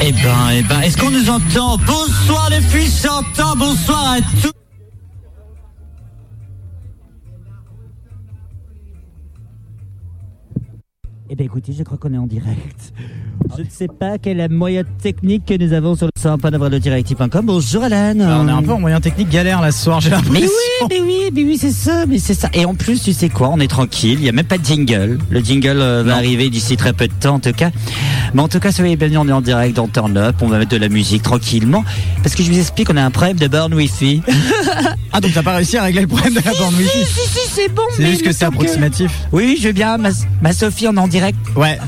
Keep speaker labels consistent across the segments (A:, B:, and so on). A: Eh ben, eh ben, est-ce qu'on nous entend Bonsoir les filles, j'entends, bonsoir à tous. Eh ben écoutez, je crois qu'on est en direct. Je ne sais pas quel est le moyen technique que nous avons sur le site directif.com. Bonjour Alan.
B: Bah, on est un peu en moyen technique galère là ce soir, j'ai
A: Mais
B: l'impression.
A: oui, mais oui, mais oui, c'est ça, Ah, mais c'est ça. Et en plus, tu sais quoi, on est tranquille, il n'y a même pas de jingle. Le jingle euh, va arriver d'ici très peu de temps en tout cas. Mais en tout cas, soyez bienvenus, on est en direct dans Turn Up, on va mettre de la musique tranquillement. Parce que je vous explique, on a un problème de burn wifi.
B: Ah donc t'as pas réussi à régler le problème de la borne wifi
A: si, si, c'est bon,
B: C'est juste que c'est approximatif.
A: Oui, oui, je veux bien, ma, ma Sophie, on est en direct.
B: Ouais.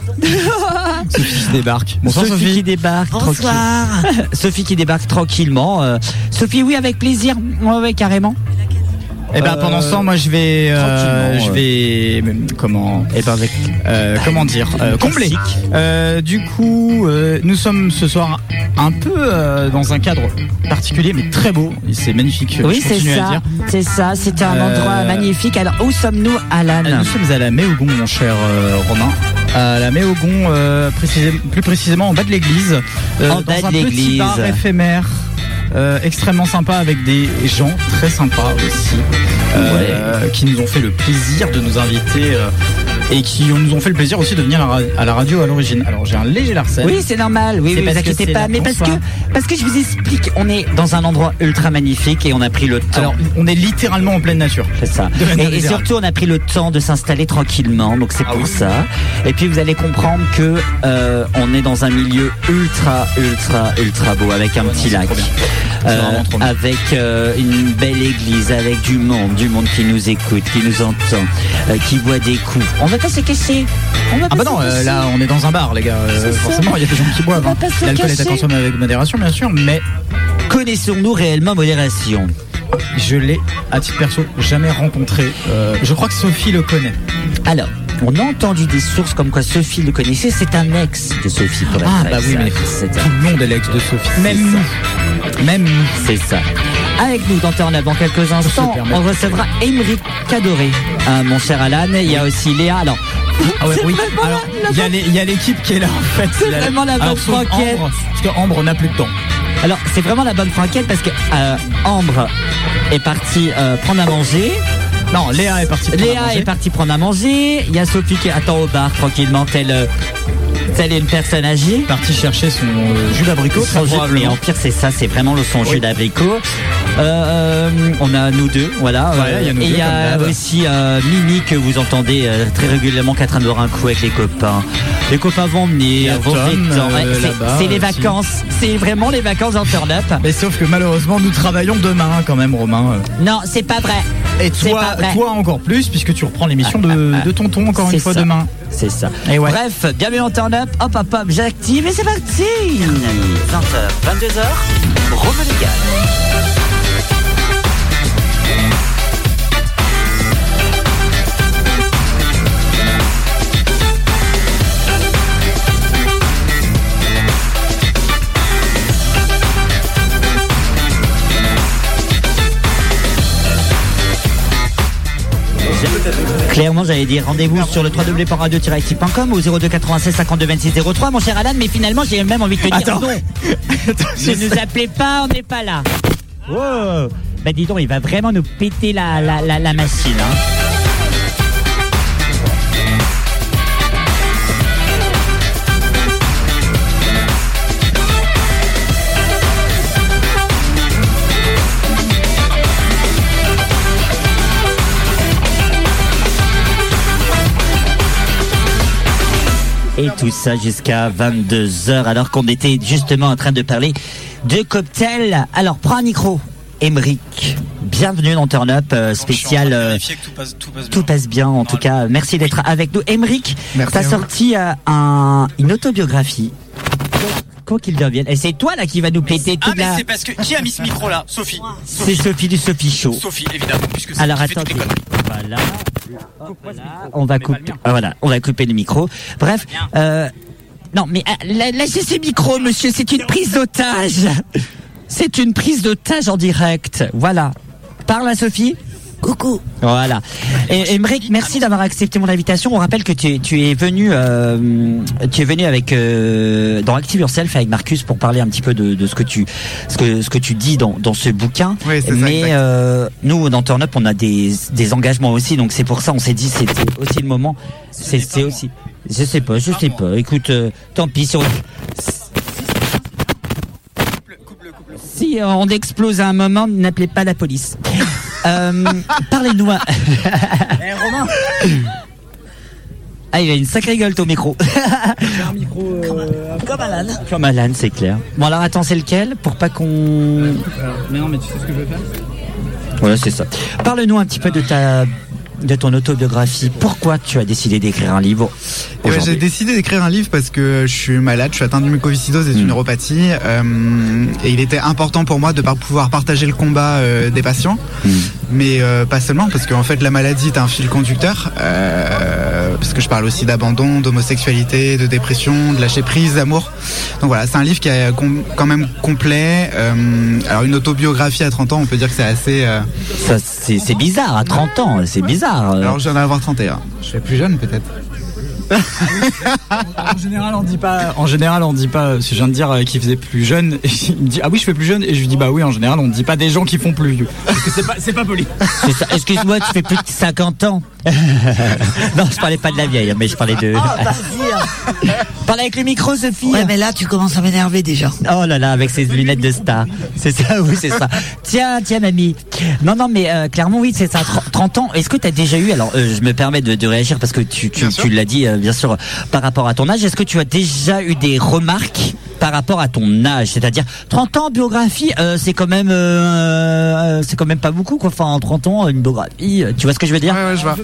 B: Sophie qui débarque. Bonsoir
A: Sophie,
B: Sophie.
A: qui débarque Bonsoir. Sophie qui débarque tranquillement. euh, Sophie, oui, avec plaisir. Ouais, ouais, carrément.
B: Eh ben pendant ce temps, moi je vais, euh, je
A: tranquillement,
B: vais euh, comment,
A: Et ben avec.
B: euh, comment dire, euh, combler.
A: Classique.
B: Euh, du coup, euh, nous sommes ce soir un peu euh, dans un cadre particulier, mais très beau. Et C'est magnifique.
A: Oui,
B: je
A: c'est
B: continue à le
A: ça.
B: dire.
A: C'est ça. C'est un
B: Euh,
A: endroit magnifique. Alors, où sommes-nous, Alan
B: Euh, Nous sommes à la Méogon, mon cher euh, Romain. À la Méogon, euh, précisé- plus précisément en bas de l'église. euh,
A: En
B: dans
A: bas de
B: un petit
A: l'église.
B: bar éphémère. euh, extrêmement sympa avec des gens très sympas aussi euh, qui nous ont fait le plaisir de nous inviter euh, et qui ont- nous ont fait le plaisir aussi de venir à la ra- à la radio à l'origine. Alors j'ai un léger larcène.
A: Oui, c'est normal. Oui,
B: C'est
A: oui, vous
B: parce que
A: inquiétez
B: c'est
A: pas.
B: la
A: Mais parce que,
B: François.
A: parce que je vous explique, on est dans un endroit ultra magnifique et on a pris le temps.
B: Alors on est littéralement en pleine nature.
A: C'est ça.
B: De manière
A: Et, et
B: générale. Ah
A: surtout, on a pris le temps de s'installer tranquillement, donc c'est pour
B: oui.
A: ça. Et puis, vous allez comprendre que euh, on est dans un milieu ultra, ultra, ultra beau, avec un petit
B: c'est
A: lac,
B: trop bien. C'est vraiment trop bien.
A: avec euh, une belle église, avec du monde, du monde qui nous écoute, qui nous entend, euh, qui boit des coups. On va pas se casser. On va
B: Ah
A: pas
B: bah
A: se
B: non, euh,
A: casser.
B: là on est dans un bar les gars, Euh,
A: C'est ça.
B: forcément il y a des gens qui boivent.
A: va
B: hein.
A: pas se
B: L'alcool est à
A: cacher.
B: consommer avec modération bien sûr, mais
A: Connaissons-nous réellement modération
B: Je l'ai, à titre perso, jamais rencontré. Euh, je crois que Sophie le connaît.
A: Alors, on a entendu des sources comme quoi Sophie le connaissait. C'est un ex de Sophie, pour être
B: bah oui,
A: exact.
B: mais
A: C'est
B: tout
A: un
B: le monde est l'ex de Sophie. Même nous. Même nous.
A: C'est ça. Avec nous dans Turn Up, dans quelques instants,
B: permet.
A: on recevra Émeric Cadoré. Hein, mon cher Alan, il y a aussi Léa. Alors,
B: Ah ouais,
A: C'est
B: oui.
A: vraiment
B: Alors,
A: la- la
B: il y a les- il y a l'équipe qui est là, en fait.
A: C'est
B: La-
A: vraiment la
B: Alors,
A: bonne
B: sauf
A: franquette.
B: Ambre, parce que Ambre n'a plus de temps.
A: alors c'est vraiment la bonne franquette parce que euh, Ambre est partie euh, prendre à manger.
B: Non, Léa est partie. pour la
A: Léa
B: manger.
A: est partie prendre à manger. Il y a Sophie qui attend au bar tranquillement, telle, euh, telle une personne âgée.
B: partie chercher son euh, jus d'abricot, très
A: Son jus- mais en
B: probablement.
A: pire c'est ça, c'est vraiment le son
B: Oui.
A: jus d'abricot. Euh, euh, on a nous deux, voilà.
B: Voilà, il y a nous
A: et
B: deux,
A: il y a
B: comme d'hab.
A: aussi euh, Mimi que vous entendez euh, très régulièrement qui est en train de boire un coup avec les copains. Les copains vont
B: Il y
A: venir,
B: a
A: vont
B: Tom,
A: venir.
B: euh,
A: Ouais, c'est-
B: là-bas
A: c'est les
B: aussi.
A: vacances, c'est vraiment les vacances en turn up.
B: Mais sauf que malheureusement, nous travaillons demain hein, quand même, Romain.
A: Non, c'est pas vrai.
B: Et
A: C'est
B: toi,
A: pas vrai.
B: toi encore plus, puisque tu reprends l'émission de,
A: ah, ah.
B: de Tonton encore
A: C'est
B: une fois
A: ça.
B: demain.
A: C'est ça.
B: Et ouais.
A: Bref, bienvenue en turn up. Hop hop hop, j'active et c'est parti. 20h, 22h, Rome Clairement, j'allais dire rendez-vous sur le www.radio-active.com ou 02 96 52 26 03, mon cher Alan, mais finalement, j'ai même envie de te dire
B: Attends.
A: non. Ne nous appelez pas, on n'est pas là. Oh. Bah dis donc, il va vraiment nous péter la, la, la, la machine. Hein. Et tout ça jusqu'à 22h, alors qu'on était justement en train de parler de cocktails. Alors, prends un micro, Emeric. Bienvenue dans Turn Up euh, spécial. euh,
C: que tout passe, tout passe
A: Tout passe bien, en tout cas. Euh, Merci d'être avec nous. Emeric,
B: Merci
A: t'as
B: à vous.
A: sorti euh, un, une autobiographie. Quoi qu'il devienne. Et c'est toi là qui va nous péter
C: Ah
A: toute
C: mais
A: la.
C: c'est parce que qui a mis ce micro là Sophie.
A: C'est Sophie du Sophie Show.
C: Sophie évidemment puisque c'est
A: Alors
C: qui fait toutes
A: attendez.
C: les conneries.
A: Voilà. Hop là. On va couper. ah, voilà, on va couper le micro. Bref. Euh, non mais ah, la- lâchez ces micros, monsieur. C'est une prise d'otage. C'est une prise d'otage en direct. Voilà. Parle à Sophie. Coucou. Voilà. Et, et Emric, merci d'avoir accepté mon invitation. On rappelle que tu es, tu es venu, euh, tu es venu avec euh, dans Active Yourself avec Marcus pour parler un petit peu de, de ce que tu, ce que, ce que tu dis dans, dans ce bouquin.
D: Oui, c'est ça,
A: Mais
D: exact.
A: euh, nous, dans Turn Up, on a des, des engagements aussi, donc c'est pour ça, on s'est dit, c'était aussi le moment. C'est
C: n'est pas
A: c'est
C: moi.
A: aussi. Je sais pas, je
C: pas
A: sais
C: moi.
A: pas. Écoute, euh, tant pis. Si on,
C: Couple, couple, couple.
A: si on explose à un moment, n'appelez pas la police. euh, Parlez-nous. un-
C: Eh, Romain
A: Ah, il a une sacrée gueule ton micro.
E: Comme Alan.
A: Comme Alan, c'est clair. Bon alors attends, c'est lequel Pour pas qu'on...
B: Mais non, Euh, mais tu sais ce que je veux faire
A: Voilà, c'est ça. Parle-nous un petit peu de ta... De ton autobiographie, pourquoi tu as décidé d'écrire un livre
D: Eh ben,
A: aujourd'hui
D: j'ai décidé d'écrire un livre parce que je suis malade, je suis atteint d'une mucoviscidose et d'une neuropathie. euh, et il était important pour moi de par- pouvoir partager le combat euh, des patients. Mais euh, pas seulement, parce qu'en fait la maladie est un fil conducteur. euh, parce que je parle aussi d'abandon, d'homosexualité, de dépression, de lâcher prise, d'amour. Donc voilà, c'est un livre qui est com- quand même complet. euh, alors une autobiographie à 30 ans, on peut dire que c'est assez... euh,
A: Ça, c'est c'est bizarre, à 30 ans, c'est bizarre. euh.
D: Alors je viens d'avoir 31. Je suis plus jeune peut-être.
B: En général, on dit pas. En général, on dit pas. Si je viens de dire euh, qu'il faisait plus jeune, et il me dit ah oui, je fais plus jeune, et je lui dis bah oui. En général, on dit pas des gens qui font plus vieux. Parce que C'est pas, c'est pas poli.
A: C'est ça. Excuse-moi, tu fais plus de 50 ans. non, je parlais pas de la vieille, mais je parlais de...
E: Ah, vas-y.
A: hein. Parle avec le micro, Sophie
E: Ouais, mais là, tu commences à m'énerver déjà.
A: Oh là là, avec ses lunettes de star. C'est ça, oui, c'est ça. Tiens, tiens, mamie. Non, non, mais euh, clairement, oui, c'est ça. tr- 30 ans, est-ce que tu as déjà eu, alors euh, je me permets de, de réagir parce que tu, tu,
D: Bien sûr.
A: tu l'as dit, euh, bien sûr, par rapport à ton âge, est-ce que tu as déjà eu des remarques par rapport à ton âge C'est-à-dire, 30 ans, biographie, euh, c'est quand même euh, euh, c'est quand même pas beaucoup, quoi. Enfin, en 30 ans, une biographie, euh, tu vois ce que je veux dire
D: Ouais, ouais, je vois.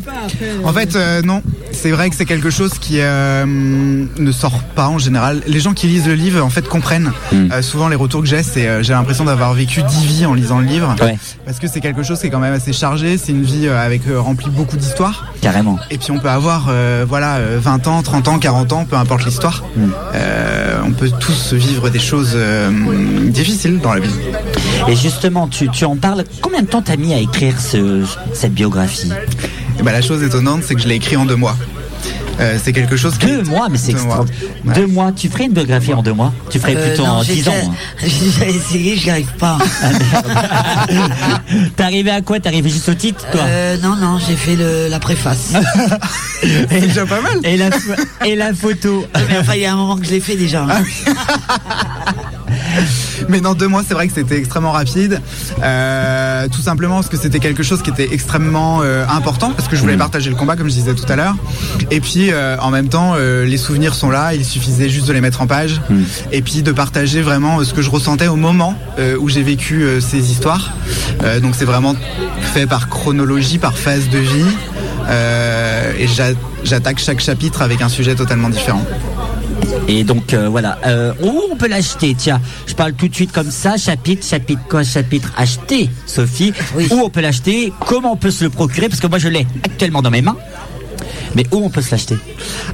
D: En fait, euh, non. C'est vrai que c'est quelque chose qui euh, ne sort pas en général. Les gens qui lisent le livre, en fait, comprennent.
A: Hmm.
D: Euh, souvent, les retours que j'ai, c'est euh, j'ai l'impression d'avoir vécu 10 vies en lisant le livre.
A: Ouais.
D: Parce que c'est quelque chose qui est quand même assez chargé. C'est une vie euh, avec euh, remplie beaucoup d'histoires.
A: Carrément.
D: Et puis on peut avoir euh, voilà euh, 20 ans, 30 ans, 40 ans, peu importe l'histoire.
A: Hmm.
D: Euh, on peut tous vivre des choses euh, difficiles dans la vie.
A: Et justement, tu, tu en parles. Combien de temps t'as mis à écrire ce, cette biographie
D: Et ben, la chose étonnante, c'est que je l'ai écrit en deux mois. Euh, c'est quelque chose qui
A: Deux mois, mais c'est
D: Deux mois.
A: extraordinaire. Deux mois, tu ferais une biographie en deux mois Tu ferais
E: Euh,
A: plutôt
E: non,
A: en
E: j'ai
A: dix ans.
E: déjà- J'ai déjà essayé, j'y arrive pas.
A: hein. T'es arrivé à quoi T'es arrivé juste au titre, toi
E: Euh, non, non, j'ai fait le- la préface.
D: C'est déjà pas mal.
A: et, la, pho- et la photo
E: Mais enfin, il y a un moment que je l'ai fait déjà. hein.
D: Mais dans deux mois, c'est vrai que c'était extrêmement rapide. Euh, tout simplement parce que c'était quelque chose qui était extrêmement euh, important parce que je voulais partager le combat, comme je disais tout à l'heure. Et puis, euh, en même temps, euh, les souvenirs sont là. Il suffisait juste de les mettre en page et puis de partager vraiment euh, ce que je ressentais au moment euh, où j'ai vécu euh, ces histoires. Euh, donc, c'est vraiment fait par chronologie, par phase de vie. Euh, et j'a- j'attaque chaque chapitre avec un sujet totalement différent.
A: Et donc euh, voilà, euh, où on peut l'acheter Tiens, je parle tout de suite comme ça, chapitre, chapitre quoi Chapitre acheté, Sophie.
E: Oui.
A: Où on peut l'acheter Comment on peut se le procurer Parce que moi je l'ai actuellement dans mes mains. Mais où on peut se l'acheter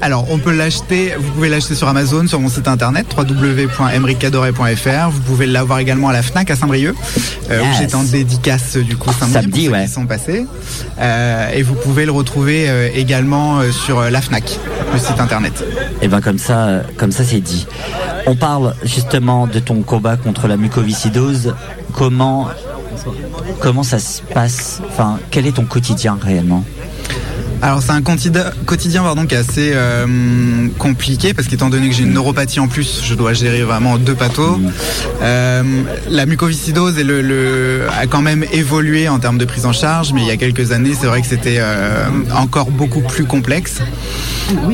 D: Alors, on peut l'acheter, vous pouvez l'acheter sur Amazon, sur mon site internet www.emricadoret.fr. Vous pouvez l'avoir également à la Fnac à Saint-Brieuc, euh,
A: Yes. Ah,
D: où j'étais en dédicace euh, du coup samedi,
A: Samedi,
D: pour ceux
A: ouais.
D: qui sont passés. Euh, et vous pouvez le retrouver euh, également euh, sur euh, la Fnac, le site internet.
A: Et ben comme ça, euh, comme ça c'est dit. On parle justement de ton combat contre la mucoviscidose. Comment, comment ça se passe Enfin, quel est ton quotidien réellement
D: Alors c'est un quotidien, quotidien pardon, qui est assez euh, compliqué parce qu'étant donné que j'ai une neuropathie en plus, je dois gérer vraiment deux pathos. Euh, la mucoviscidose est le, le- a quand même évolué en termes de prise en charge, mais il y a quelques années, c'est vrai que c'était euh, encore beaucoup plus complexe.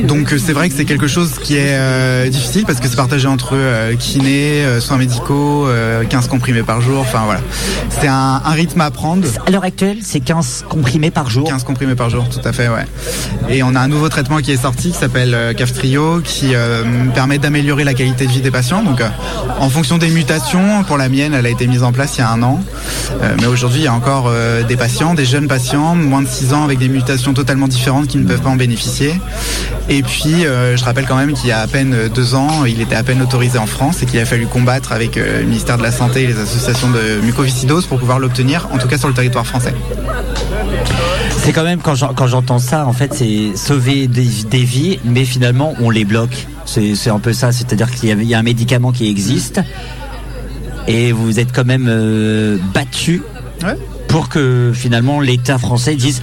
D: Donc euh, c'est vrai que c'est quelque chose qui est euh, difficile parce que c'est partagé entre euh, kiné, euh, soins médicaux, euh, 15 comprimés par jour, enfin voilà. C'est un, un rythme à prendre.
A: À l'heure actuelle, c'est 15 comprimés par jour.
D: 15 comprimés par jour, tout à fait, ouais. Et on a un nouveau traitement qui est sorti qui s'appelle euh, Caftrio, qui euh, permet d'améliorer la qualité de vie des patients. Donc, euh, en fonction des mutations, pour la mienne, elle a été mise en place il y a un an. Euh, mais aujourd'hui, il y a encore euh, des patients, des jeunes patients, moins de 6 ans, avec des mutations totalement différentes qui ne peuvent pas en bénéficier. Et puis, euh, je rappelle quand même qu'il y a à peine euh, deux ans, il était à peine autorisé en France et qu'il a fallu combattre avec euh, le ministère de la Santé et les associations de mucoviscidose pour pouvoir l'obtenir, en tout cas sur le territoire français.
A: C'est quand même quand j'en- quand j'entends ça, en fait, c'est sauver des, des vies, mais finalement on les bloque. C'est c'est un peu ça, c'est-à-dire qu'il y, a- il y a un médicament qui existe et vous êtes quand même euh, battu
D: Ouais.
A: pour que finalement l'État français dise.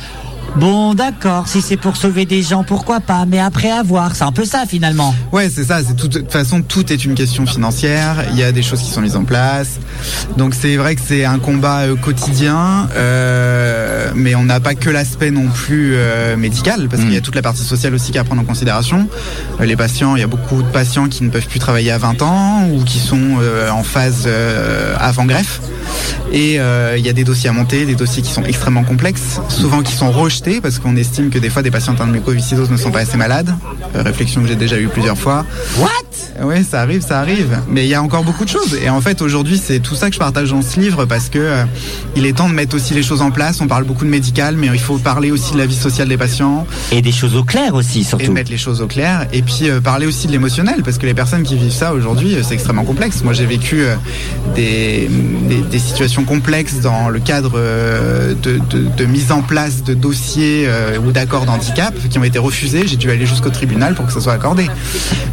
A: Bon, d'accord, si c'est pour sauver des gens, pourquoi pas, mais après avoir, c'est un peu ça finalement.
D: Ouais, c'est ça. c'est tout- De toute façon, tout est une question financière. Il y a des choses qui sont mises en place. Donc c'est vrai que c'est un combat euh, quotidien, euh, mais on n'a pas que l'aspect non plus euh, médical, parce qu'il y a toute la partie sociale aussi qu'à prendre en considération. Euh, les patients, il y a beaucoup de patients qui ne peuvent plus travailler à 20 ans ou qui sont euh, en phase euh, avant greffe. Et euh, il y a des dossiers à monter, des dossiers qui sont extrêmement complexes, souvent qui sont rejetés parce qu'on estime que des fois des patients atteints de mucoviscidose ne sont pas assez malades. Euh, réflexion que j'ai déjà eue plusieurs fois. What Oui, ça arrive, ça arrive. Mais il y a encore beaucoup de choses. Et en fait, aujourd'hui, c'est tout ça que je partage dans ce livre parce que euh, il est temps de mettre aussi les choses en place. On parle beaucoup de médical, mais il faut parler aussi de la vie sociale des patients
A: Et des choses au clair aussi,
D: et de
A: surtout.
D: mettre les choses au clair et puis euh, parler aussi de l'émotionnel parce que les personnes qui vivent ça aujourd'hui euh, c'est extrêmement complexe moi j'ai vécu euh, des, des, des situations complexes dans le cadre euh, de, de- de mise en place de dossiers euh, ou d'accords d'handicap qui ont été refusés j'ai dû aller jusqu'au tribunal pour que ça soit accordé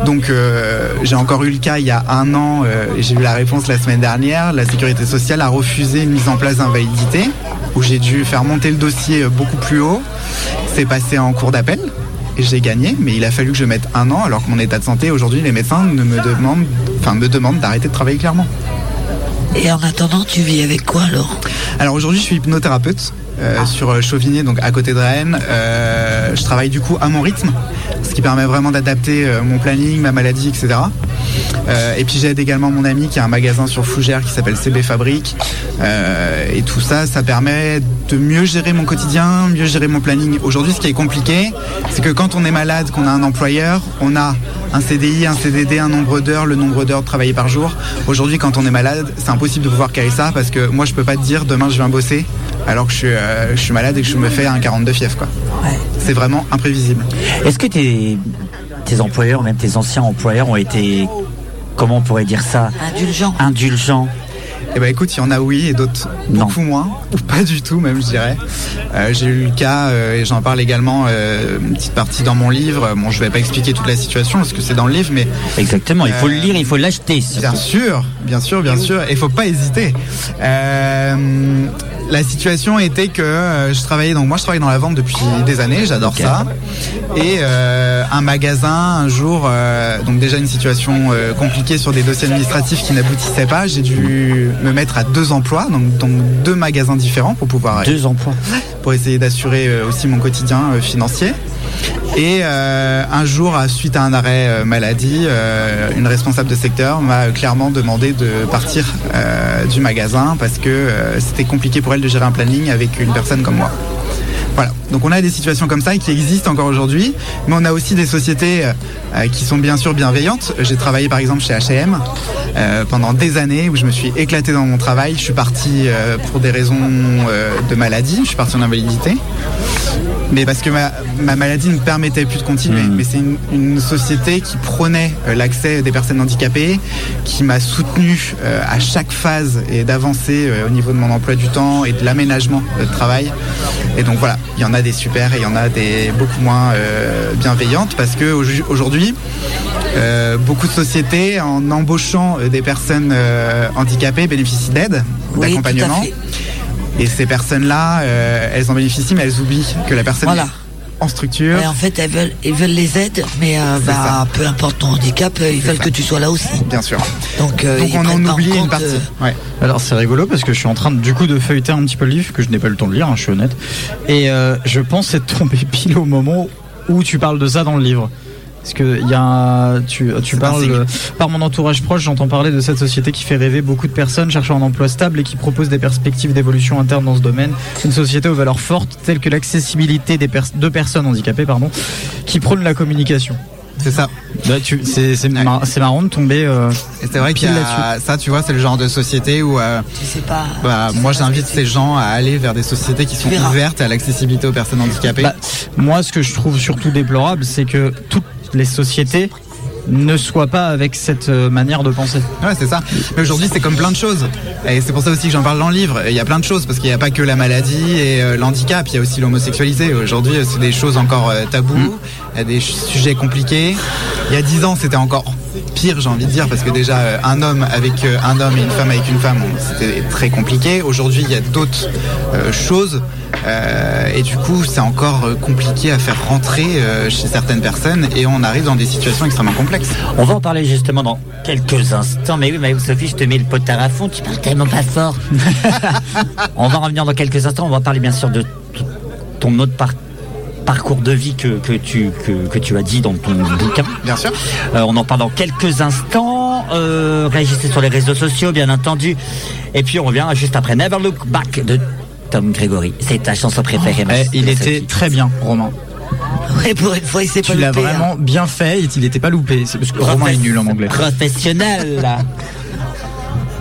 D: donc euh, j'ai encore eu le cas il y a un an euh, et j'ai eu la réponse la semaine dernière la sécurité sociale a refusé une mise en place d'invalidité où j'ai dû faire monter le dossier euh, beaucoup plus haut c'est passé en cours d'appel j'ai gagné, mais il a fallu que je mette un an, alors que mon état de santé aujourd'hui, les médecins ne me demandent, enfin me demandent d'arrêter de travailler clairement.
E: Et en attendant, tu vis avec quoi Ah. alors
D: Alors aujourd'hui, je suis hypnothérapeute euh, sur euh, Chauvigny, donc à côté de Rennes. Euh, je travaille du coup à mon rythme, ce qui permet vraiment d'adapter euh, mon planning, ma maladie, etc. Euh, et puis j'aide également mon ami qui a un magasin sur Fougères qui s'appelle CB Fabrique. Euh, et tout ça, ça permet de mieux gérer mon quotidien, mieux gérer mon planning. Aujourd'hui, ce qui est compliqué, c'est que quand on est malade, qu'on a un employeur, on a un CDI, un CDD, un nombre d'heures, le nombre d'heures travaillées par jour. Aujourd'hui, quand on est malade, c'est impossible de pouvoir caler ça parce que moi, je peux pas te dire demain je viens bosser alors que je suis, euh, je suis malade et que je me fais un 42 fièvre. quoi. C'est vraiment imprévisible.
A: Est-ce que tes, tes employeurs, même tes anciens employeurs, ont été, comment on pourrait dire ça,
E: Indulgent.
A: indulgents
D: Eh ben écoute, il y en a oui et d'autres
A: Non.
D: beaucoup moins, ou pas du tout même je dirais. Euh, J'ai eu le cas, euh, et j'en parle également euh, une petite partie dans mon livre. Bon, je vais pas expliquer toute la situation parce que c'est dans le livre, mais Euh,
A: Exactement, il faut le lire, il faut l'acheter.
D: Bien sûr, bien sûr, bien sûr. Il faut pas hésiter. Euh, la situation était que euh, je travaillais donc moi je travaille dans la vente depuis des années, j'adore ça. Et euh, un magasin un jour euh, donc déjà une situation euh, compliquée sur des dossiers administratifs qui n'aboutissaient pas, j'ai dû me mettre à deux emplois donc, donc deux magasins différents pour pouvoir
A: Deux emplois.
D: pour essayer d'assurer euh, aussi mon quotidien euh, financier. Et euh, un jour, à- suite à un arrêt euh, maladie, euh, une responsable de secteur m'a euh, clairement demandé de partir euh, du magasin parce que euh, c'était compliqué pour elle de gérer un planning avec une personne comme moi. Voilà, donc on a des situations comme ça qui existent encore aujourd'hui, mais on a aussi des sociétés euh, qui sont bien sûr bienveillantes. J'ai travaillé par exemple chez H&M euh, pendant des années où je me suis éclaté dans mon travail. Je suis parti euh, pour des raisons euh, de maladie, je suis parti en invalidité. Mais parce que ma, ma maladie ne me permettait plus de continuer. Mais c'est une, une société qui prônait euh, l'accès des personnes handicapées, qui m'a soutenu euh, à chaque phase et d'avancée euh, au niveau de mon emploi du temps et de l'aménagement euh, de travail. Et donc voilà, il y en a des super et il y en a des beaucoup moins euh, bienveillantes parce que au- aujourd'hui, euh, beaucoup de sociétés en embauchant euh, des personnes euh, handicapées bénéficient d'aide,
E: Oui,
D: d'accompagnement.
E: tout à fait.
D: Et ces personnes-là, euh, elles en bénéficient, mais elles oublient que la personne
E: Voilà.
D: est en structure.
E: Ouais, en fait, elles veulent, ils veulent les aides, mais euh, bah,
D: ça.
E: peu importe ton handicap, euh, ils veulent que tu sois là aussi.
D: Bien sûr.
E: Donc, euh,
D: Donc
E: ils
D: on
E: prennent
D: en
E: pas
D: oublie une
E: compte,
D: partie.
E: euh,
D: Ouais.
B: Alors c'est rigolo parce que je suis en train du coup de feuilleter un petit peu le livre que je n'ai pas eu le temps de lire, hein, je suis honnête. Et euh, je pense être tombé pile au moment où tu parles de ça dans le livre. Parce que il y a un- tu, tu
D: C'est
B: parles
D: un signe.
B: euh, par mon entourage proche, j'entends parler de cette société qui fait rêver beaucoup de personnes cherchant un emploi stable et qui propose des perspectives d'évolution interne dans ce domaine. Une société aux valeurs fortes telles que l'accessibilité des pers- de personnes handicapées, pardon, qui prône la communication.
D: C'est ça.
B: Là, tu, c'est, c'est mar- c'est marrant de tomber. euh,
D: Et c'est vrai qu'il y
B: Pile
D: a
B: là-dessus.
D: ça, tu vois, c'est le genre de société où euh,
E: tu sais pas.
D: bah,
E: tu sais
D: moi
E: pas ce
D: j'invite
E: que
D: ces gens à aller vers des sociétés qui sont
E: verras.
D: ouvertes à l'accessibilité aux personnes handicapées.
B: Bah, moi, ce que je trouve surtout déplorable, c'est que toutes les sociétés ne soit pas avec cette euh, manière de penser.
D: Ouais, c'est ça. Mais aujourd'hui, c'est comme plein de choses. Et c'est pour ça aussi que j'en parle dans le livre. Et Il y a plein de choses, parce qu'il n'y a pas que la maladie et euh, l'handicap, il y a aussi l'homosexualité. Aujourd'hui, euh, c'est des choses encore euh, taboues, il y a des ch- sujets compliqués. Il y a dix ans, c'était encore pire, j'ai envie de dire, parce que déjà, euh, un homme avec euh, un homme et une femme avec une femme, on- c'était très compliqué. Aujourd'hui, il y a d'autres euh, choses. euh, et du coup, c'est encore euh, compliqué à faire rentrer euh, chez certaines personnes et on arrive dans des situations extrêmement complexes.
A: On va en parler justement dans quelques instants. Mais oui, mais Sophie, je te mets le potard à fond. Tu parles tellement pas fort. on va en revenir dans quelques instants. On va parler bien sûr de t- ton autre par- parcours de vie que, que tu, que, que tu as dit dans ton bouquin.
D: Bien sûr.
A: Euh, on en parle dans quelques instants. Euh, réagissez sur les réseaux sociaux, bien entendu. Et puis on revient juste après Never Look Back de Tom Gregory. C'est ta chanson préférée. ma-
B: Eh, il
A: ma
B: était
A: Sophie.
B: très bien, Romain.
E: Et pour une fois, il s'est pas
B: Tu l'as
E: loupé, hein.
B: vraiment bien fait. Il n'était pas loupé. C'est parce que Romain est
A: Professe-
B: nul en anglais.
A: Professionnel. là.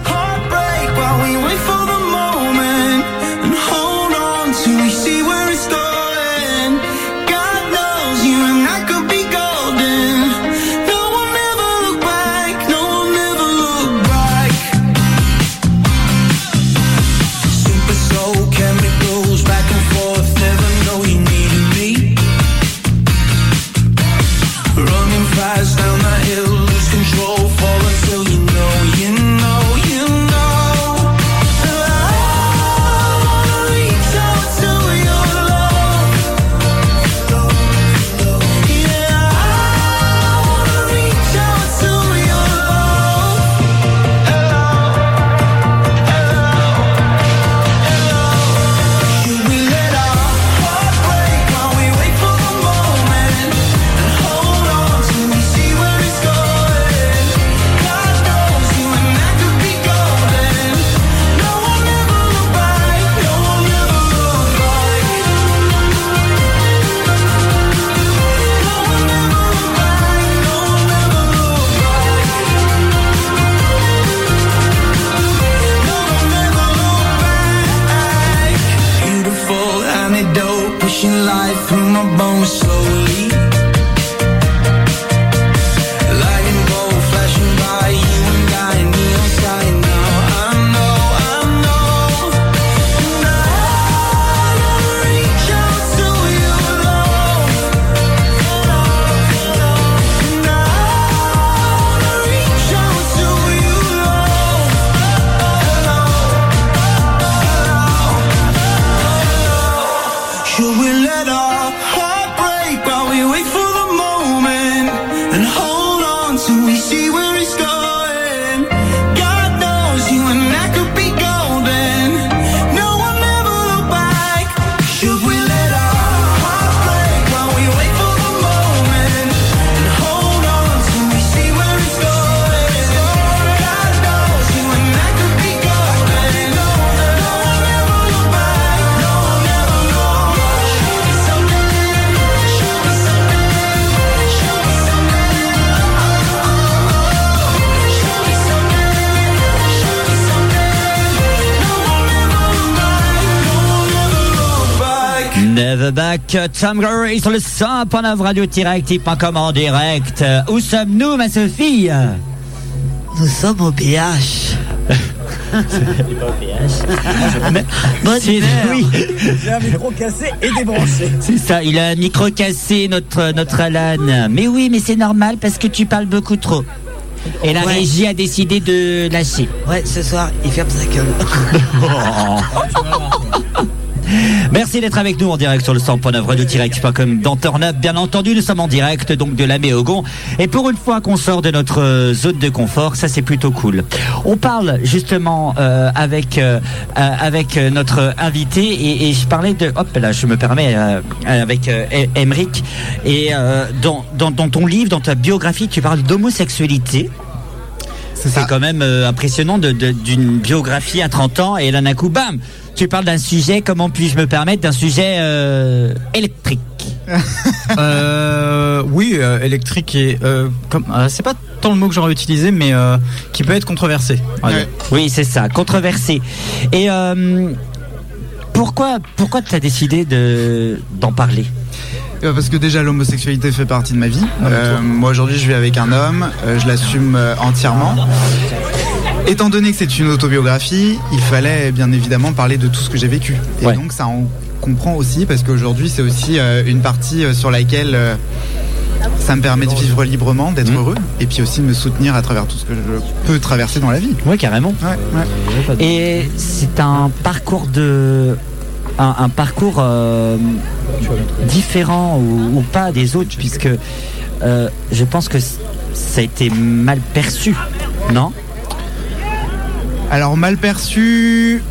F: Heartbreak while we wait for the moment and hold on till we see where it's going. God knows you and I could be golden. No one ever look back, no one ever look back. Super soul chemicals back and forth, never know you needed me. Running fast down that hill, lose control, fall until you know, you know, you know. I reach out to your love. Yeah, I wanna reach out to your love. Should we let our heart break while we wait for the moment and hold on till we see where it's going? God knows you and I could be golden. No one ever look back. No one ever look back. No one ever look back. No one ever look back. No one ever look back. Beautiful antidote, pushing life through my bones slowly. Lighting gold flashing by, you and I, neon sky now. I know, I know. And I wanna reach out to you, love. And I wanna reach out to you, love. Should we let our heart break while we wait for the moment and hold on till we see where it's going? God knows you and I could be golden. No one ever look back. Should we let our heart break while we wait for the moment and hold on till we see where it's going? God knows you and I could be golden. No one ever look back. No one ever look back. Show me something. Show me something. Show me something. Show me something. Show me something. No one ever look back. No one ever look back.
A: Never Back, euh, Tom Gregory sur le 100.9 radio-tip.com en direct. Euh, Où sommes-nous, ma Sophie
E: Nous sommes au BH. euh, Bonne
A: C'est-
E: humeur.
A: oui,
C: J'ai un micro cassé et débranché.
A: c'est ça, il a un micro cassé, notre, notre Alan. Mais oui, mais c'est normal parce que tu parles beaucoup trop. Et la
E: Ouais.
A: régie a décidé de lâcher.
E: Ouais, ce soir, il ferme sa gueule.
A: Merci d'être avec nous en direct sur le 100.9 radio-direct.com dans Turn Up. Bien entendu, nous sommes en direct donc de la Méogon. Et pour une fois qu'on sort de notre euh, zone de confort, ça c'est plutôt cool. On parle justement euh, avec euh, euh, avec euh, notre invité et, et je parlais de hop là, je me permets euh, avec euh, E- Emeric et euh, dans, dans dans ton livre, dans ta biographie, tu parles d'homosexualité.
D: C'est
A: C'est quand même euh, impressionnant de- de- d'une biographie à 30 ans et là d'un coup, bam Tu parles d'un sujet, comment puis-je me permettre, d'un sujet euh, électrique.
B: Euh, oui, euh, électrique et euh, comme euh, c'est pas tant le mot que j'aurais utilisé, mais euh, qui peut être controversé. on va dire.
D: Ouais.
A: Oui, c'est ça, controversé. Et euh, pourquoi, pourquoi tu as décidé de- d'en parler Ah,
D: Eh ben, Parce que déjà l'homosexualité fait partie de ma vie. Euh, moi aujourd'hui je vis avec un homme, euh, je l'assume euh, entièrement. Étant donné que c'est une autobiographie, il fallait bien évidemment parler de tout ce que j'ai vécu. Et
A: Ouais.
D: donc ça en comprend aussi parce qu'aujourd'hui c'est aussi euh, une partie euh, sur laquelle euh, ça me permet de vivre librement, d'être
A: Mmh.
D: heureux et puis aussi de me soutenir à travers tout ce que je peux traverser dans la vie.
A: Ouais, carrément.
D: Ouais, ouais.
A: Et c'est un parcours de. Un, un parcours euh, différent ou, ou pas des autres, puisque euh, je pense que c- ça a été mal perçu, non
D: Alors mal perçu,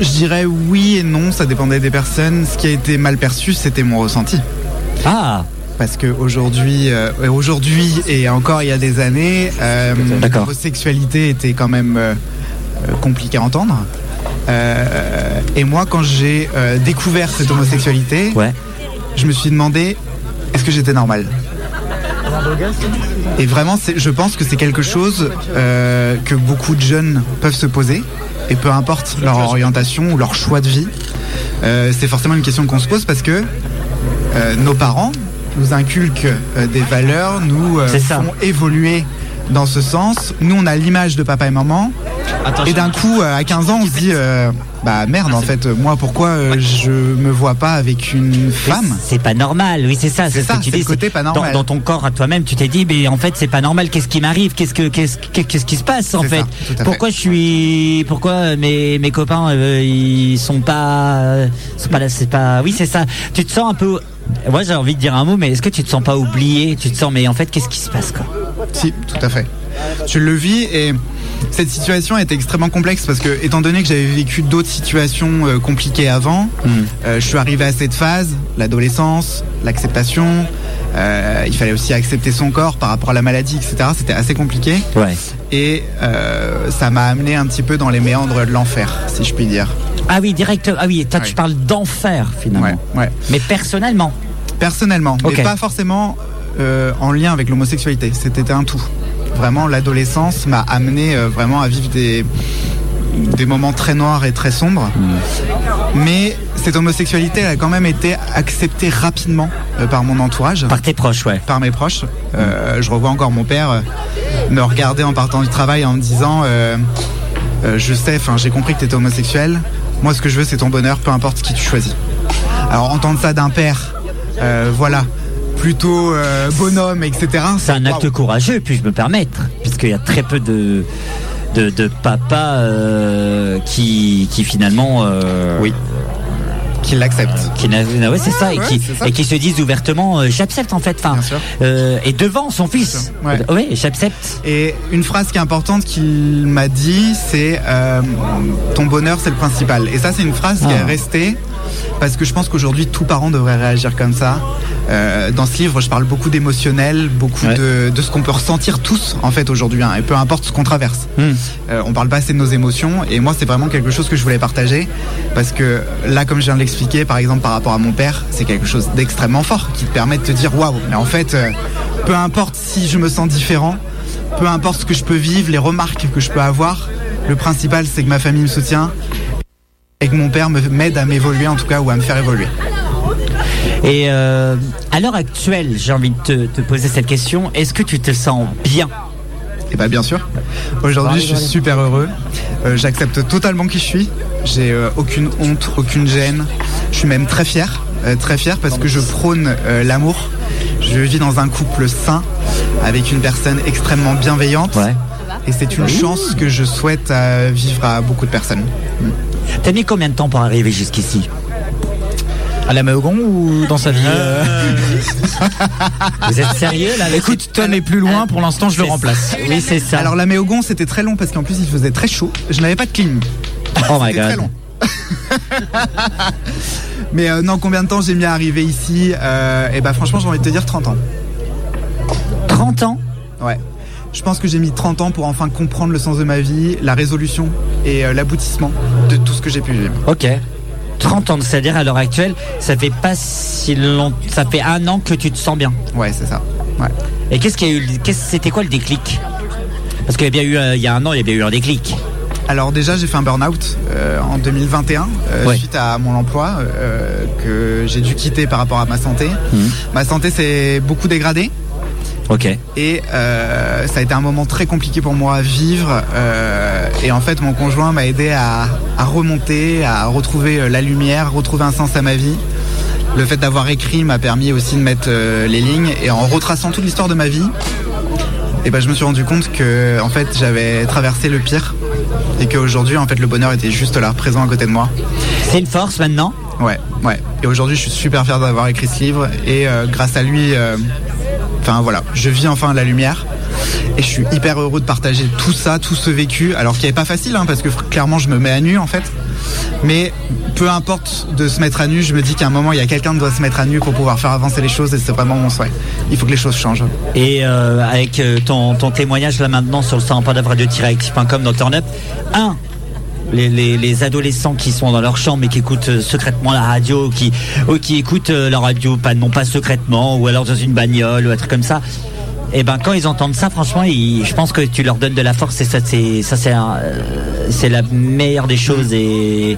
D: je dirais oui et non, ça dépendait des personnes. Ce qui a été mal perçu, c'était mon ressenti.
A: Ah
D: Parce qu'aujourd'hui, aujourd'hui et encore il y a des années, euh,
A: D'accord.
D: l'homosexualité était quand même euh, euh, compliquée à entendre. Euh, et moi, quand j'ai euh, découvert cette homosexualité,
A: Ouais.
D: je me suis demandé est-ce que j'étais normal Et vraiment, c'est- je pense que c'est quelque chose euh, que beaucoup de jeunes peuvent se poser, et peu importe leur orientation ou leur choix de vie, euh, c'est forcément une question qu'on se pose parce que euh, nos parents nous inculquent euh, des valeurs, nous euh,
A: C'est ça.
D: font évoluer dans ce sens. Nous, on a l'image de papa et maman. et d'un coup, euh, à 15 ans, on se dit euh, Bah merde,
A: Ah,
D: en fait, euh, moi, pourquoi euh, je me vois pas avec une femme
A: C'est pas normal, oui, c'est ça.
D: C'est
A: ce
D: ça,
A: que tu
D: c'est
A: dis.
D: le côté pas
A: dans-
D: normal.
A: Dans, ton corps, à toi-même, tu t'es dit, mais en fait, c'est pas normal. Qu'est-ce qui m'arrive Qu'est-ce que, qu'est-ce, que- qu'est-ce qui se passe en
D: C'est
A: fait
D: ça, tout à fait.
A: Pourquoi je suis, pourquoi mes, mes copains, euh, ils sont pas, euh, sont pas là, c'est pas. Oui, c'est ça. Tu te sens un peu. Moi, j'ai envie de dire un mot, mais est-ce que tu te sens pas oublié Tu te sens, mais en fait, qu'est-ce qui se passe quoi
D: Si, tout à fait. Tu le vis et cette situation est extrêmement complexe parce que, étant donné que j'avais vécu d'autres situations euh, compliquées avant, euh, je suis arrivé à cette phase, l'adolescence, l'acceptation. euh, il fallait aussi accepter son corps par rapport à la maladie, etc. C'était assez compliqué
A: Ouais.
D: et euh, ça m'a amené un petit peu dans les méandres de l'enfer, si je puis dire.
A: Ah oui, direct. Ah oui, toi, tu
D: Ouais.
A: parles d'enfer finalement.
D: Ouais, ouais.
A: Mais personnellement.
D: Personnellement,
A: Ok.
D: mais pas forcément euh, en lien avec l'homosexualité. C'était un tout. Vraiment, l'adolescence m'a amené euh, vraiment à vivre des des moments très noirs et très sombres.
A: Mm.
D: Mais cette homosexualité, elle a quand même été acceptée rapidement euh, par mon entourage.
A: Par tes proches, ouais. Mm.
D: par mes proches. Euh, je revois encore mon père euh, me regarder en partant du travail en me disant euh, euh, Je sais, enfin, j'ai compris que tu étais homosexuel. Moi, ce que je veux, c'est ton bonheur, peu importe qui tu choisis. Alors, entendre ça d'un père, euh, voilà, plutôt euh, bonhomme, etc.
A: C'est un acte
D: waouh.
A: courageux, puis-je me permettre, puisqu'il y a très peu de de, de papas euh, qui qui finalement euh,
D: Oui. Qu'il l'accepte.
A: qui n'a- n'a- ouais, c'est ça, et
D: ouais,
A: qui
D: c'est ça.
A: et qui se disent ouvertement euh, j'accepte en fait, enfin
D: Bien sûr.
A: euh, et devant son fils,
D: Bien sûr,
A: oui j'accepte.
D: Et une phrase qui est importante qu'il m'a dit, c'est euh, ton bonheur, c'est le principal. Et ça, c'est une phrase qui est
A: Ah.
D: restée parce que je pense qu'aujourd'hui, tout parent devrait réagir comme ça. Euh, dans ce livre, je parle beaucoup d'émotionnel, beaucoup
A: Ouais.
D: de, de ce qu'on peut ressentir tous, en fait, aujourd'hui, hein, et peu importe ce qu'on traverse. Euh, on parle pas assez de nos émotions, et moi, c'est vraiment quelque chose que je voulais partager parce que là, comme je viens de l'expliquer, par exemple, par rapport à mon père, c'est quelque chose d'extrêmement fort qui te permet de te dire waouh, mais en fait, euh, peu importe si je me sens différent, peu importe ce que je peux vivre, les remarques que je peux avoir, le principal c'est que ma famille me soutient et que mon père me- m'aide à m'évoluer en tout cas ou à me faire évoluer.
A: Et euh, à l'heure actuelle, j'ai envie de te, te poser cette question est-ce que tu te sens bien
D: Et bah bien sûr, aujourd'hui je suis super heureux, Euh, j'accepte totalement qui je suis, j'ai euh, aucune honte, aucune gêne, je suis même très fier, euh, très fier parce que je prône euh, l'amour, je vis dans un couple sain avec une personne extrêmement bienveillante.
A: Ouais. Bah
D: Et c'est une chance que je souhaite euh, vivre à beaucoup de personnes.
A: T'as mis combien de temps pour arriver jusqu'ici
B: À la Meogon ou dans sa vie
A: Euh.
B: euh,
A: Vous êtes sérieux là Écoute,
B: Écoute, Tom est plus loin, pour l'instant je le remplace.
A: Oui, c'est ça.
D: Alors la Méogon c'était très long parce qu'en plus il faisait très chaud. Je n'avais pas de clim.
A: oh my
D: C'était très long. Mais euh, non, combien de temps j'ai mis à arriver ici Et bah franchement j'ai envie de te dire 30 ans.
A: 30 ans
D: Ouais. Je pense que j'ai mis 30 ans pour enfin comprendre le sens de ma vie, la résolution et euh, l'aboutissement de tout ce que j'ai pu vivre.
A: Ok. 30 ans, c'est-à-dire à l'heure actuelle, ça fait pas si longtemps, ça fait un an que tu te sens bien.
D: Ouais, c'est ça. Ouais.
A: Et qu'est-ce qu'il y a eu, le- qu'est-ce- c'était quoi le déclic Parce qu'il y a bien eu, euh, il y a un an, il y a bien eu un déclic.
D: Alors déjà, j'ai fait un burn-out euh, en 2021 euh,
A: Ouais.
D: suite à mon emploi euh, que j'ai dû quitter par rapport à ma santé. Ma santé s'est beaucoup dégradée.
A: Mhm. Ok.
D: Et euh, ça a été un moment très compliqué pour moi à vivre. euh, et en fait, mon conjoint m'a aidé à, à remonter, à retrouver euh, la lumière, retrouver un sens à ma vie. Le fait d'avoir écrit m'a permis aussi de mettre euh, les lignes. Et en retraçant toute l'histoire de ma vie, et ben, je me suis rendu compte que en fait, j'avais traversé le pire. Et qu'aujourd'hui, en fait, le bonheur était juste là, présent à côté de moi.
A: C'est une force maintenant
D: Ouais, ouais. Et aujourd'hui, je suis super fier d'avoir écrit ce livre. Et euh, grâce à lui, euh, enfin voilà, je vis enfin la lumière. Et je suis hyper heureux de partager tout ça, tout ce vécu. Alors qu'il n'est pas facile, hein, parce que fr- clairement, je me mets à nu en fait. Mais peu importe de se mettre à nu, je me dis qu'à un moment, il y a quelqu'un qui doit se mettre à nu pour pouvoir faire avancer les choses. Et c'est vraiment mon souhait. Il faut que les choses changent.
A: Et euh, avec euh, ton, ton témoignage là maintenant sur le standpadavre radio-active.com dans Turn Up, un, les, les, les adolescents qui sont dans leur chambre et qui écoutent euh, secrètement la radio, qui, ou qui écoutent euh, la radio, pas, non pas secrètement, ou alors dans une bagnole, ou un truc comme ça. Et ben quand ils entendent ça, franchement, ils- je pense que tu leur donnes de la force et ça c'est ça c'est un, euh, c'est la meilleure des choses et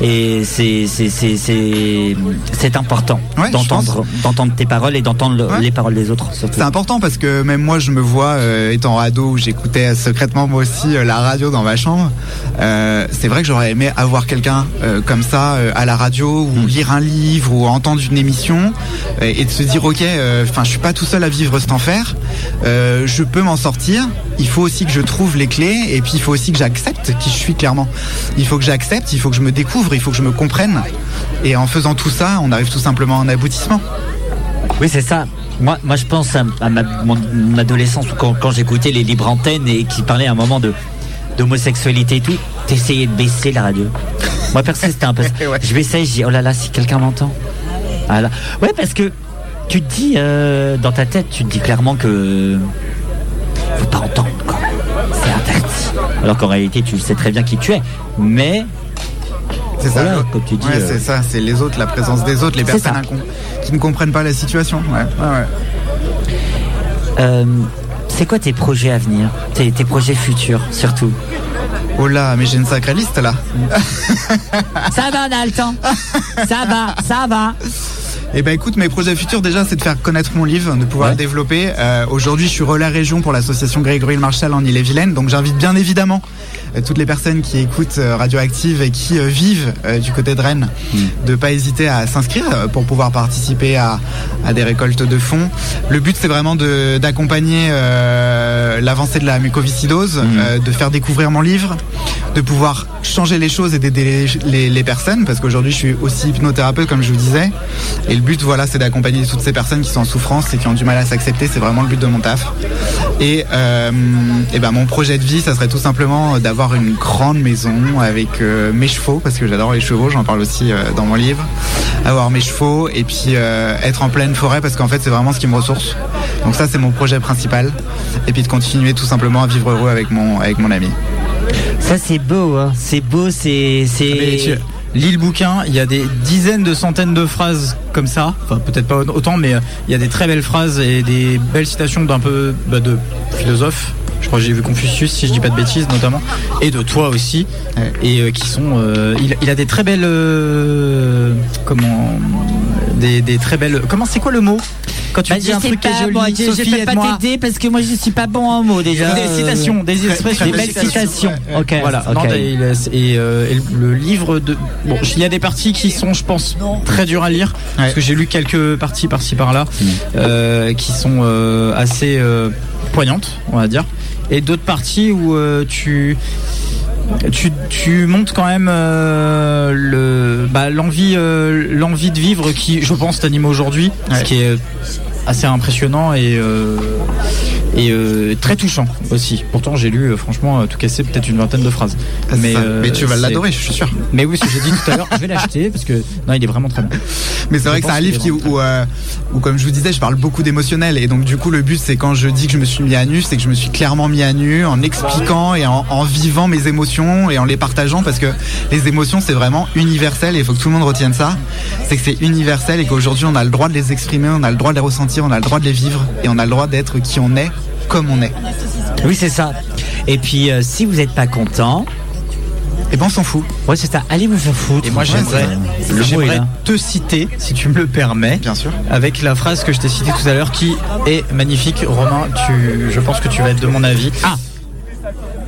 A: et c'est c'est c'est c'est c'est important
D: Ouais, je
A: d'entendre d'entendre tes paroles et d'entendre le-
D: Ouais.
A: les paroles des autres. surtout.
D: C'est important parce que même moi, je me vois euh, étant ado où j'écoutais secrètement moi aussi euh, la radio dans ma chambre. Euh, c'est vrai que j'aurais aimé avoir quelqu'un euh, comme ça euh, à la radio ou
A: Hmm.
D: lire un livre ou entendre une émission euh, et de se dire ok, euh, enfin je suis pas tout seul à vivre cet enfer. Euh, je peux m'en sortir. Il faut aussi que je trouve les clés et puis il faut aussi que j'accepte qui je suis clairement. Il faut que j'accepte, il faut que je me découvre, il faut que je me comprenne. Et en faisant tout ça, on arrive tout simplement à un aboutissement.
A: Oui, c'est ça. Moi, moi, je pense à, à ma, mon, mon adolescence où quand, quand j'écoutais les libres antennes et qui parlaient à un moment de d'homosexualité et tout. T'essayais de baisser la radio. Moi, perso, c'était un peu. ça.
D: Ouais.
A: Je baissais, je dis oh là là, si quelqu'un m'entend. Ah là. Ouais, parce que tu te dis euh, dans ta tête, tu te dis clairement que faut pas entendre. quoi. C'est interdit. Alors qu'en réalité, tu sais très bien qui tu es, mais
D: C'est ça,
A: Voilà,
D: le-
A: comme tu dis,
D: Ouais,
A: euh,
D: c'est ça, c'est les autres, la présence des autres, les
A: C'est
D: personnes
A: ça.
D: incom- qui ne comprennent pas la situation. Ouais, ouais, ouais.
A: euh, c'est quoi tes projets à venir, tes, tes projets futurs surtout
D: Oh là, mais j'ai une sacrée liste là.
A: Ça va, on a le temps. Ça va, ça va.
D: Eh ben écoute, mes projets futurs déjà, c'est de faire connaître mon livre, de pouvoir
A: Ouais.
D: le développer. Euh, Aujourd'hui, je suis relais région pour l'association Grégory le Marshall en Ille-et-Vilaine, donc j'invite bien évidemment euh, toutes les personnes qui écoutent euh, Radioactive et qui euh, vivent euh, du côté de Rennes,
A: Mm.
D: de pas hésiter à s'inscrire euh, pour pouvoir participer à, à des récoltes de fonds. Le but, c'est vraiment de- d'accompagner euh, l'avancée de la mucoviscidose, euh, de faire découvrir mon livre, de pouvoir changer les choses et d'aider les, les- les personnes, parce qu'aujourd'hui je suis aussi hypnothérapeute comme je vous disais. Et le but voilà c'est d'accompagner toutes ces personnes qui sont en souffrance et qui ont du mal à s'accepter, c'est vraiment le but de mon taf. Et, euh, et ben mon projet de vie ça serait tout simplement d'avoir une grande maison avec euh, mes chevaux, parce que j'adore les chevaux, j'en parle aussi euh, dans mon livre. Avoir mes chevaux et puis euh, être en pleine forêt parce qu'en fait c'est vraiment ce qui me ressource. Donc ça c'est mon projet principal. Et puis de continuer tout simplement à vivre heureux avec mon avec mon ami.
A: Ça c'est beau, hein. C'est beau, c'est
B: Ah, Mais tu-
A: c'est.
B: Lis le bouquin, il y a des dizaines de centaines de phrases comme ça, enfin peut-être pas autant, mais euh, il y a des très belles phrases et des belles citations d'un peu bah, de philosophes. Je crois que j'ai vu Confucius, si je dis pas de bêtises, notamment, et de toi aussi,
D: Ouais.
B: et euh, qui sont. euh, il, il a des très belles. euh, comment des, des très belles. Comment c'est quoi le mot Quand tu
A: Bah,
B: dis un truc qui est joli,
A: moi, je- je,
B: Sophie,
A: peux pas
B: aide-moi.
A: t'aider parce que moi je suis pas bon en mots déjà.
B: Des citations, des expressions,
A: des belles citations. Ok,
B: voilà.
A: ok.
B: Non, et, il est- et, euh, et le livre de. Bon, il y a des parties qui sont, je pense, très dures à lire. Parce que j'ai lu quelques parties par-ci par-là euh, qui sont euh, assez euh, poignantes, on va dire. Et d'autres parties où euh, tu. Tu, tu montes quand même euh, le bah, l'envie euh, l'envie de vivre qui je pense t'anime aujourd'hui ce
D: Ouais.
B: qui est assez impressionnant et euh, et euh, très touchant aussi pourtant j'ai lu euh, franchement euh, tout cassé peut-être une vingtaine de phrases
D: Mais,
B: euh,
D: mais tu vas
B: c'est-
D: l'adorer, je suis sûr.
B: mais oui ce que j'ai dit tout à l'heure je vais l'acheter parce que non il est vraiment très bien
D: Mais c'est vrai que
B: pense
D: c'est un
B: qu'il
D: livre
B: est
D: qui,
B: vraiment
D: où, euh, où, comme je vous disais, je parle beaucoup d'émotionnel. Et donc, du coup, le but, c'est quand je dis que je me suis mis à nu, c'est que je me suis clairement mis à nu en expliquant et en, en vivant mes émotions et en les partageant parce que les émotions, c'est vraiment universel et il faut que tout le monde retienne ça. C'est que c'est universel et qu'aujourd'hui, on a le droit de les exprimer, on a le droit de les ressentir, on a le droit de les vivre et on a le droit d'être qui on est comme on est.
A: Oui, c'est ça. Et puis, euh, si vous n'êtes pas content,
B: Eh
D: Et ben on s'en fout.
A: Ouais, c'est ça. Allez vous faire foutre.
B: Et moi, j'aimerais,
A: Ouais, Le mot est
B: j'aimerais
A: là.
B: te citer, si tu me le permets,
D: Bien sûr.
B: avec la phrase que je t'ai citée tout à l'heure, qui est magnifique. Romain, tu, je pense que tu vas être de mon avis. Ah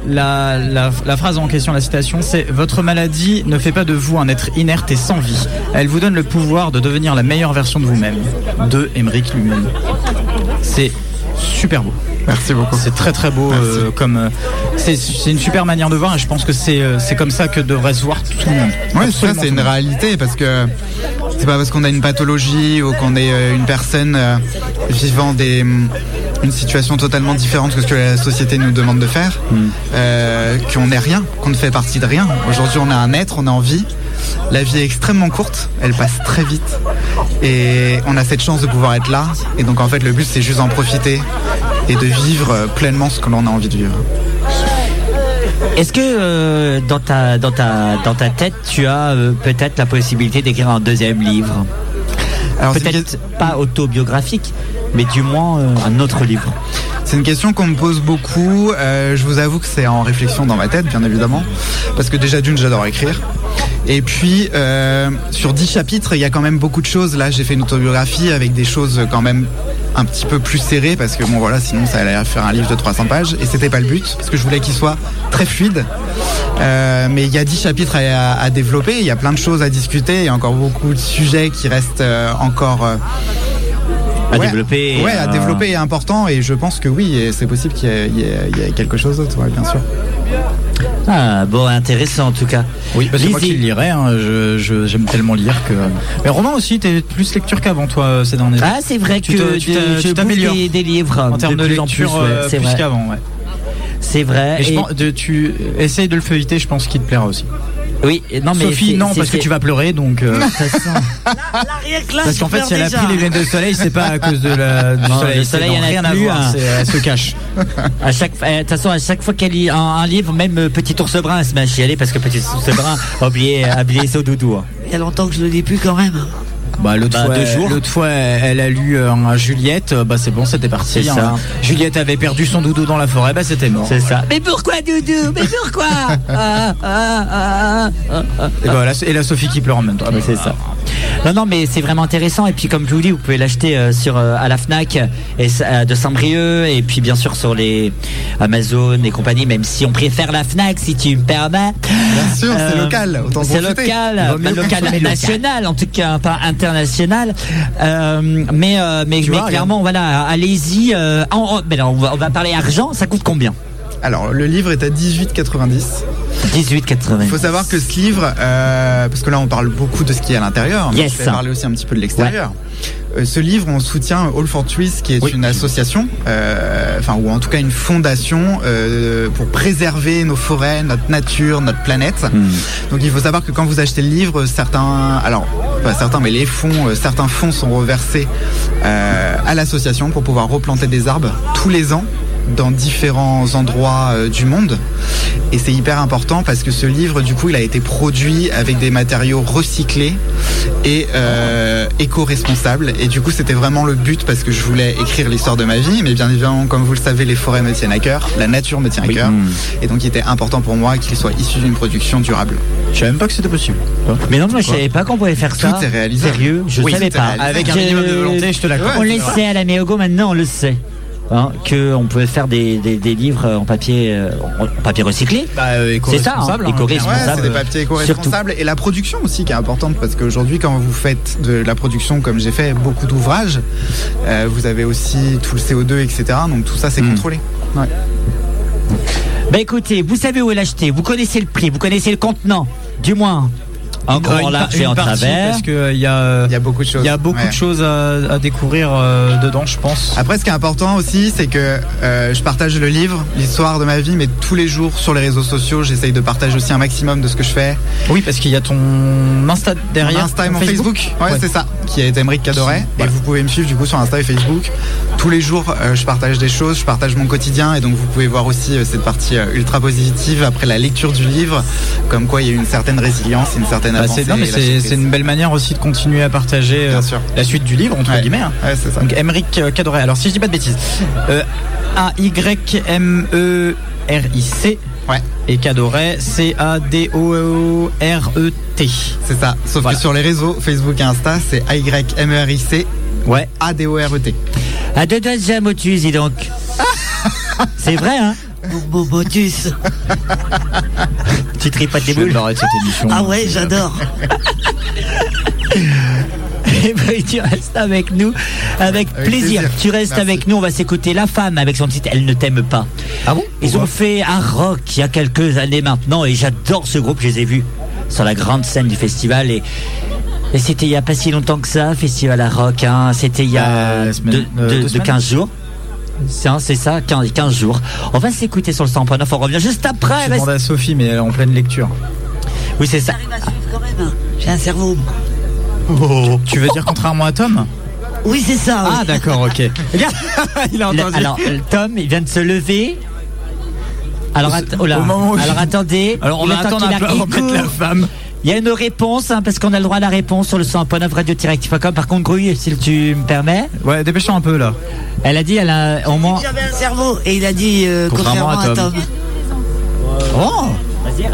B: la, la- la phrase en question, la citation, c'est Votre maladie ne fait pas de vous un être inerte et sans vie. Elle vous donne le pouvoir de devenir la meilleure version de vous-même. De Emmerich lui-même. C'est super beau.
D: Merci beaucoup.
B: C'est très très beau euh, comme euh, c'est c'est une super manière de voir et je pense que c'est euh, c'est comme ça que devrait se voir tout le monde.
D: Ouais, ça
B: Absolument
D: c'est
B: tout
D: une
B: le monde.
D: réalité parce que c'est pas parce qu'on a une pathologie ou qu'on est euh, une personne euh, vivant des hum, une situation totalement différente que ce que la société nous demande de faire, euh, qu'on n'est rien, qu'on ne fait partie de rien. Aujourd'hui, on est un être, on est en vie. La vie est extrêmement courte, elle passe très vite et on a cette chance de pouvoir être là. Et donc en fait, le but c'est juste d'en profiter et de vivre euh, pleinement ce que l'on a envie de vivre.
A: Est-ce que euh, dans ta dans ta dans ta tête, tu as euh, peut-être la possibilité d'écrire un deuxième livre
D: Alors, c'est une
A: Peut-être pas autobiographique, mais du moins euh, un autre livre.
D: C'est une question qu'on me pose beaucoup. Euh, je vous avoue que c'est en réflexion dans ma tête, bien évidemment. Parce que déjà d'une, j'adore écrire. Et puis, euh, sur dix chapitres, il y a quand même beaucoup de choses. Là, j'ai fait une autobiographie avec des choses quand même un petit peu plus serrées. Parce que bon, voilà, sinon, ça allait faire un livre de 300 pages. Et c'était pas le but. Parce que je voulais qu'il soit très fluide. Euh, mais il y a 10 chapitres à, à développer. Il y a plein de choses à discuter. Il y a encore beaucoup de sujets qui restent euh, encore. euh,
A: À
D: Ouais.
A: développer.
D: Ouais, à
A: euh,
D: développer est important et je pense que oui, et c'est possible qu'il y ait- il y, ait- il y ait quelque chose d'autre, ouais, bien sûr.
A: Ah bon, intéressant en tout cas.
B: Oui, parce que moi
A: Lizzie.
B: qui lirais, hein, je- je- j'aime tellement lire que. euh, Mais Romain aussi, t'es plus lecture qu'avant toi euh, ces derniers
A: Ah, c'est vrai
B: Tu
A: que
B: te- tu t'a-
A: des-
B: tu
A: je bouffe
B: t'améliores.
A: des, des livres hein,
B: en termes de,
A: plus en
B: lecture
A: plus, ouais,
B: euh,
A: c'est
B: plus
A: vrai.
B: qu'avant. Ouais.
A: C'est vrai.
B: Et, je
A: et-
B: pense, de- tu essayes de le feuilleter, je pense qu'il te plaira aussi.
A: Oui, et non mais
B: Sophie,
A: c'est-
B: non,
A: c'est
B: parce que
A: fait-
B: tu vas pleurer, donc. euh,
A: Ça sent-
B: parce qu'en fait, si elle a pris les lunettes de soleil, c'est pas à cause de la, Euh, du
A: Ah, Non,
B: soleil.
A: le
B: c'est
A: soleil,
B: dans
A: il y en a
B: rien à
A: plus,
B: voir.
A: hein.
B: c'est- Elle se cache.
A: À chaque, euh, de toute façon, à chaque fois qu'elle lit un, un livre, même euh, Petit Ours Brun, elle se met à chialer parce que Petit Ours Brun a oublié, a oublié son doudou. hein.
E: Il y a longtemps que je le dis plus quand même.
B: Bah, l'autre
A: Bah,
B: fois,
A: deux jours.
B: l'autre fois, elle a lu euh, un Juliette. euh, Bah, c'est bon, c'était parti.
A: C'est ça.
B: Juliette avait perdu son doudou dans la forêt. Bah, c'était mort.
A: C'est ça.
E: Mais pourquoi, Doudou Mais pourquoi Ah, ah, ah, ah.
B: Et, bah, la, et la Sophie qui pleure en même temps. Ah, bah,
A: C'est ça. Non, non, mais c'est vraiment intéressant. Et puis, comme je vous dis, vous pouvez l'acheter euh, sur euh, à la Fnac et, ça- de Saint-Brieuc, et puis bien sûr sur les Amazon et compagnie. Même si on préfère la Fnac, si tu me permets.
D: Bien sûr, c'est
A: Euh,
D: local, autant
A: C'est
D: profiter.
A: local,
D: Il vaut
A: pas
D: mieux
A: local,
D: consommer local.
A: national, en tout cas, pas international. Euh, mais euh, mais, mais
B: vois,
A: clairement, voilà, allez-y. euh, en- en- mais non, on, va, on va parler argent. Ça coûte combien
D: Alors, le livre est à 18,90.
A: 18,80.
D: Il faut savoir que ce livre, euh, parce que là on parle beaucoup de ce qui est à l'intérieur, mais
A: Yes.
D: je vais parler aussi un petit peu de l'extérieur. Euh, ce livre, on soutient All for Twist, qui est
A: Oui.
D: une association, euh, enfin ou en tout cas une fondation euh, pour préserver nos forêts, notre nature, notre planète.
A: Hmm.
D: Donc il faut savoir que quand vous achetez le livre, certains, alors pas certains, mais les fonds, euh, certains fonds sont reversés euh, à l'association pour pouvoir replanter des arbres tous les ans dans différents endroits euh, du monde. Et c'est hyper important parce que ce livre, du coup, il a été produit avec des matériaux recyclés et euh, éco-responsables. Et du coup, c'était vraiment le but parce que je voulais écrire l'histoire de ma vie. Mais bien évidemment, comme vous le savez, les forêts me tiennent à cœur, la nature me tient à cœur.
B: Mm.
D: Et donc, il était important pour moi qu'il soit issu d'une production durable.
B: Je savais même pas que c'était possible.
A: Mais non, moi, je savais pas qu'on pouvait faire ça.
D: Tout est réalisable.
A: Sérieux, je
D: Oui,
A: savais
D: tout est
A: pas.
D: réalisable.
B: Avec un
A: Je-
B: minimum de volonté, je te l'accorde.
A: on
D: Ouais,
A: le
D: c'est
A: sait à la Méogo, maintenant on le sait. Hein, que on pouvait faire des, des, des livres en papier euh, en papier recyclé.
B: Bah, euh,
A: C'est ça, hein,
B: éco-responsable, hein,
A: éco-responsable. euh,
D: Ouais,
A: responsable,
D: c'est des papiers éco-responsables et la production aussi qui est importante parce qu'aujourd'hui quand vous faites de la production comme j'ai fait beaucoup d'ouvrages, euh, vous avez aussi tout le CO2 etc. Donc tout ça c'est contrôlé.
A: Bah écoutez, vous savez où l'acheter, vous connaissez le prix, vous connaissez le contenant, du moins. En
B: Euh,
A: grand
B: une
A: large
B: par-
A: et
B: une
A: en
B: partie,
A: travers.
B: Parce que euh, il y a, euh,
D: Il y a beaucoup de choses.
B: il y a beaucoup
D: Ouais.
B: de choses à, à découvrir euh, dedans, je pense.
D: Après, ce qui est important aussi, c'est que euh, je partage le livre, l'histoire de ma vie, mais tous les jours sur les réseaux sociaux, j'essaye de partager aussi un maximum de ce que je fais.
B: Oui, parce qu'il y a ton Insta
D: Mon
B: derrière.
D: Insta et
B: ton
D: mon Facebook, ouais,
B: Ouais.
D: c'est ça, qui est Emeric Cadoret. Et vous pouvez me suivre du coup sur Insta et Facebook. Tous les jours, euh, je partage des choses, je partage mon quotidien, et donc vous pouvez voir aussi euh, cette partie euh, ultra positive après la lecture du livre, comme quoi il y a eu une certaine résilience, une certaine
B: Bah,
D: avancée.
B: c'est, non, mais
D: et la
B: c'est,
D: surprise.
B: c'est une belle manière aussi de continuer à partager euh,
D: Bien sûr.
B: la suite du livre, entre
D: Ouais.
B: guillemets. hein.
D: Ouais, c'est ça.
B: Donc, Emeric euh, E Cadoret. Alors, si je dis pas de bêtises, euh, A-Y-M-E-R-I-C
D: Ouais.
B: Et Cadoret, C-A-D-O-R-E-T.
D: C'est ça. Sauf
B: Voilà.
D: que sur les réseaux, Facebook et Insta, c'est A-Y-M-E-R-I-C
B: Ouais.
D: A-D-O-R-E-T.
A: À deux doigts Ah, de jam au dessus, dis donc. C'est vrai, hein
E: Bobotus.
A: Tu tripotes des boules.
B: cette émission.
E: Ah ouais, j'adore.
A: Eh ben, tu restes avec nous avec, plaisir.
D: plaisir.
A: Tu restes
D: Merci.
A: avec nous. On va s'écouter La Femme avec son titre Elle ne t'aime pas.
B: Ah bon
A: Ils ont fait un rock il y a quelques années maintenant et j'adore ce groupe. Je les ai vus sur la grande scène du festival et. et c'était il n'y a pas si longtemps que ça, Festival à Rock. hein. C'était il y a
B: Euh, la semaine-
A: deux-
B: euh,
A: deux-
B: deux
A: de
B: semaines
A: 15 jours. C'est hein, c'est ça, 15, 15 jours. On va s'écouter sur le 100.9. On revient juste après.
B: Je
A: reste-
B: demandé à Sophie, mais elle est en pleine lecture.
A: Oui, c'est ça.
E: J'arrive à suivre quand même. hein. J'ai un cerveau.
B: Tu veux dire contrairement à Tom
E: Oui, c'est ça. oui.
B: Ah d'accord, ok. Regarde, il a
A: Le-
B: entendu.
A: alors, euh, le Tom, il vient de se lever. Alors, att- oh là.
B: au moment où
A: alors
B: je-
A: attendez.
B: Alors, on
A: Le
B: va
A: temps
B: attendre
A: qu'il
B: un peu
A: arrive,
B: avant de mettre
A: il
B: la
A: court.
B: femme.
A: Il y a une réponse, hein, parce qu'on a le droit à la réponse sur le 100.9 radio-directif.com. Par contre, Grouille, si tu me permets,
B: Ouais, dépêchons un peu là.
A: elle a dit, elle a au moins.
E: J'avais un cerveau et il a dit euh,
B: Contrairement
E: contrairement
B: à
E: à
B: Tom.
E: Tom.
A: Oh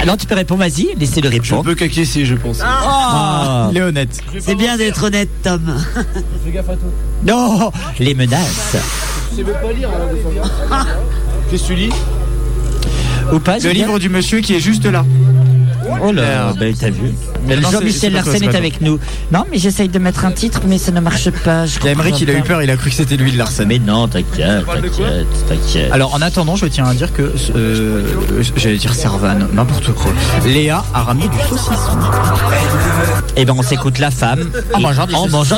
A: Alors, tu peux répondre, vas-y, laissez-le
G: Je
A: répondre.
G: peux qu'acquiescer, je pense.
A: Oh
B: Il est honnête.
E: Ah. C'est bien d'être honnête, Tom.
A: Non Les menaces.
G: Qu'est-ce que tu lis
A: Ou pas
G: Le
A: Julien
G: livre du monsieur qui est juste là.
A: Oh là, ben, t'as vu.
G: non, c'est- c'est
A: Jean-Michel
G: pas
A: Larsen
G: toi,
A: est
G: c'est
A: avec nous. Non, mais j'essaye de mettre un titre, mais ça ne marche pas. Je
B: Il y a Emmerich, il a eu
A: comprends
B: peur, il a cru que c'était lui de
A: pas.
B: Larsen.
A: Mais non, t'inquiète, Ah, t'inquiète, t'inquiète.
B: Alors en attendant, je tiens à dire que euh, j'allais dire Servan, n'importe quoi. Léa a ramené du saucisson.
A: Eh ben, on s'écoute la femme en, mangeant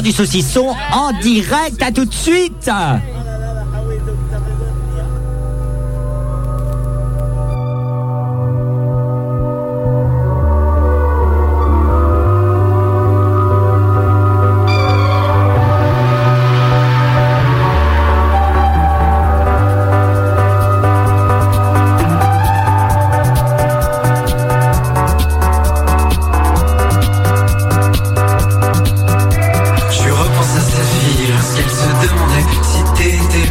A: du, saucisson en direct. À tout de suite.
H: Je repense à sa vie lorsqu'elle se demandait si t'es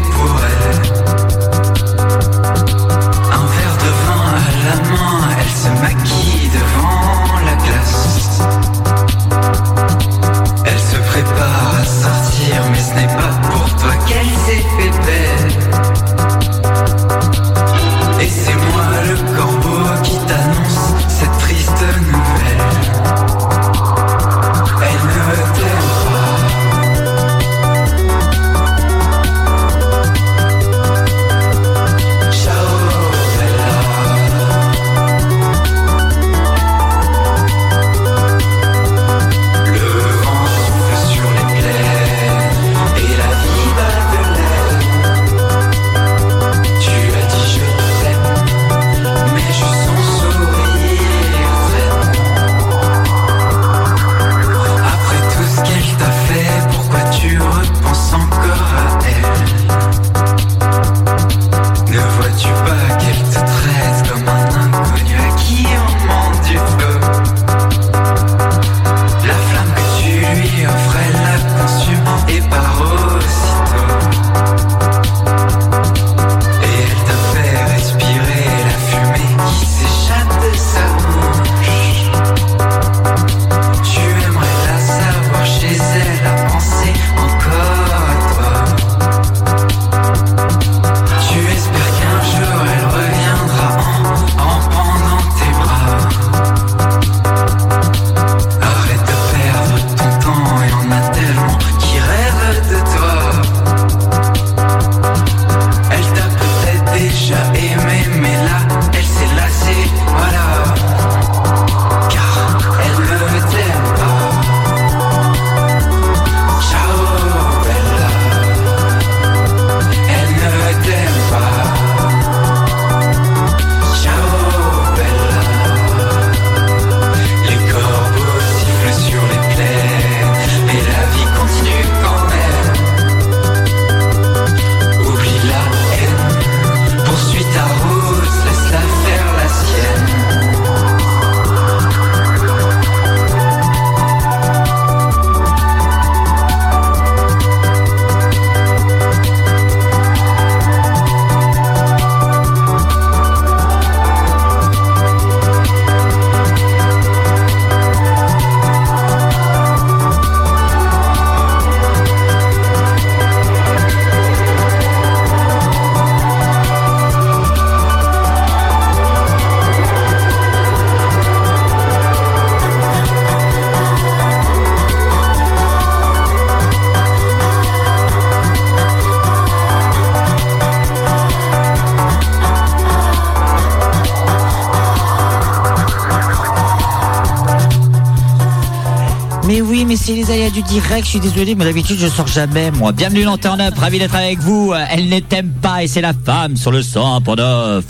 A: c'est les aléas du direct. Je suis désolé, mais d'habitude, je sors jamais, moi. Bienvenue dans Turn Up. Ravi d'être avec vous. Euh, Elle ne t'aime pas et c'est la femme sur le sang pour neuf.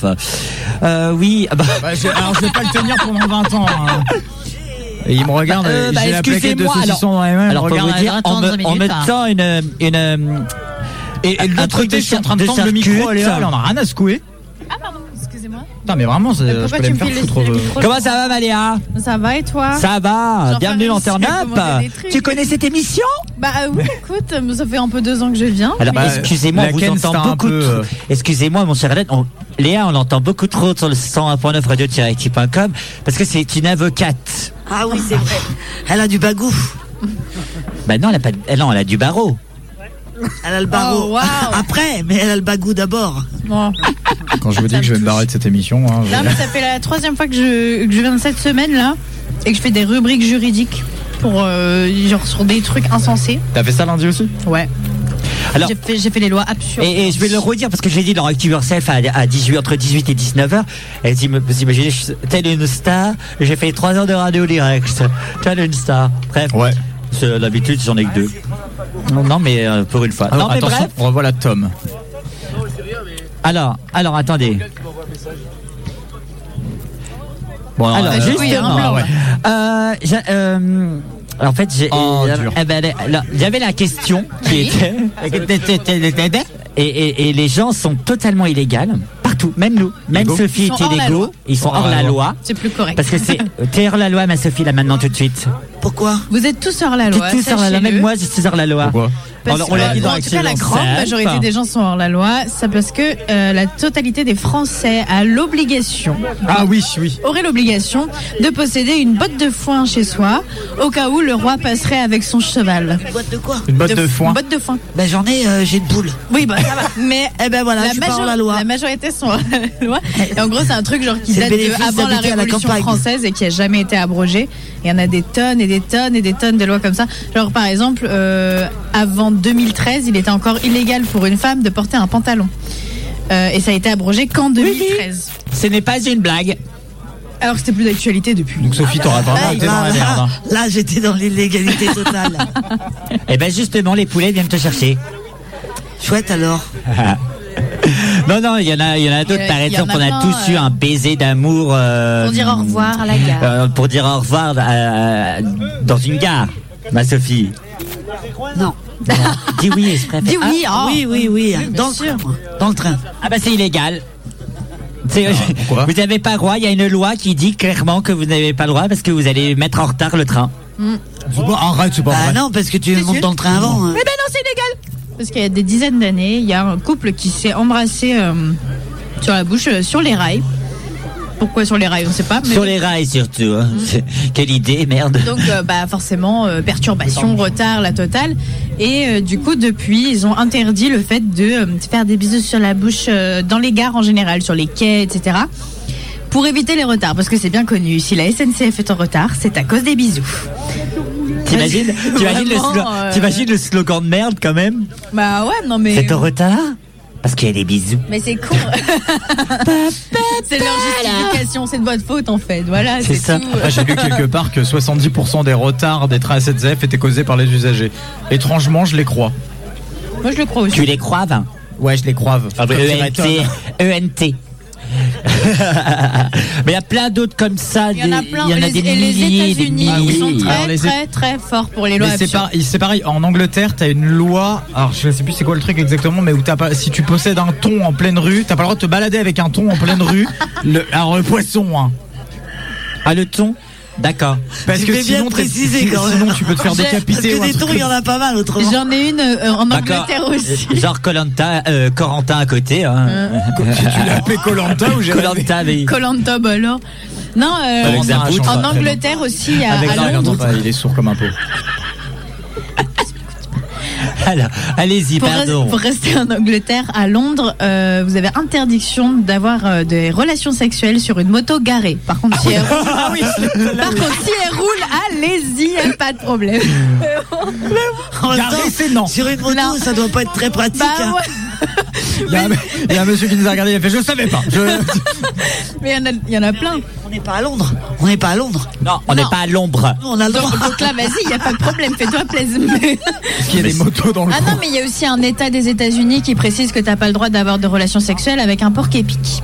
A: Euh, oui. ah bah,
B: Bah, je- alors je vais pas le tenir pendant 20 ans. hein. Et il me regarde,
A: Euh,
B: euh,
A: bah,
B: j'ai la plaquette de
A: excusez-moi,
B: saucisson dans les mains. il me
A: alors, pour
B: regarde.
A: vous dire,
H: attends
A: on
H: deux
A: me, on me
H: minutes, hein.
A: tend une, une, euh,
B: hein. Et, et
A: un
B: l'autre
A: truc de
B: côté, je suis en train de
A: cir- de
B: tendre le micro,
A: circuit.
B: elle est là, elle en a rien à secouer.
I: Ah pardon, excusez-moi.
B: Putain, mais vraiment,
A: Euh,
B: c'est- je
I: Pourquoi
B: peux
I: tu
B: aller
I: me
B: me faire
I: files
B: foutre.
I: le
B: euh,
I: micro
A: Comment ça va, Maléa?
I: Ça va et toi
A: Ça va?
I: J'en
A: Bienvenue dans
I: parlais,
A: Turn
I: je vais commander
A: Up.
I: des trucs.
A: Tu connais cette émission?
I: Bah euh, oui, écoute, euh, ça fait un peu deux ans que je viens.
A: Alors,
B: Bah,
A: excusez-moi,
B: la
A: on vous
B: Ken Star
A: entend
B: un
A: beaucoup.
B: peu,
A: trop-
B: euh.
A: Excusez-moi, mon cher Hélène, on- Léa, on entend beaucoup trop sur le 101.9 radio-équipe.com parce que c'est une avocate.
E: Ah oui, c'est vrai. Elle a du bagou.
A: Bah non, elle a, pas, de- elle- non, elle a du barreau.
E: Elle a le barreau. Ah,
I: Oh, waouh.
E: Après, mais elle a le bagou d'abord. Ah,
I: Bon.
B: Quand je vous dis que je vais me barrer de cette émission, hein,
I: Non, mais ça fait la troisième fois que je, que je viens cette semaine là et que je fais des rubriques juridiques pour euh, genre sur des trucs insensés.
B: t'as fait ça lundi aussi
I: Ouais.
A: Alors-
I: J'ai fait, j'ai fait les lois absurdes.
A: Et, et je vais le redire parce que j'ai dit dans Active Yourself à, à 18, entre 18 et 19h. Elle dit, me- vous imaginez, je suis telle une star, j'ai fait 3 heures de radio direct. Telle une star. Bref.
B: Ouais.
A: C'est- D'habitude, j'en ai que deux. Non, non, mais euh, pour une fois. non,
B: Alors,
A: mais
B: Ah, attention,
A: bref.
B: on revoit la Tom.
A: Alors, alors, attendez.
B: Bon,
A: Alors,
B: euh,
I: juste-
A: justement,
B: ah ouais.
A: euh, j'a- euh, en fait, j'ai,
B: Oh,
A: euh,
B: dur.
A: eh ben, là, il y avait la question qui
I: Oui.
A: était, et, et- et les gens sont totalement illégales partout, même nous, même
B: Illégaux.
A: Sophie
I: Ils
A: est
I: sont hors la
A: illégaux,
I: loi.
A: ils sont hors la loi,
I: C'est plus correct.
A: parce que c'est, t'es hors la loi, ma Sophie, là maintenant tout de suite.
E: Pourquoi
I: Vous êtes tous sur la
A: T'es
I: loi.
A: tous hors la loi,
I: sachez-le.
A: même moi, je suis hors la loi.
B: Pourquoi
I: Parce
A: on on l'a
I: que-
A: dit dans
I: en tout cas, la
A: Accident
I: grande
A: Safe.
I: majorité des gens sont hors la loi. C'est parce que euh, la totalité des Français a l'obligation,
B: Ah oui, oui.
I: aurait l'obligation de posséder une botte de foin chez soi, au cas où le roi passerait avec son cheval.
E: Boîte de quoi
B: Une botte de, foin.
I: Une botte de foin.
E: Ben j'en ai, euh, j'ai une boule.
I: Oui, bah ça va. Mais
E: Eh ben voilà, je suis pas hors la loi.
I: la majorité sont hors la loi. Et en gros, c'est un truc genre qui
E: C'est le
I: date de
E: bénéfice
I: avant la
E: d'habiter à la
I: Révolution
E: campagne.
I: française et qui a jamais été abrogé. Il y en a des tonnes et des tonnes et des tonnes de lois comme ça. Genre par exemple, euh, avant 2013, il était encore illégal pour une femme de porter un pantalon. Euh, et ça a été abrogé qu'en 2013.
A: Ce n'est pas une blague.
I: Alors que c'était plus d'actualité depuis.
B: Donc Sophie, t'aurais
I: Ah, bah,
B: vraiment
E: Hey,
B: été dans
E: là,
B: la merde.
E: là,
B: hein.
E: là, j'étais dans l'illégalité totale.
A: Et ben justement, les poulets viennent te chercher.
E: Chouette alors.
A: Non, non, il y en a, il y en a
I: Euh, Il
A: d'autres.
I: y
A: Par
I: en a
A: exemple, on a
I: plein,
A: tous eu
I: euh,
A: un baiser d'amour. euh,
I: Pour dire au revoir à la gare.
A: Euh, pour dire au revoir euh, dans une gare, ma Sophie.
E: Non.
A: Dis oui, Ah, et je préfère.
I: Dis oui, oh.
E: Ah, Oui, oui, oui. Dans le
I: sûr.
E: train. moi. Dans le train.
A: Ah, ah bah c'est illégal. C'est-
B: pourquoi
A: vous n'avez pas le droit, il y a une loi qui dit clairement que vous n'avez pas le droit parce que vous allez mettre en retard le train.
B: C'est pas- Arrête, c'est pas
E: Bah
B: vrai.
E: non, parce que tu montes dans le train avant. hein.
I: Mais ben non, c'est illégal Parce qu'il y a des dizaines d'années, il y a un couple qui s'est embrassé euh, sur la bouche, euh, sur les rails. Pourquoi sur les rails, on ne sait pas. Ah, mais- Mm.
A: Sur les rails surtout. hein. Quelle idée, merde.
I: Donc, euh, bah, forcément, euh, perturbation, retard, la totale. Et euh, du coup, depuis, ils ont interdit le fait de euh, se faire des bisous sur la bouche euh, dans les gares en général, sur les quais, etc. Pour éviter les retards, parce que c'est bien connu, si la SNCF est en retard, c'est à cause des bisous.
A: T'imagines t'imagines le,
I: Vraiment,
A: slo-
I: euh,
A: t'imagines le slogan de merde quand même
I: Bah ouais, non mais.
A: C'est en retard Parce qu'il y a des bisous.
I: Mais c'est con. c'est leur justification, c'est de votre faute en fait. Voilà,
A: C'est
I: Ah, c'est
A: ça. Ah,
I: tout.
B: Après, J'ai lu quelque part que 70% des retards des trains SNCF étaient causés par les usagers. Étrangement, je les crois.
I: Moi je le crois aussi.
A: Tu les hein Ah, crois, Vin
B: Ouais, je les crois.
A: E bah, euh, ENT. ENT. Mais il y a plein d'autres comme ça.
I: Il y en a
A: des-
I: plein.
A: il y en a
I: les,
A: des
I: et les
A: milliers, des
I: États-Unis,
A: milliers.
I: ils sont
B: Alors,
I: très,
B: les-
I: très, très forts pour les lois.
B: Mais c'est
I: absurdes.
B: par- c'est pareil, en Angleterre, t'as une loi, alors je sais plus c'est quoi le truc exactement, mais où t'as pas, si tu possèdes un thon en pleine rue, t'as pas le droit de te balader avec un thon en pleine rue. Le, alors le poisson, hein.
A: Ah, le ton D'accord.
B: Parce
E: Tu
B: que
E: fais bien
B: sinon,
E: de
B: t'es-
E: préciser, quand
B: sinon,
E: même.
B: tu peux te faire
I: J'ai-
E: Parce
B: décapiter.
E: que
B: ou un
E: des
B: truc
E: tours, il y en a pas mal autrement.
I: J'en ai une euh, en
A: D'accord.
I: Angleterre aussi.
A: Genre Colanta, euh, Corentin à côté. Hein.
B: comme ça. tu l'as appelé Colanta ou j'ai
A: Colanta, mais.
I: Colanta, bah alors. Non, euh,
A: Avec
I: en-
A: Zarbout,
I: en
B: ça,
I: Angleterre aussi, il y a-
A: Avec
I: à
A: Zarbout.
I: Londres,
B: il est sourd comme un pot.
A: Alors, allez-y,
I: pour,
A: pardon.
I: res- pour rester en Angleterre, à Londres, euh, vous avez interdiction d'avoir euh, des relations sexuelles sur une moto garée. Par contre,
B: Ah
I: si elle Ah roule,
A: Ah
I: par contre, si elle roule, allez-y, hein, pas de problème.
E: En même temps,
B: Garé, c'est non.
E: Sur une moto,
I: Non.
E: ça doit pas être très pratique.
I: Bah
E: hein.
I: ouais.
B: Il y, a un, il y a un monsieur qui nous a regardé, il a fait Je savais pas. Je-
I: Mais il y en a- il y en a plein.
E: On n'est pas à Londres. On n'est pas à Londres.
A: Non, on n'est
I: Non.
A: pas à l'ombre.
E: Nous, on a le droit.
I: Donc, donc là, vas-y, il n'y a pas de problème, fais-toi plaisir.
B: Parce qu'il y a des motos dans le
I: Ah non, mais il y a aussi un état des États-Unis qui précise que t'as pas le droit d'avoir de relations sexuelles avec un porc épique.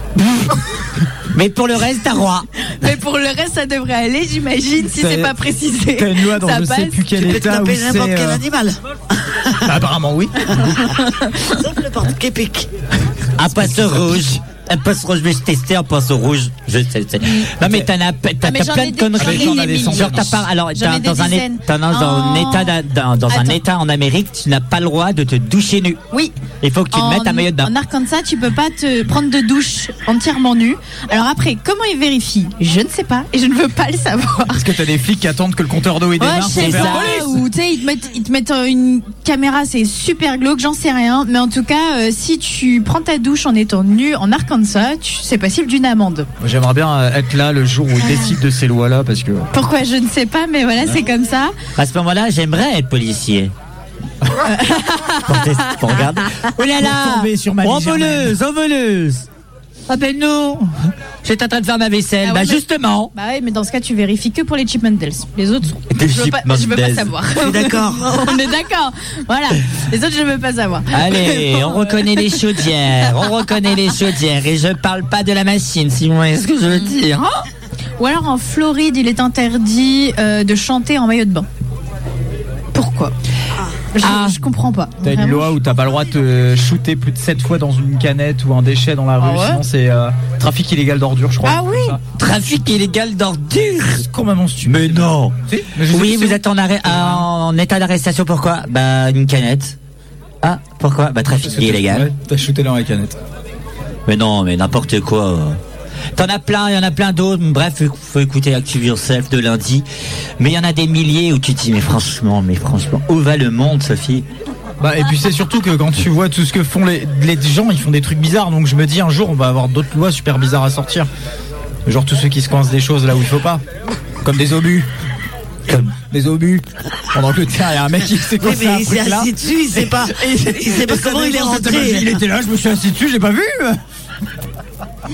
A: Mais pour le reste, t'as roi.
I: Mais pour le reste, ça devrait aller, j'imagine, si
B: T'as-
I: c'est pas précisé.
B: T'as une loi dans
I: ça
B: je sais
I: passe.
B: plus quel
E: Tu peux
B: état où
E: taper
B: c'est.
E: n'importe quel
B: euh,
E: animal.
B: Bah, Apparemment, oui.
E: Sauf le porte épique.
A: Un poisson rouge. Un poisson rouge, mais je testais un poisson rouge. Je sais, sais. Non, mais t'en as, t'as-
I: Ah, mais
A: t'as
I: j'en
A: plein de
I: ai des- j'en ai
A: conneries.
I: J'en ai des des millions.
A: Genre, t'as pas, alors,
I: J'en
A: t'as-
I: ai des
A: dans un, é-
I: dizaines.
A: t'as- dans un
I: Oh.
A: état, d'un- dans, dans un
I: Attends.
A: état en Amérique, tu n'as pas le droit de te doucher nu.
I: Oui.
A: Il faut que tu te
I: en,
A: mettes un maillot de bain.
I: en Arkansas, tu peux pas te prendre de douche entièrement nu. Alors après, comment ils vérifient Je ne sais pas et je ne veux pas le savoir.
B: Parce que t'as des flics qui attendent que le compteur d'eau ait
I: Ouais,
B: démarre.
I: c'est ça. Ou tu sais, ils te mettent, ils te mettent euh, une caméra, c'est super glauque, j'en sais rien. Mais en tout cas, euh, si tu prends ta douche en étant nu en Arkansas, tu- c'est possible d'une amende.
B: J'aimerais bien euh, être là le jour où ils décident de ces lois-là parce que.
I: Pourquoi je ne sais pas, mais voilà, c'est comme ça.
A: À ce moment-là, j'aimerais être policier. pour, tester- pour regarder. Oh là
B: Pour tomber sur ma vie
A: Envoleuse, envoleuse. Appelle-nous. J'étais en train de faire ma vaisselle.
I: Ah ouais,
A: bah,
I: mais-
A: justement.
I: Bah ouais, mais dans ce cas, tu vérifies que pour les Chipmundels. Les autres sont.
A: Des
I: je, veux pas, je veux pas
A: Chipmundels.
I: savoir.
E: Je suis d'accord.
I: On est d'accord. Voilà. Les autres, je veux pas savoir.
A: Allez, on reconnaît les chaudières, on reconnaît les chaudières, et je parle pas de la machine, si vous voyez ce que je veux dire. hein
I: Ou alors en Floride, il est interdit euh, de chanter en maillot de bain. Pourquoi je,
A: Ah.
I: je comprends pas.
B: T'as une
I: Vraiment,
B: loi où t'as pas le droit de te shooter plus de 7 fois dans une canette ou un déchet dans la rue.
I: Ah ouais
B: Sinon, c'est euh, trafic illégal d'ordures, je crois.
I: Ah oui.
A: Trafic illégal d'ordures.
B: Comment m'en tu
A: Mais non.
B: Si, mais je sais
A: Oui,
B: que
A: vous
B: c'est-
A: êtes en, arrêt, ah, en état d'arrestation, pourquoi Bah, une canette. Ah, pourquoi Bah, trafic
B: Parce que t'as-
A: illégal.
B: ouais, T'as shooté dans la canette.
A: Mais non, mais n'importe quoi. T'en as plein, il y en a plein d'autres. Bref, faut- faut écouter Active Yourself de lundi. Mais il y en a des milliers où tu te dis, mais franchement, mais franchement, où va le monde, Sophie
B: Bah, et puis c'est surtout que quand tu vois tout ce que font les, les gens, ils font des trucs bizarres. Donc je me dis un jour, on va avoir d'autres lois super bizarres à sortir. Genre tous ceux qui se coincent des choses là où il faut pas. Comme des obus.
A: Comme-
B: Des obus. En Angleterre, il y a un mec qui s'est
E: Oui,
B: coincé
E: mais
B: un
E: il s'est
B: truc là.
E: assis dessus, il sait pas. Il sait pas comment il est
B: Il
E: rentré.
B: était là, je me suis assis dessus, j'ai pas vu.
E: Ah,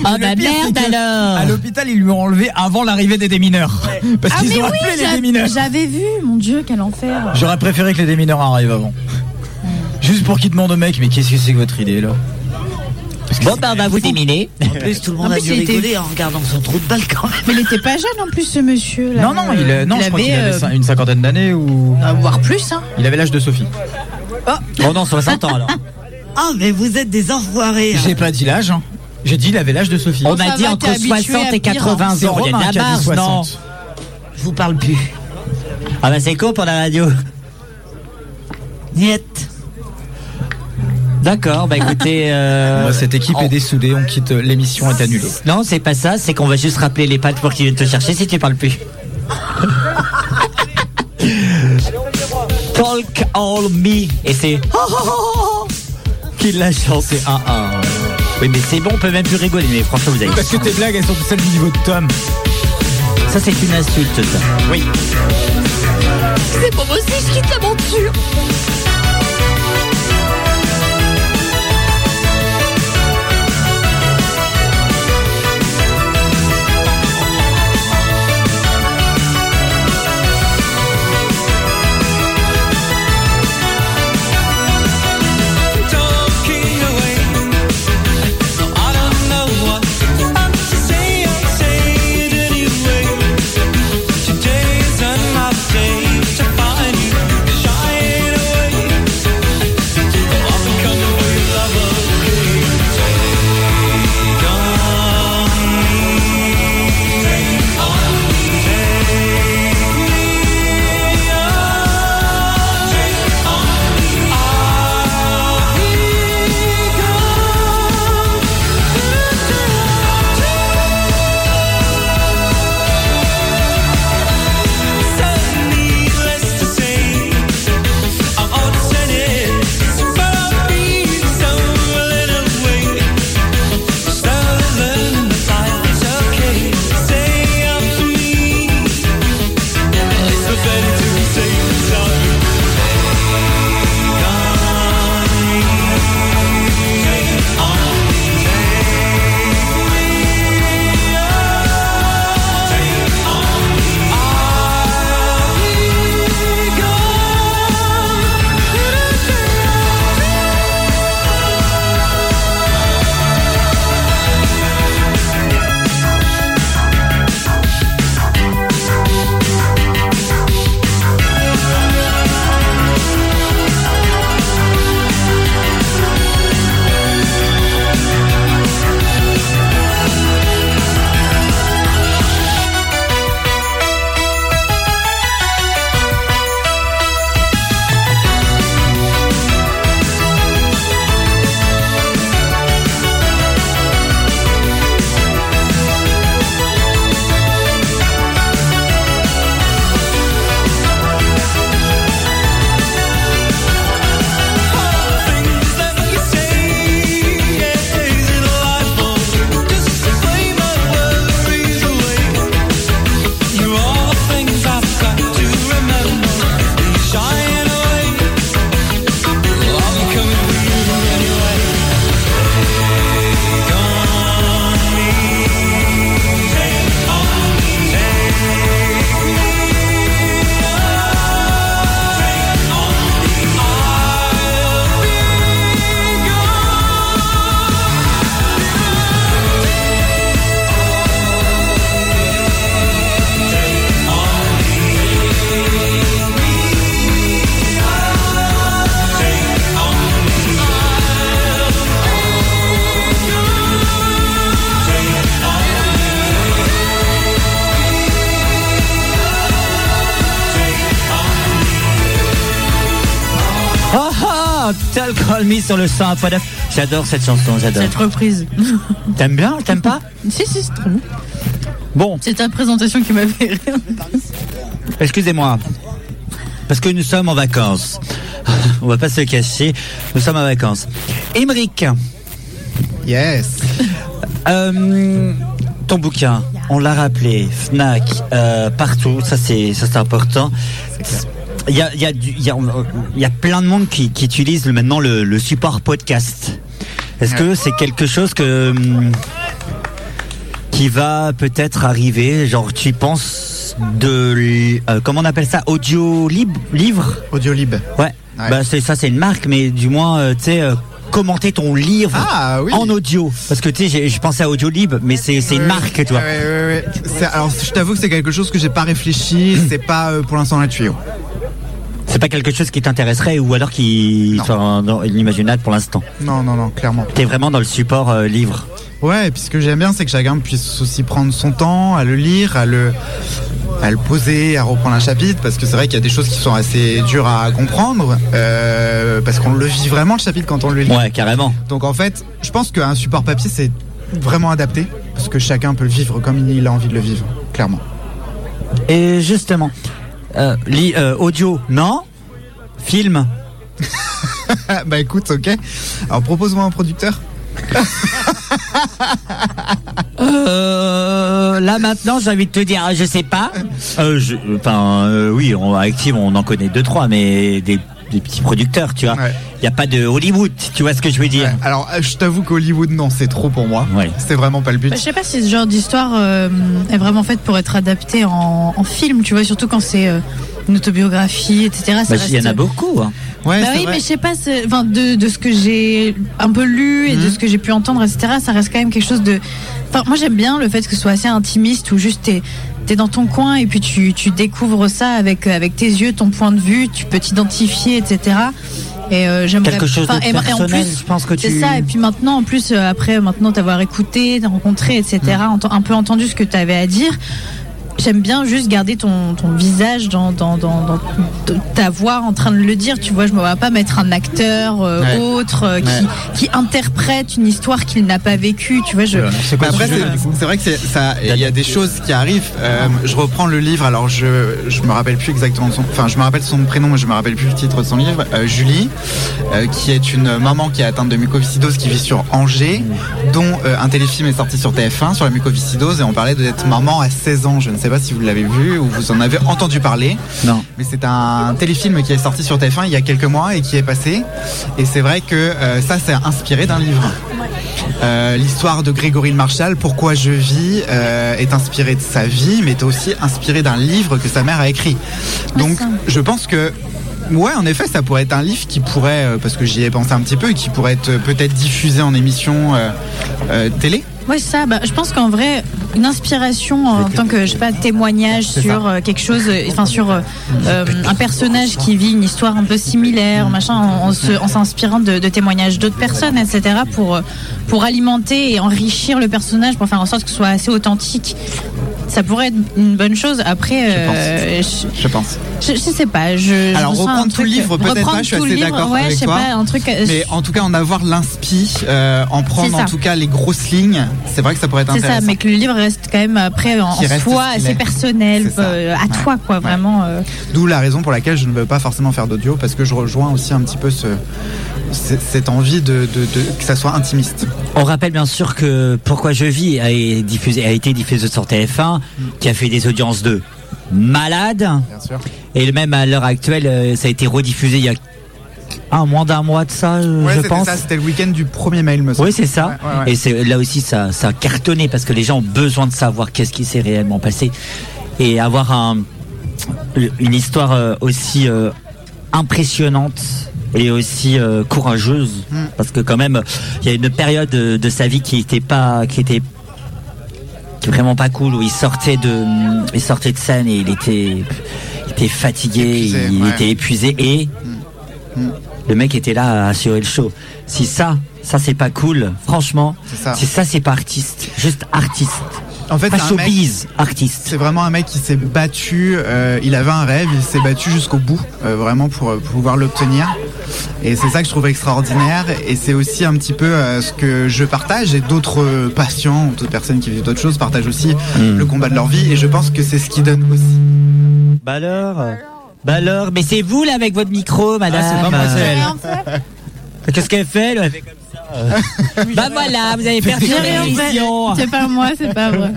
A: Oh
B: Le
A: bah
B: pire, c'est
A: merde
B: que À
A: alors
B: l'hôpital, ils lui ont enlevé avant l'arrivée des démineurs. Parce
I: Ah
B: qu'ils
I: mais
B: ont
I: oui,
B: appelé les
I: j'a-
B: démineurs.
I: j'avais vu, mon Dieu, quel enfer.
B: J'aurais préféré que les démineurs arrivent avant. Juste pour qu'ils demandent au mec, mais qu'est-ce que c'est que votre idée là
A: Bon bah on va vous déminer.
E: En plus, tout le
I: En
E: monde a
I: plus,
E: dû
I: il était-
E: rigoler en regardant son trou de balle quand même.
I: Mais il était pas jeune en plus ce monsieur là.
B: Non, non, il, euh, non je crois qu'il avait
I: euh,
B: cin- une cinquantaine d'années ou.
I: euh, voire plus hein.
B: Il avait l'âge de Sophie.
A: Oh non, 60 ans alors.
E: Ah, mais vous êtes des enfoirés. hein.
B: J'ai pas dit l'âge, hein. j'ai dit il avait l'âge de Sophie.
A: On
I: Ça
A: a dit
I: va,
A: entre
I: t'es habitué
A: 60 et
I: à pire, hein.
A: 80
B: C'est
A: ans. Il y en
B: Romain
A: a
B: qui a dit
A: marre, non
B: 60.
E: Je vous parle plus.
A: Ah bah c'est con pour la radio.
E: Niette.
A: D'accord, bah écoutez... euh,
B: Bah, cette équipe est
A: on-
B: dessoudée, on quitte euh, l'émission est annulée.
A: Non, c'est pas ça, c'est qu'on va juste rappeler les pattes pour qu'ils viennent te chercher si tu parles plus. Talk All Me, et c'est
B: Oh,
A: qui l'a chanté. Ah, ah, ouais. Oui, mais c'est bon, on peut même plus rigoler, mais franchement, vous avez.
B: Parce que tes blagues elles sont toutes celles du niveau de Tom.
A: Ça, c'est une insulte, ça. Oui.
I: C'est pour aussi je quitte l'aventure.
F: Talking away, so I don't know what to say. I say it anyway. Today isn't my day to find you, shying away.
A: Ah, Hotel Call Me sur le 101.9. J'adore cette chanson, j'adore.
I: Cette reprise.
A: T'aimes bien T'aimes pas
I: si, si, c'est trop bon.
A: Bon,
I: C'est ta présentation qui m'a fait rire.
A: excusez-moi. Parce que nous sommes en vacances. On va pas se cacher, nous sommes en vacances. Émeric,
D: Yes.
A: euh, ton bouquin, on l'a rappelé, Fnac, euh, partout, ça c'est ça, c'est important. Il y a, il y, a du- il y, a, il y a plein de monde qui, qui utilise le- maintenant le, le support podcast. Est-ce que c'est quelque chose que hum, qui va peut-être arriver Genre, tu y penses de l- euh, comment on appelle ça Audio libre livre
D: Audio libre.
A: Ouais.
D: Ouais.
A: Bah c'est ça, c'est une marque, mais du moins, euh, tu sais, euh, commenter ton livre
D: Ah, oui.
A: en audio. Parce que tu sais, j'ai- je pensais à Audiolib, mais c'est c'est une marque, tu vois.
D: Ouais, ouais, ouais, ouais. C'est- Alors, je t'avoue que c'est quelque chose que j'ai pas réfléchi. C'est pas euh, pour l'instant un tuyau.
A: C'est pas quelque chose qui t'intéresserait ou alors qui
D: Non.
A: soit dans l'imaginable pour l'instant.
D: Non, non, non, clairement.
A: T'es vraiment dans le support euh, livre.
D: Ouais, et puis ce que j'aime bien, c'est que chacun puisse aussi prendre son temps à le lire, à le, à le poser, à reprendre un chapitre, parce que c'est vrai qu'il y a des choses qui sont assez dures à comprendre, euh, parce qu'on le vit vraiment le chapitre quand on le lit.
A: Ouais, carrément.
D: Donc en fait, je pense qu'un support papier, c'est vraiment adapté, parce que chacun peut le vivre comme il a envie de le vivre, clairement.
A: Et justement, euh, li- euh, audio, non Film
D: Ah, bah écoute, ok. Alors propose-moi un producteur.
A: Euh, là maintenant, j'ai envie de te dire, je sais pas. Euh, je- Enfin, euh, oui, on active, on en connaît deux trois, mais des, des petits producteurs, tu vois. Il
D: Ouais.
A: y a pas de Hollywood, tu vois ce que je veux dire.
D: Alors euh, je t'avoue qu'Hollywood, non, c'est trop pour moi.
A: Ouais.
D: C'est vraiment pas le but.
I: Bah, je sais pas si ce genre d'histoire euh, est vraiment faite pour être adaptée en, en film, tu vois, surtout quand c'est euh, une autobiographie, etc. Ça
A: Bah, Il y en a
I: reste- euh,
A: beaucoup. hein.
D: Ouais,
I: Bah
D: c'est
I: oui,
D: vrai.
I: mais je sais pas, c'est- enfin, de, de ce que j'ai un peu lu et
A: Mhm.
I: de ce que j'ai pu entendre, etc., ça reste quand même quelque chose de. Enfin, moi j'aime bien le fait que ce soit assez intimiste où juste t'es es dans ton coin et puis tu, tu découvres ça avec, avec tes yeux, ton point de vue, tu peux t'identifier, etc. Et euh, j'aimerais-
A: Quelque chose de
I: enfin, aimerais- en
A: personnel,
I: plus,
A: je pense que tu-
I: C'est ça, et puis maintenant, en plus, euh, après, maintenant t'avoir écouté, rencontré, etc.,
D: Mm.
I: ent- un peu entendu ce que t'avais à dire, J'aime bien juste garder ton, ton visage dans, dans, dans, dans- dans ta voix en train de le dire. Tu vois, je me vois pas mettre un acteur euh,
D: Ouais.
I: autre euh,
D: Ouais.
I: qui, qui interprète une histoire qu'il n'a pas vécue. Tu vois, je.
D: Mais Euh, après, c'est c'est vrai que c'est- ça, il y a des choses qui arrivent. Euh, je reprends le livre, alors je, je me rappelle plus exactement de son, enfin je me rappelle son prénom, mais je me rappelle plus le titre de son livre. Euh, Julie, euh, qui est une maman qui est atteinte de mucoviscidose, qui vit sur Angers, dont euh, un téléfilm est sorti sur TF1 sur la mucoviscidose, et on parlait de cette maman à 16 ans. Je ne sais pas si vous l'avez vu ou vous en avez entendu parler.
A: Non.
D: Mais c'est un téléfilm qui est sorti sur TF1 il y a quelques mois et qui est passé. Et c'est vrai que euh, ça, c'est inspiré d'un livre. Euh, L'histoire de Grégory le Marshall, Pourquoi je vis, euh, est inspirée de sa vie, mais est aussi inspirée d'un livre que sa mère a écrit. Donc, je pense que. Ouais, en effet, ça pourrait être un livre qui pourrait, euh, parce que j'y ai pensé un petit peu, qui pourrait être euh, peut-être diffusé en émission euh, euh, télé.
I: Ouais, ça. Bah, je pense qu'en vrai, une inspiration en tant que je sais pas témoignage sur euh, quelque chose, euh, enfin sur euh, euh, un personnage qui vit une histoire un peu
D: Mm.
I: similaire, machin, en, en se- en s'inspirant de, de témoignages d'autres personnes, etc. pour euh, pour alimenter et enrichir le personnage, pour faire en sorte que ce soit assez authentique. Ça pourrait être une bonne chose. Après, euh, je,
D: Je pense.
I: je, je sais pas. Euh, Je, je
D: Alors,
I: ressens un
D: reprendre tout
I: truc-
D: le livre, peut-être
I: reprendre
D: pas, je suis
I: tout le
D: assez
I: livre,
D: d'accord
I: ouais,
D: avec
I: je sais
D: toi.
I: pas, un truc. euh,
D: Mais en tout cas, en avoir l'inspi, euh, en prendre
I: ça.
D: en tout cas les grosses lignes, c'est vrai que ça pourrait être
I: C'est ça,
D: intéressant.
I: mais que le livre reste quand même après en,
D: Qui
I: en
D: reste
I: soi
D: ce qu'il est.
I: assez personnel,
D: C'est ça.
I: euh, à
D: Ouais.
I: toi quoi, vraiment. euh.
D: D'où la raison pour laquelle je ne veux pas forcément faire d'audio, parce que je rejoins aussi un petit peu ce, ce- cette envie de, de- de- que ça soit intimiste.
A: On rappelle bien sûr que Pourquoi je vis a, est diffusé, a été diffusé sur TF1, qui a fait des audiences de malades.
D: Mm. Bien sûr.
A: Et même à l'heure actuelle, euh, ça a été rediffusé il y a un moins d'un mois de ça, euh,
D: Ouais,
A: je
D: c'était
A: pense.
D: ça, c'était le week-end du premier mail, me semble.
A: Oui, c'est ça.
D: Ouais, ouais, ouais.
A: Et c'est là aussi ça, ça a cartonné parce que les gens ont besoin de savoir qu'est-ce qui s'est réellement passé et avoir un, une histoire euh, aussi euh, impressionnante et aussi euh, courageuse
D: Mm.
A: parce que quand même il y a une période de, de sa vie qui était pas qui était qui est vraiment pas cool où il sortait de il sortait de scène et il était il était fatigué
D: Épuisé,
A: il
D: ouais.
A: était épuisé et Hmm. le mec était là à assurer le show si ça ça c'est pas cool franchement
D: C'est ça.
A: si ça c'est pas artiste juste artiste
D: En fait,
A: Pas
D: c'est un mec-
A: showbiz, artiste.
D: C'est vraiment un mec qui s'est battu. euh, il avait un rêve, il s'est battu jusqu'au bout, euh, vraiment pour, euh, pouvoir l'obtenir. Et c'est ça que je trouve extraordinaire. Et c'est aussi un petit peu euh, ce que je partage et d'autres euh, patients, d'autres personnes qui vivent d'autres choses partagent aussi le combat de leur vie. Et je pense que c'est ce qui donne aussi.
A: Bah alors euh, Bah alors Mais c'est vous là avec votre
D: Ah,
A: micro, madame Euh, Qu'est-ce qu'elle fait là Elle fait comme ça. euh. bah voilà, vous avez perdu
I: J'ai rien fait.
A: l'émission.
I: C'est pas moi, c'est pas vrai.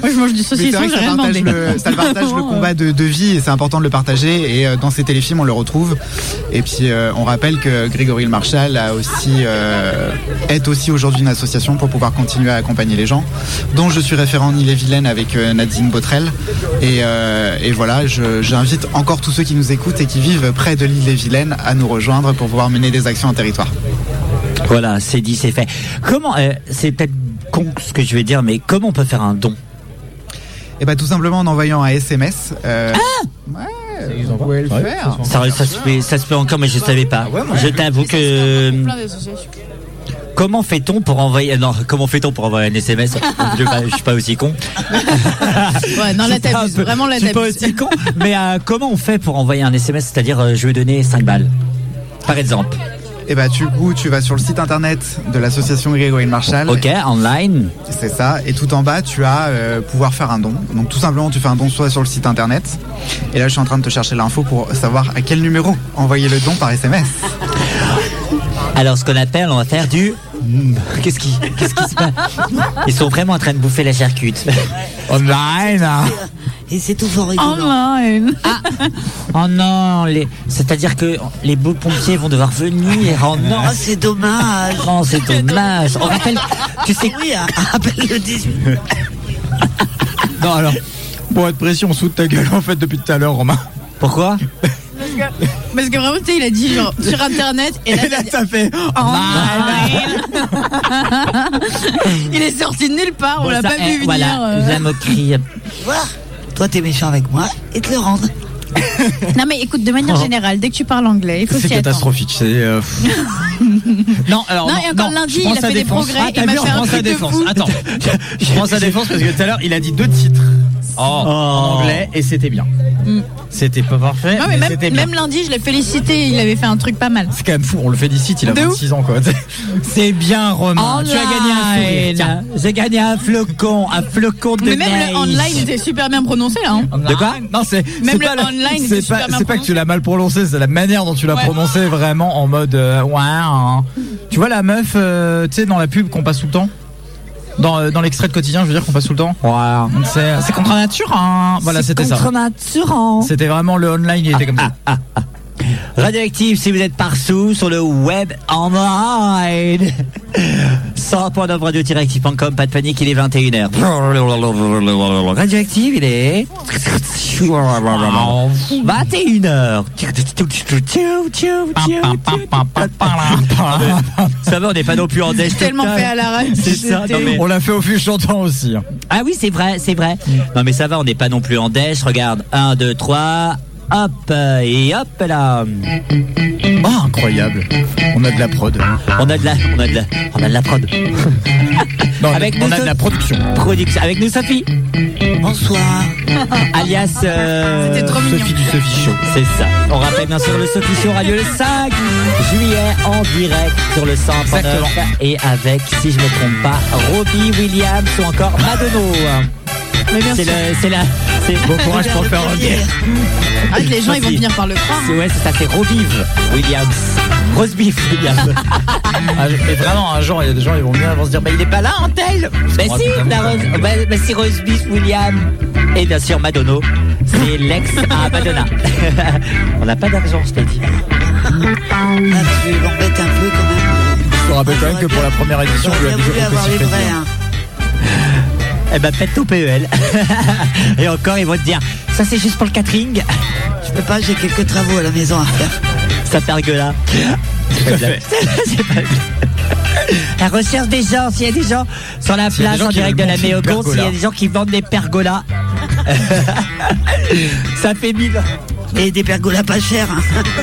I: Moi, je mange du
D: Mais c'est
I: saucisson,
D: vrai que
I: j'ai
D: ça
I: rien
D: partage,
I: demandé.
D: le, ça partage le combat de, de vie et c'est important de le partager. Et euh, dans ces téléfilms, on le retrouve. Et puis, euh, on rappelle que Grégory Le Marchal a aussi, euh, est aussi aujourd'hui une association pour pouvoir continuer à accompagner les gens, dont je suis référent en Ille-et-Vilaine avec euh, Nadine Botrel. Et, euh, et voilà, je- j'invite encore tous ceux qui nous écoutent et qui vivent près de l'Ille-et-Vilaine à nous rejoindre pour pouvoir mener des actions en territoire.
A: Voilà, c'est dit, c'est fait. Comment euh, C'est peut-être con ce que je vais dire, mais comment on peut faire un don
D: Et bah tout simplement en envoyant un SMS. euh, ouais, vous pouvez le faire.
A: Ah
D: Ah
A: ça, ça se fait, ça se fait encore, mais je savais pas. je t'avoue que. Comment fait-on pour envoyer euh, Non, comment fait-on pour envoyer un SMS je, je suis pas aussi con.
I: Ouais, non,
A: Je
I: là,
A: suis pas un
I: t'abuses.
A: peu-
I: Vraiment, là,
A: Je suis pas
I: t'abuses.
A: aussi con. Mais euh, comment on fait pour envoyer un SMS C'est-à-dire, euh, je vais donner 5 balles, par exemple.
D: Et bah du coup, tu vas sur le site internet de l'association Grégory Le Marchal.
A: Ok, online.
D: C'est ça. Et tout en bas, tu as euh, pouvoir faire un don. Donc tout simplement, tu fais un don soit sur le site internet. Et là, je suis en train de te chercher l'info pour savoir à quel numéro envoyer le don par SMS.
A: Alors, ce qu'on appelle, on va faire du. mmm. Qu'est-ce qui, qu'est-ce qui se passe Ils sont vraiment en train de bouffer la charcute. Online.
B: hein.
E: Et c'est tout fort
I: Oh,
E: rigolant.
I: man.
A: Oh non, les... c'est-à-dire que les beaux pompiers vont devoir venir. Oh non,
E: Oh,
B: Ah,
E: c'est dommage.
A: Oh, c'est dommage. On rappelle, Ah, ben, tu sais,
E: Oui,
B: Ah,
E: à-
B: ben,
E: appelle le 18.
B: Non, alors, pour être précis, on saute ta gueule en fait depuis tout à l'heure, Romain.
A: pourquoi
I: Parce que vraiment, tu sais, il a dit genre sur internet et là, Ah,
B: Et là, ça fait.
D: oh,
I: il est sorti de nulle part, Ah, on
A: Bon,
I: l'a
A: ça,
I: pas
A: eh,
I: vu venir.
A: Voilà,
I: euh.
A: la moquerie.
E: Tu vois Toi, t'es méchant avec moi et te le rendent.
I: Non mais écoute, de manière
A: Oh.
I: générale, dès que tu parles anglais, il faut
B: C'est
I: s'y attendre.
B: catastrophique. C'est. euh, non, alors.
I: Non, et encore lundi,
B: je prends
I: il a
B: sa
I: fait des
B: défense.
I: progrès, il
B: Ah, t'as vu,
I: m'a fait
B: je
I: un
B: prends sa
I: truc de
B: défense.
I: fou.
B: Attends, je prends sa défense parce que tout à l'heure, il a dit deux titres Oh, en anglais et c'était bien. C'était pas parfait,
I: Non, mais
B: mais,
I: même,
B: c'était bien.
I: même lundi, je l'ai félicité, il avait fait un truc pas mal.
B: C'est quand même fou, on le félicite, il a
I: De
B: 26 ans quoi. Oh C'est bien Romain,
A: tu as gagné un sourire. Tiens, J'ai gagné un flocon, un flocon de
I: Mais même
A: neige.
I: le online était super bien prononcé là. hein.
B: De quoi Non, c'est
I: Même
B: c'est
I: le
B: pas
I: online était
B: C'est
I: super
B: pas,
I: bien
B: c'est pas que
I: prononcé.
B: tu l'as mal prononcé, c'est la manière dont tu l'as
I: Ouais.
B: prononcé vraiment en mode euh, ouais. hein. Tu vois la meuf, euh, tu sais dans la pub qu'on passe tout le temps, dans, euh, dans l'extrait de quotidien, je veux dire qu'on passe tout le temps.
A: Wow.
B: C'est euh, c'est contre nature. Hein. Voilà, c'était ça. C'était vraiment le online, il était comme ça.
A: Ah, Radioactive, si vous êtes partout sur le web online. 100.9 radio-active.com, pas de panique, il est 21h. Radioactive, il est. 21h. Ça va, on n'est pas non plus en déj
I: Tellement
A: total.
I: fait à la radio.
A: C'est ça, non mais-
B: On l'a fait au fil chantant aussi. hein.
A: Ah oui, c'est vrai, c'est vrai. Non mais ça va, on n'est pas non plus en déj. Regarde, 1, 2, 3, hop, et hop là.
B: Ah, incroyable. On a de la prod.
A: On a de la, on a de la, on a de la prod.
B: Non, on a-
A: Avec
B: on
A: nous
B: a de
A: deux.
B: la production.
A: Production avec nous Sophie,
E: Bonsoir.
A: alias. euh,
I: C'était trop mignon.
B: Sophie du Sophie Show.
A: C'est ça. On rappelle bien sûr le Sophie Show Radio le 5 juillet en direct sur le 100
B: Exactement.
A: et avec, si je me trompe pas, Robbie Williams ou encore Madono.
I: Mais bien
A: C'est
I: sûr.
A: le, c'est la, c'est
B: Bon courage pour faire un
I: Arrête, Ah, les gens ils vont
A: Merci.
I: venir par le hein. croire.
A: C'est ouais, c'est ça, c'est Robive Williams. Rose beef Williams.
B: Ah, mais vraiment, un jour, il y a des gens, ils vont venir, ils vont se dire, bah, il est pas là, Antel
A: Mais Bah, si, la Rose, bah, bah, si Rose Beef William. Et bien sûr, Madonna. C'est l'ex à Madonna. On n'a pas d'argent, je t'ai dit.
E: Ah, tu m'embêtes un peu quand même.
B: Je te rappelle quand même que pour la première édition, on lui
E: J'aurais
B: a
E: bien voulu
B: déjà
E: avoir les
B: fait
E: vrais. hein.
A: Eh ben, pète ton PEL. Et encore, ils vont te dire, ça c'est juste pour le catering.
E: Je peux pas, j'ai quelques travaux à la maison à faire.
A: Ça pergola. C'est pas blague. C'est pas blague. La recherche des gens, s'il y a des gens sur la
B: S'il y a des
A: place
B: gens
A: en
B: qui
A: direct de
B: veulent
A: la
B: manger une
A: Méocon, s'il y a
B: pergola.
A: des gens qui vendent des pergolas. ça fait mille.
E: Et des pergolas pas chères. hein.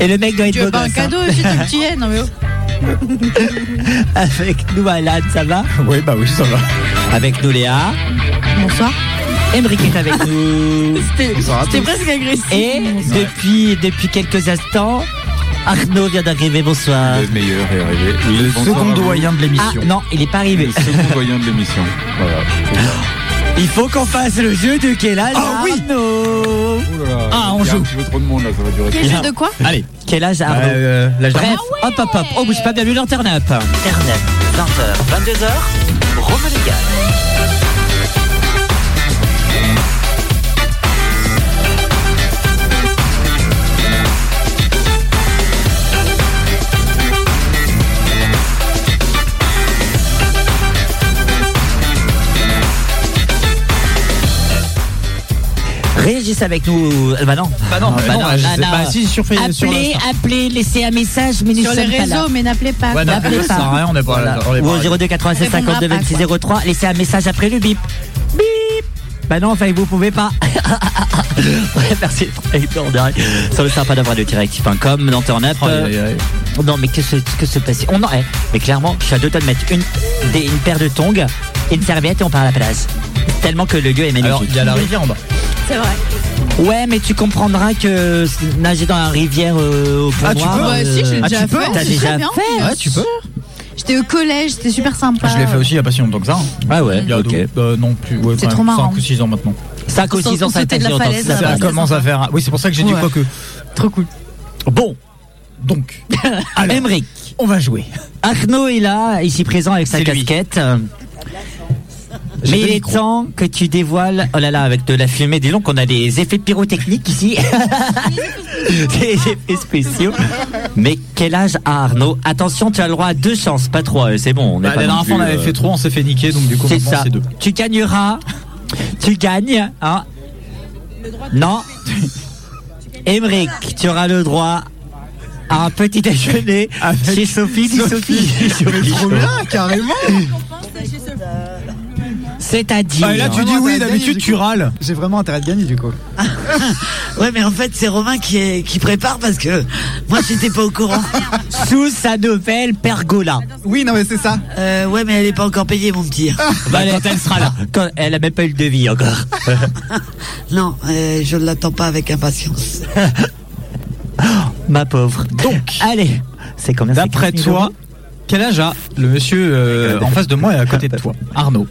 A: Et le mec doit être
I: Tu
A: beau
I: veux pas un
A: gosse, hein.
I: cadeau aussi, tu petit Non mais oh.
A: Avec nous, Alan, ça va
B: Oui, bah oui, ça va.
A: Avec nous, Léa.
I: Bonsoir.
A: Emric est avec nous.
I: C'était
D: Bonsoir à
I: c'était
D: tous.
I: presque agressif.
A: Et depuis, depuis quelques instants, Arnaud vient d'arriver. Bonsoir.
H: Le meilleur est arrivé.
B: Le
H: Bonsoir à
B: second
H: vous.
B: doyen de
A: Ah
B: l'émission.
A: non, il n'est pas arrivé.
H: Le second doyen de l'émission. Voilà.
A: Il faut qu'on fasse le jeu de quel âge
B: Ah oui
A: Arnaud
H: Oh là là,
B: Ah, on
H: il y a
B: joue.
H: un petit peu trop de monde là, ça va durer.
I: Quel jeu de quoi
B: Allez.
A: Quel âge Arnaud
B: Euh, l'âge d'argent.
A: Bref, hop hop hop, on bouge pas, bienvenue dans Turn Up. 20h, 22h, Rome Régis avec nous. euh, Bah non.
B: Bah non, bah non,
A: non,
B: je
A: bah
B: sais-
A: non.
B: bah si, sur Facebook, sur
A: Appelez,
B: l'Insta.
A: appelez, laissez un message, mais nous
I: Sur les
A: sommes pas là.
I: réseaux, mais n'appelez pas.
B: Ouais, non,
I: quoi.
A: N'appelez
B: ça
A: pas.
B: sert à rien, on n'est pas là,
A: Voilà.
B: on est
A: Ou
B: pas là.
A: au 02 96 52 26 03, laissez un message après le bip. Bip Bah non, enfin, vous pouvez pas. ouais, merci. Et non, on dirait- Sur le sympa d'avoir le directif.com dans Turn Up. euh,
B: Oh, Aïe, aïe, aïe.
A: Non, mais que se, que se passe On en est. Mais clairement, je suis à deux doigts de mettre une, des- une paire de tongs, et une serviette et on part à la place. Tellement que le lieu est magnifique.
B: Alors, il y a la rivière en bas.
I: C'est vrai.
A: Ouais, mais tu comprendras que s- nager dans la rivière euh, au
B: Ah,
A: pouvoir.
B: tu peux
I: Bah, si, j'ai
B: Ah,
I: déjà
B: tu peux
I: fait.
A: T'as
I: c'est
A: déjà
I: très bien.
A: fait
I: Bien
B: Ouais, Ah, tu peux.
I: sûr. J'étais au collège, c'était super sympa.
B: Ah, Je l'ai fait aussi il n'y a pas si longtemps que ça. hein.
A: Ah ouais,
B: Il y a
A: ok.
B: deux- euh, non plus. Ouais,
I: C'est
B: quand
I: trop
B: même,
I: marrant.
B: cinq ou 6 ans maintenant.
A: 5 ou 6 ans, ça
I: Sauter
A: t'a
I: de la
A: longtemps.
I: falaise,
A: ça
I: là-bas.
A: va.
B: Ça
I: c'est
B: commence à
I: sympa.
B: faire. Oui, c'est pour ça que j'ai dit
I: Ouais.
B: quoi que.
I: Trop cool.
A: Bon,
B: Donc,
A: Emmerich.
B: on va jouer.
A: Arnaud est là, ici présent avec sa
B: C'est lui.
A: casquette. Euh, Mais
B: deux
A: il est
B: micros.
A: temps que tu dévoiles. Oh là là, avec de la fumée, dis donc qu'on a des effets pyrotechniques ici. des effets spéciaux. Mais quel âge a Arnaud Attention, tu as le droit à deux chances, pas trois. euh, C'est bon, on n'est
B: Bah,
A: pas
B: la
A: non
B: dernière fois, on
A: plus,
B: avait
A: euh,
B: fait 3, on s'est fait niquer, donc du coup,
A: C'est
B: maintenant,
A: ça.
B: c'est 2.
A: Tu gagneras. Tu gagnes. Hein. Non. Émeric, tu auras le droit à un petit déjeuner
B: Avec
A: chez Sophie. dit Sophie.
B: Trop bien, carrément
A: C'est-à-dire.
B: Ah, et là, tu dis oui, d'habitude, tu râles.
D: J'ai vraiment intérêt de gagner du coup.
E: Ouais, mais en fait, c'est Romain qui, est, qui prépare parce que moi, j'étais pas au courant.
A: sous sa nouvelle pergola.
D: Oui, non mais c'est ça.
E: Euh, ouais, mais elle est pas encore payée, mon petit.
A: Bah, elle- quand elle sera là. Quand elle a même pas eu le devis encore.
E: Non, euh, je ne l'attends pas avec impatience.
A: Ma pauvre.
B: Donc,
A: Allez. C'est combien c'est
B: d'après
A: 15 000
B: toi,
A: euros
B: quel âge a le monsieur euh, en face de moi et à côté de toi Arnaud.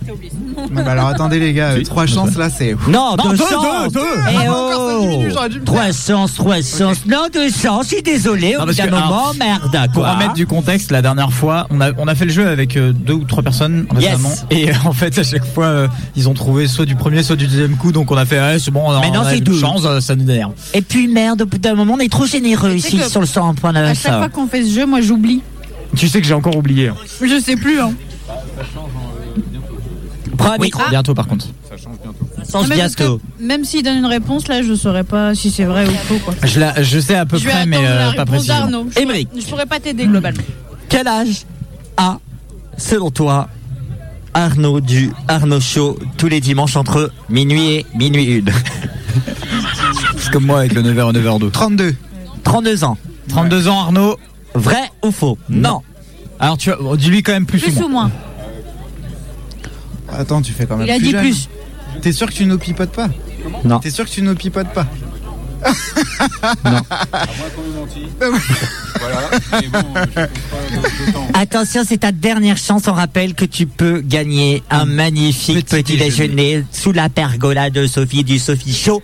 D: Non, bah alors attendez les gars, euh, trois chances là c'est.
A: Non,
B: Non, deux,
A: deux, chances.
B: deux, deux.
A: Eh
B: Ah,
D: encore
A: oh.
D: cinq minutes, j'aurais dû me
A: Trois chances, trois chances. Non, deux chances. Je suis désolé. Au
B: Non,
A: bout
B: Ah, parce
A: d'un
B: que,
A: moment, merde.
B: Pour
A: quoi.
B: remettre du contexte, la dernière fois, on a, on a fait le jeu avec euh, deux ou trois personnes récemment. Et euh, en fait, à chaque fois, euh, ils ont trouvé soit du premier, soit du deuxième coup. Donc on a fait, ouais, c'est bon, on a,
A: Mais non,
B: on a
A: c'est
B: une
A: deux.
B: chance, euh, ça nous énerve.
A: Et puis merde, au bout d'un moment, on est trop généreux
I: Mais tu sais
A: ici
I: que
A: sur le 101.9.
I: À chaque fois qu'on fait ce jeu, moi j'oublie.
B: Tu sais que j'ai encore oublié.
I: Je sais plus. Hein.
A: Premier
B: Oui, Ah. bientôt par contre.
A: sans
I: Non, mais parce
A: bientôt.
I: que Même s'il donne une réponse, là, je saurais pas si c'est vrai ou faux. Quoi.
B: Je, la, je sais à peu
I: Je vais
B: près,
I: attendre
B: mais euh,
I: la
B: pas
I: réponse
B: précisément.
I: d'Arnaud. Je pourrais-
A: Émeric.
I: Je pourrais pas t'aider globalement.
A: Quel âge a, selon toi, Arnaud du Arnaud Show tous les dimanches entre minuit et minuit une
B: C'est comme moi avec le 9h et 9h02.
D: 32.
A: 32 ans.
B: 32 ans, Arnaud.
A: Vrai ou faux Non.
B: Alors, tu as- dis-lui quand même plus,
I: Plus
B: ou
I: ou moins
D: Attends, tu fais quand même.
I: Il a
D: plus
I: dit
D: jeune.
I: plus.
D: T'es sûr que tu nous pipotes pas
A: Non.
D: T'es sûr que tu nous pipotes pas
H: Moi, quand même menti.
A: Ah
H: voilà. Mais bon, je compte pas le temps.
A: Attention, c'est ta dernière chance. On rappelle que tu peux gagner un magnifique petit,
B: petit
A: déjeuner.
B: déjeuner.
A: sous la pergola de Sophie du Sophie Show.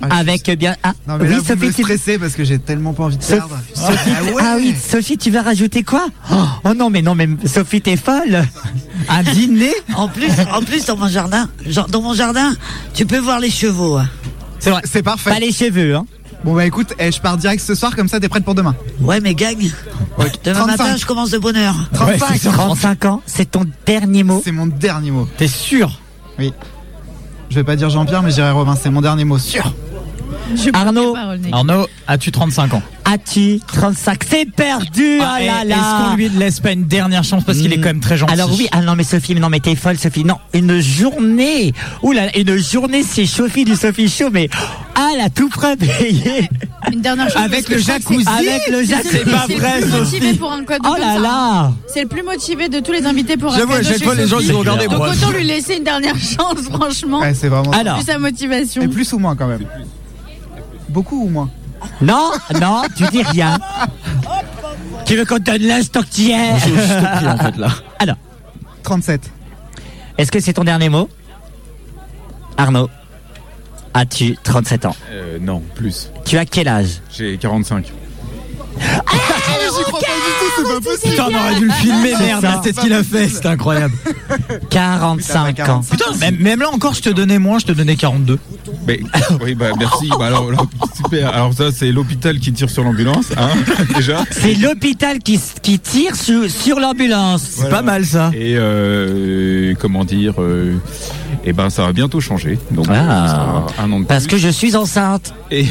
D: Ah,
A: avec bien. Ah,
D: Non mais
A: oui,
D: là, vous me
A: Sophie, tu-
D: stressez parce que j'ai tellement pas envie de
A: Sophie-
D: perdre.
A: Sophie,
D: Ah ouais.
A: ah oui, Sophie, tu vas rajouter quoi oh, oh non, mais non, mais Sophie, t'es folle Un dîner
E: En plus, en plus dans mon jardin, genre, dans mon jardin, tu peux voir les chevaux. hein.
A: C'est vrai.
D: C'est parfait.
A: Pas les cheveux, hein
D: Bon bah écoute, eh, je pars direct ce soir comme ça t'es prête pour demain.
E: Ouais, mais gagne. Demain
D: 35.
E: matin, je commence de bonne heure.
B: moins. Ouais,
D: 35.
B: c'est sûr.
A: 35 ans, c'est ton dernier mot.
D: C'est mon dernier mot.
B: T'es sûr
D: Je vais pas dire Jean-Pierre mais j'irai Robin, c'est mon dernier mot sûr.
I: Je prends
A: Arnaud.
I: tes paroles, Nick.
B: Arnaud, as-tu 35 ans
A: As-tu 35 C'est perdu, ah,
B: Ah,
A: là Ah,
B: et-
A: là
B: Est-ce qu'on lui laisse pas une dernière chance parce qu'il est quand même très gentil
A: Mm. Alors oui, ah non mais Sophie, mais non mais t'es folle Sophie, non, une journée, Ouh là, là, une journée c'est Sophie du Sophie Show, mais Ah, la tout près payée
I: Une dernière chose.
A: Avec
I: parce que
A: le
I: Ah je crois que
A: jacuzzi.
I: c'est-
A: Avec le jacuzzi.
I: C'est
A: C'est
I: le
A: pas vrai,
I: plus motivé
A: Sophie.
I: pour un quad de
A: Oh
I: comme
A: là
I: ça,
A: là.
I: hein. C'est le plus motivé de tous les invités pour un
J: J'avoue, à
I: cadeau
J: chaque
I: chez
J: fois, les gens,
I: Sophie.
J: ils ont regardé,
I: Donc
J: moi.
I: autant lui laisser une dernière chance, franchement.
J: Ouais, c'est vraiment ça. Alors.
I: Plus sa motivation.
J: Et plus ou moins quand même. Beaucoup ou moins
A: Non, non, tu dis rien. Tu veux qu'on te donne l'instant que tu y es
J: Je suis juste au prix, en fait, là.
A: Alors,
J: 37.
A: est-ce que c'est ton dernier mot Arnaud, as-tu 37 ans
H: Euh, non, plus.
A: Tu as quel âge
H: J'ai 45.
I: Ah,
A: Putain, on aurait dû le filmer,
B: C'est
A: merde,
B: ça.
A: la tête qu'il a fait, c'est incroyable. 45 ans.
B: Putain, même, même là encore, je te donnais moins, je te donnais 42.
H: Mais, oui, bah merci. Bah, alors, alors, super. Alors, ça, c'est l'hôpital qui tire sur l'ambulance, hein, déjà.
A: C'est l'hôpital qui, s- qui tire sur, sur l'ambulance.
H: Voilà.
A: ça.
H: Et euh, comment dire Et ben, ça va bientôt changer. Donc,
A: Ah.
H: euh, ça va avoir un an de
A: Parce
H: plus.
A: que je suis enceinte.
H: Et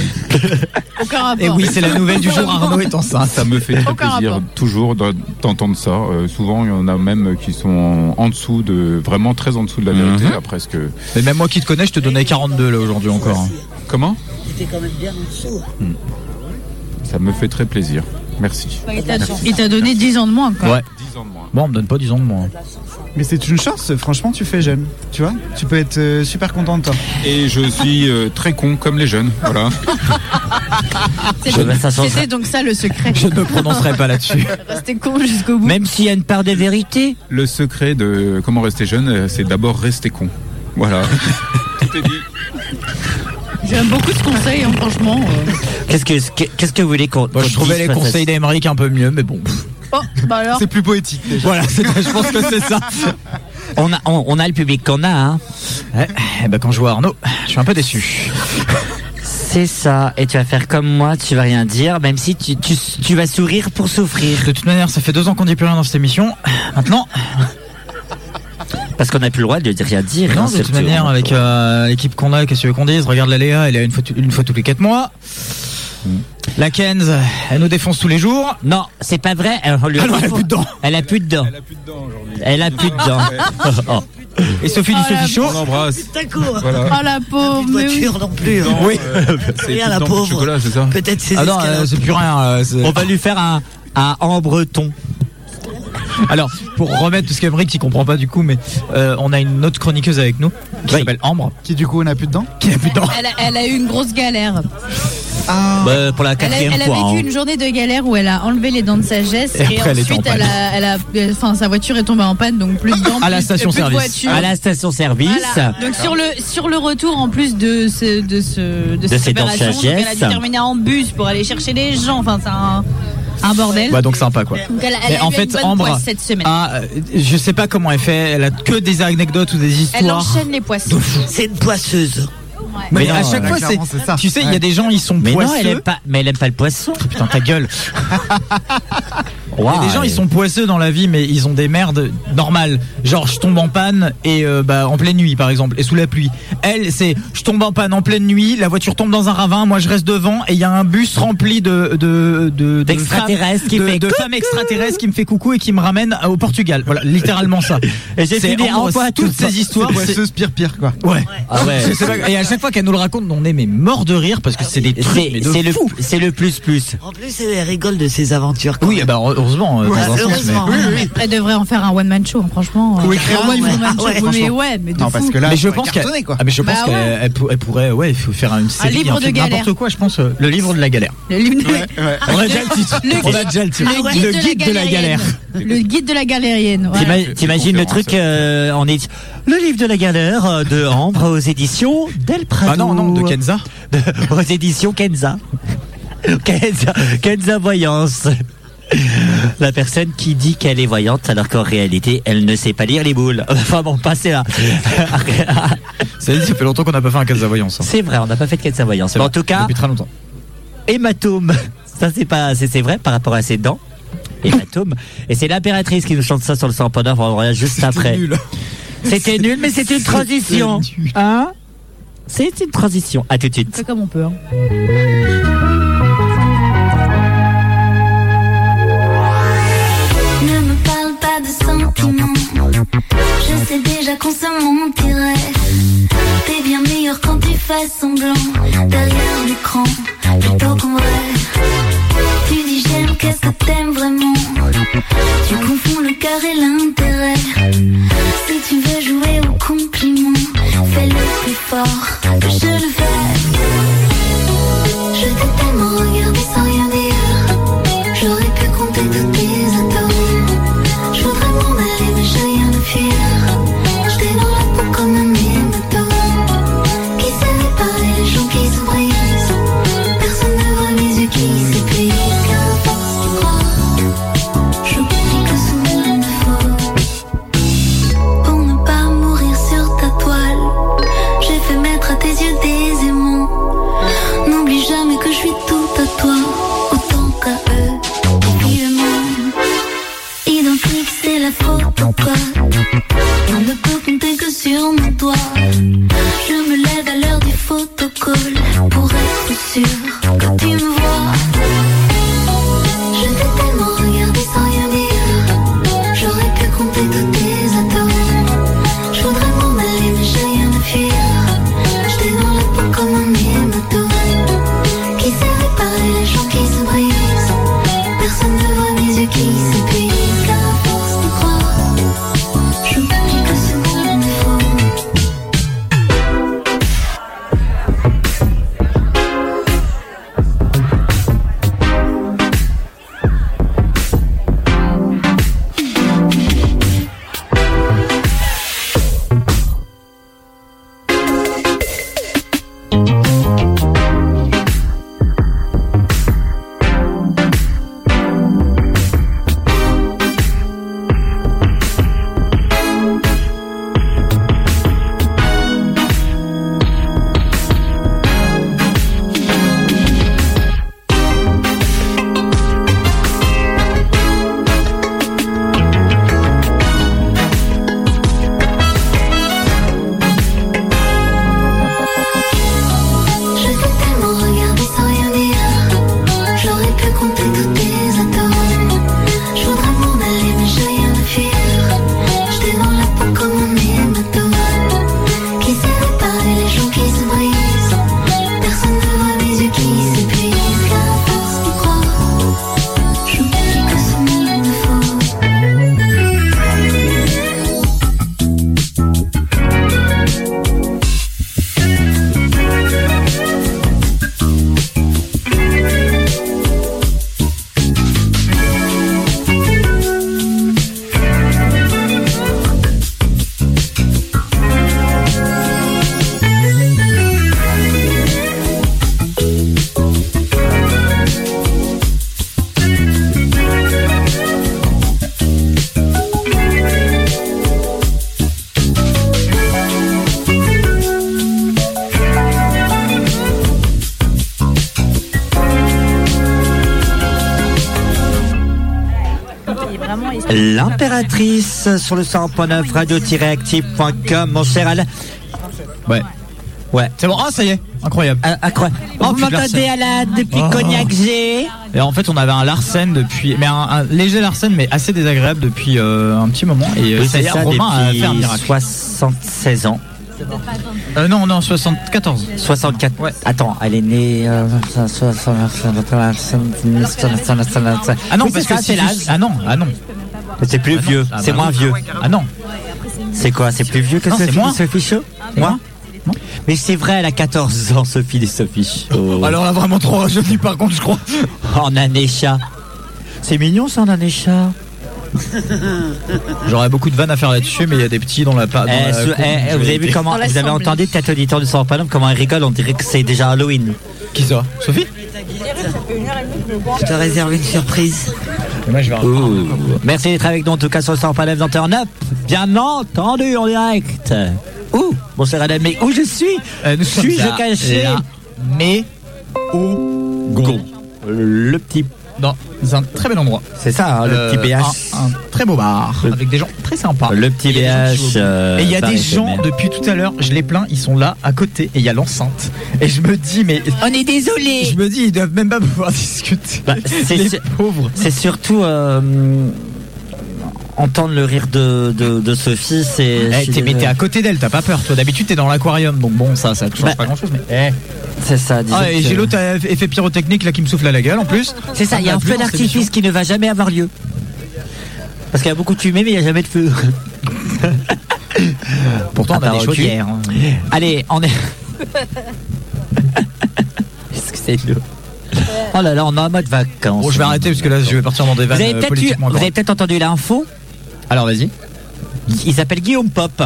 I: Aucun rapport.
B: Et Eh oui, c'est la nouvelle du jour, Arnaud est enceinte.
H: Ah, ça me fait très
I: Aucun
H: plaisir
I: rapport.
H: toujours d'en- d'entendre ça. Euh, souvent, il y en a même qui sont en dessous de, vraiment très en dessous de la vérité, à presque.
B: Mais même moi qui te connais, je te donnais 42 là aujourd'hui encore. hein.
H: Comment
E: T'es quand même bien en dessous.
H: Ça me fait très plaisir. Merci.
I: Bah, Il t'a- Il t'a donné 10 ans de moins, quoi.
B: Ouais.
H: 10 ans de moins.
B: Bon, on me donne pas 10 ans de moins.
J: Mais c'est une chance, franchement, tu fais jeune. Tu vois Tu peux être euh, super content de toi.
H: Et je suis euh, très con comme les jeunes. Voilà.
A: Je vais
I: C'était
A: s'asseoir.
I: c'était donc ça le secret.
B: Je ne me prononcerai pas là-dessus.
I: Rester con jusqu'au bout.
A: Même s'il y a une part de vérité.
H: Le secret de comment rester jeune, euh, c'est d'abord rester con. Voilà. Tout est dit.
I: J'aime beaucoup ce conseil, hein, franchement. euh.
A: Qu'est-ce que, qu'est-ce que vous voulez qu'on.
B: Moi, je
A: qu'on
B: trouvais
A: dise
B: les
A: face à-
B: conseils d'Emeric un peu mieux, mais bon. pff,
I: Oh, bah alors.
J: C'est plus poétique.
B: Voilà, c'est- je pense que c'est ça.
A: On a, on, on a le public qu'on a, hein.
B: Ouais, eh ben, quand je vois Arnaud, je suis un peu déçu.
A: C'est ça. Et tu vas faire comme moi, tu vas rien dire, même si tu, tu, tu vas sourire pour souffrir.
B: De toute manière, ça fait deux ans qu'on dit plus rien dans cette émission. Maintenant,
A: Parce qu'on n'a plus le droit de dire rien dire. hein,
B: non, de
A: c'est
B: toute
A: le-
B: manière, avec euh, l'équipe qu'on a, qu'est-ce que tu veux qu'on dise Regarde la Léa, elle est là une fois, tu- une fois tous les quatre mois. La Kenz, elle nous défonce tous les jours.
A: Mm. Non, c'est pas vrai. Elle, on lui-
B: Ah non, elle a plus de dents.
A: Elle a plus de dents.
H: Elle a plus de dents aujourd'hui.
A: Elle a plus de dents. Oh.
B: Et Sophie du
I: Oh là
B: Sophie Show.
H: On l'embrasse.
E: T'as court.
H: Voilà.
I: Oh la pauvre,
E: Plus hein. de
I: mais oui.
E: voiture non plus. hein.
H: Oui. euh, c'est
E: Rien,
H: tout
E: la
H: le temps
E: pauvre.
H: du chocolat, c'est ça
E: Peut-être c'est
B: Ah non, euh,
E: escalopes.
B: c'est plus rien. euh, c'est-
A: On va lui faire un, un ambreton.
B: Alors, pour remettre parce qu'Emeric il comprend pas du coup, mais euh, on a une autre chroniqueuse avec nous qui
A: Oui.
B: s'appelle Ambre,
J: Qui du coup on a plus dedans
B: qui n'a plus de dents.
I: Elle a, elle a eu une grosse galère.
J: Ah
A: Bah, pour la
I: Elle a,
A: quatrième
I: elle a
A: fois.
I: vécu
A: hein.
I: une journée de galère où elle a enlevé les dents de sagesse
B: Et
I: et,
B: après, elle était
I: ensuite
B: en
I: elle a, elle a, enfin sa voiture est tombée en panne donc plus de dents,
B: À la
I: plus- plus de
B: station-service.
I: voiture.
A: À la station-service.
I: Voilà. Donc sur le sur le retour en plus de ce de ce de, cette
A: ces dents de
I: opération, donc elle a
A: sagesse.
I: dû terminer en bus pour aller chercher les gens. Enfin c'est un, un bordel.
B: Bah donc sympa quoi.
I: donc elle, elle
B: Mais
I: a
B: en
I: eu une
B: fait,
I: bonne
B: Ambre,
I: poisse cette semaine.
B: a, euh, je sais pas comment elle fait. Elle a que des anecdotes ou des
I: elle
B: histoires.
I: enchaîne les poissons.
E: C'est une poisseuse.
B: Mais,
A: Mais
B: à
A: non,
B: chaque
A: là,
B: fois,
J: clairement,
B: c'est
J: c'est ça.
B: Tu sais, il y a
J: Ouais.
B: des gens, ils sont
A: Mais non,
B: poisseux.
A: elle aime pas, mais elle aime pas le poisson.
B: Putain, ta gueule.
A: Wow,
B: Il y a des gens, ils sont poisseux dans la vie, mais ils ont des merdes normales. Genre, je tombe en panne et euh, bah, en pleine nuit, par exemple, et sous la pluie. Elle, c'est je tombe en panne en pleine nuit, la voiture tombe dans un ravin, moi je reste devant et il y a un bus rempli de de de- de
A: D'extraterrestres
B: femmes-
A: qui
B: de-
A: fait
B: de
A: coucou.
B: femmes extraterrestres qui me fait coucou et qui me ramène au Portugal. Voilà, littéralement ça.
A: Et j'ai
B: C'est
A: fini en
B: Ambre,
A: boîte.
B: toutes ces histoires. c'est-
J: Poisseuse pire pire quoi.
B: Ouais.
A: Ah ouais.
B: Je sais pas- et à chaque fois qu'elle nous le raconte, on est mais mort de rire parce que c'est des trucs mais
A: C'est
B: de
A: c'est le,
B: fou.
A: c'est le plus plus.
E: En plus, elle rigole de ses aventures. quand
B: Oui,
E: même.
B: bah heureusement. euh,
E: Ouais,
B: dans un sens, mais-
E: heureusement.
I: Elle devrait en faire un one man show, franchement.
J: Ou écrire un
I: one
J: livre.
I: woman
E: Ah ouais,
I: show. Oui, mais
J: franchement.
I: ouais, mais de
J: Non
I: fou.
J: parce que là
B: mais je
J: on va
B: pense qu'elle
J: cartonner, quoi.
B: ah, mais je
I: Bah
B: pense qu'elle
I: ouais.
B: elle pour- elle pourrait ouais il faut faire une série
I: livre
B: un
I: de
B: film,
I: galère.
B: n'importe quoi je pense euh, le livre de la galère
I: Le livre de-
B: on a déjà le titre
I: Le
B: on a déjà le titre Ah
I: Le guide,
B: le
I: de,
B: guide
I: la
B: de la galère
I: galérienne. Le guide de la galérienne. voilà.
A: T'ima- T'imagines le
H: conférence.
A: truc euh, en édi- Le livre de la galère euh, de Ambre aux éditions Del Prado.
B: ah non non de Kenza
A: De- aux éditions Kenza. Kenza, Kenza Voyance. La personne qui dit qu'elle est voyante alors qu'en réalité elle ne sait pas lire les boules. Enfin bon, passez là.
B: ça ça fait longtemps qu'on n'a pas fait un Kenza voyance hein.
A: C'est vrai, on n'a pas fait de Kenza Voyance.
B: C'est
A: Mais en
B: vrai,
A: tout cas,
B: depuis très longtemps
A: hématome. Ça, c'est pas, c'est c'est vrai par rapport à ses dents. Hématome. Et c'est l'impératrice qui nous chante ça sur le sang pendant, on revient juste après.
B: nul.
A: C'était nul, mais c'est une transition. Hein C'est une transition. À tout de suite.
I: C'est comme on peut. hein.
K: Ne me parle pas de sentiments. Je sais déjà qu'on se mentirait. T'es bien meilleur quand tu fais semblant derrière l'écran, plutôt qu'en vrai. Tu dis j'aime, qu'est-ce que t'aimes vraiment Tu confonds le cœur et l'intérêt. Si tu veux jouer au compliment, fais-le plus fort que je le fais. Je t'ai tellement regardé sans rien dire. J'aurais pu compter tous tes atomes. Je voudrais m'en aller, mais j'ai rien à fuir. J'étais dans la peau comme un hématome. Qui savait parler, les gens qui se brisent. Personne ne voit mes yeux qui s'épuisent. Qu'importe ce que tu crois, j'oublie que souvent il me faut. Pour ne pas mourir sur ta toile, j'ai fait mettre à tes yeux des aimants. N'oublie jamais que je suis tout à toi, autant qu'à eux. Oublie le monde. Identique, c'est la faute ou quoi On ne peut compter que sur mon doigt. Je me lève à l'heure du photocall pour être sûr que tu me vois. Je t'ai tellement regardé sans rien dire. J'aurais pu compter tous tes atomes. Je voudrais m'en aller, mais j'ai rien à fuir. J'étais dans la peau comme un hématome. Qui s'est réparé, les gens qui se brisent. Personne ne voit mes yeux qui s'épuisent. Car à force de croire, j'oublie que ce monde est faux. Je t'ai tellement regardé sans rien dire. J'aurais pu compter tous tes atomes. Je voudrais m'en aller, mais j'ai rien à fuir. J'étais dans la peau comme un hématome. Qui s'est réparé, les gens qui se brisent. Personne ne voit mes yeux qui s'épuisent. Car à force d'y croire, j'oublie que ce monde me faut.
A: L'impératrice sur le 100.9 radio-active.com, mon cher Alain. Ouais. Ouais. Euh,
B: C'est bon, ah ça y est, incroyable. Oh,
A: incroyable. On
B: peut
A: m'entendait Alain depuis
B: Oh.
A: Cognac G.
B: Et en fait, on avait un Larsen depuis, mais un, un léger Larsen, mais assez désagréable depuis euh, un petit moment. Et euh,
A: Oui,
B: ça y
A: c'est
B: est,
A: ça,
B: Romain a
A: depuis
B: fait un miracle.
A: 76 ans.
B: Euh, non, non, 74.
A: 64. Attends, elle est née. Ah
B: Ah non, parce que si tu- Ah non, ah non.
A: C'est plus
B: Ah non,
A: vieux,
B: ah
A: c'est
B: bah
A: moins
B: oui.
A: vieux.
B: Ah non.
A: C'est quoi C'est plus vieux que
B: Non, c'est
A: Sophie
B: moi.
A: Sophie Show Moi Mais c'est vrai, elle a 14 ans, Sophie des Sophie Show.
B: Alors là, vraiment trop rajeuni, par contre, je crois.
A: En année chat. C'est mignon ça, en année chat.
B: J'aurais beaucoup de vannes à faire là-dessus, mais il y a des petits dans la pa- dans
A: Eh,
B: la
A: ce-
B: cour-
A: eh, vous avez vu comment Vous avez entendu peut-être l'auditeur du Sort Palom comment elle rigole On dirait que c'est déjà Halloween.
B: Qui ça Sophie
E: Je te réserve une surprise.
B: Moi, je vais
A: Merci d'être avec nous en tout cas sur le Sort Palom dans Turn Up. Bien entendu en direct. Où Bon, c'est Adam, mais où je suis
B: Euh, nous sommes
A: Suis-je
B: là,
A: caché
B: là, Mais où Gon.
A: Le petit.
B: Non, c'est un très bel endroit.
A: C'est ça, hein, le
B: Euh,
A: petit BH.
B: Un, un très beau bar
A: Le-
B: avec des gens très sympas.
A: Le petit
B: Et il y a des gens qui
A: BH,
B: jouent au-
A: euh,
B: et il y a
A: bar
B: des
A: éphémère.
B: gens depuis tout à l'heure, je les plains, ils sont là à côté et il y a l'enceinte. Et je me dis, mais
E: On est désolé.
B: je me dis, ils doivent même pas pouvoir discuter.
A: Bah, c'est
B: les
A: sûr-
B: pauvres.
A: C'est surtout. euh, entendre le rire de, de, de Sophie, c'est. Eh,
L: Eh, t'es
B: Eh,
A: je suis
L: mais
A: désolé.
L: t'es à côté d'elle, t'as pas peur. Toi, d'habitude, t'es dans l'aquarium. Donc bon, ça, ça change
A: Bah,
L: pas grand chose. Mais.
A: C'est ça, disons
L: Ah, et
A: que-
L: j'ai l'autre euh, effet pyrotechnique là qui me souffle à la gueule en plus.
A: C'est ça, il y a un feu d'artifice qui ne va jamais avoir lieu. Parce qu'il y a beaucoup de fumée, mais il n'y a jamais de feu.
L: Pourtant, on a
A: Ah,
L: des
A: ok.
L: chaudières. hein.
A: Allez, on est. Excusez-nous. Oh là là, on est en mode vacances.
L: Bon, je vais arrêter parce que là, je vais partir dans des
A: Vous
L: vannes
A: avez
L: euh,
A: peut-être eu-
L: politiquement
A: vous avez
L: correctes.
A: peut-être entendu l'info
L: Alors vas-y.
A: Il s'appelle Guillaume Pop.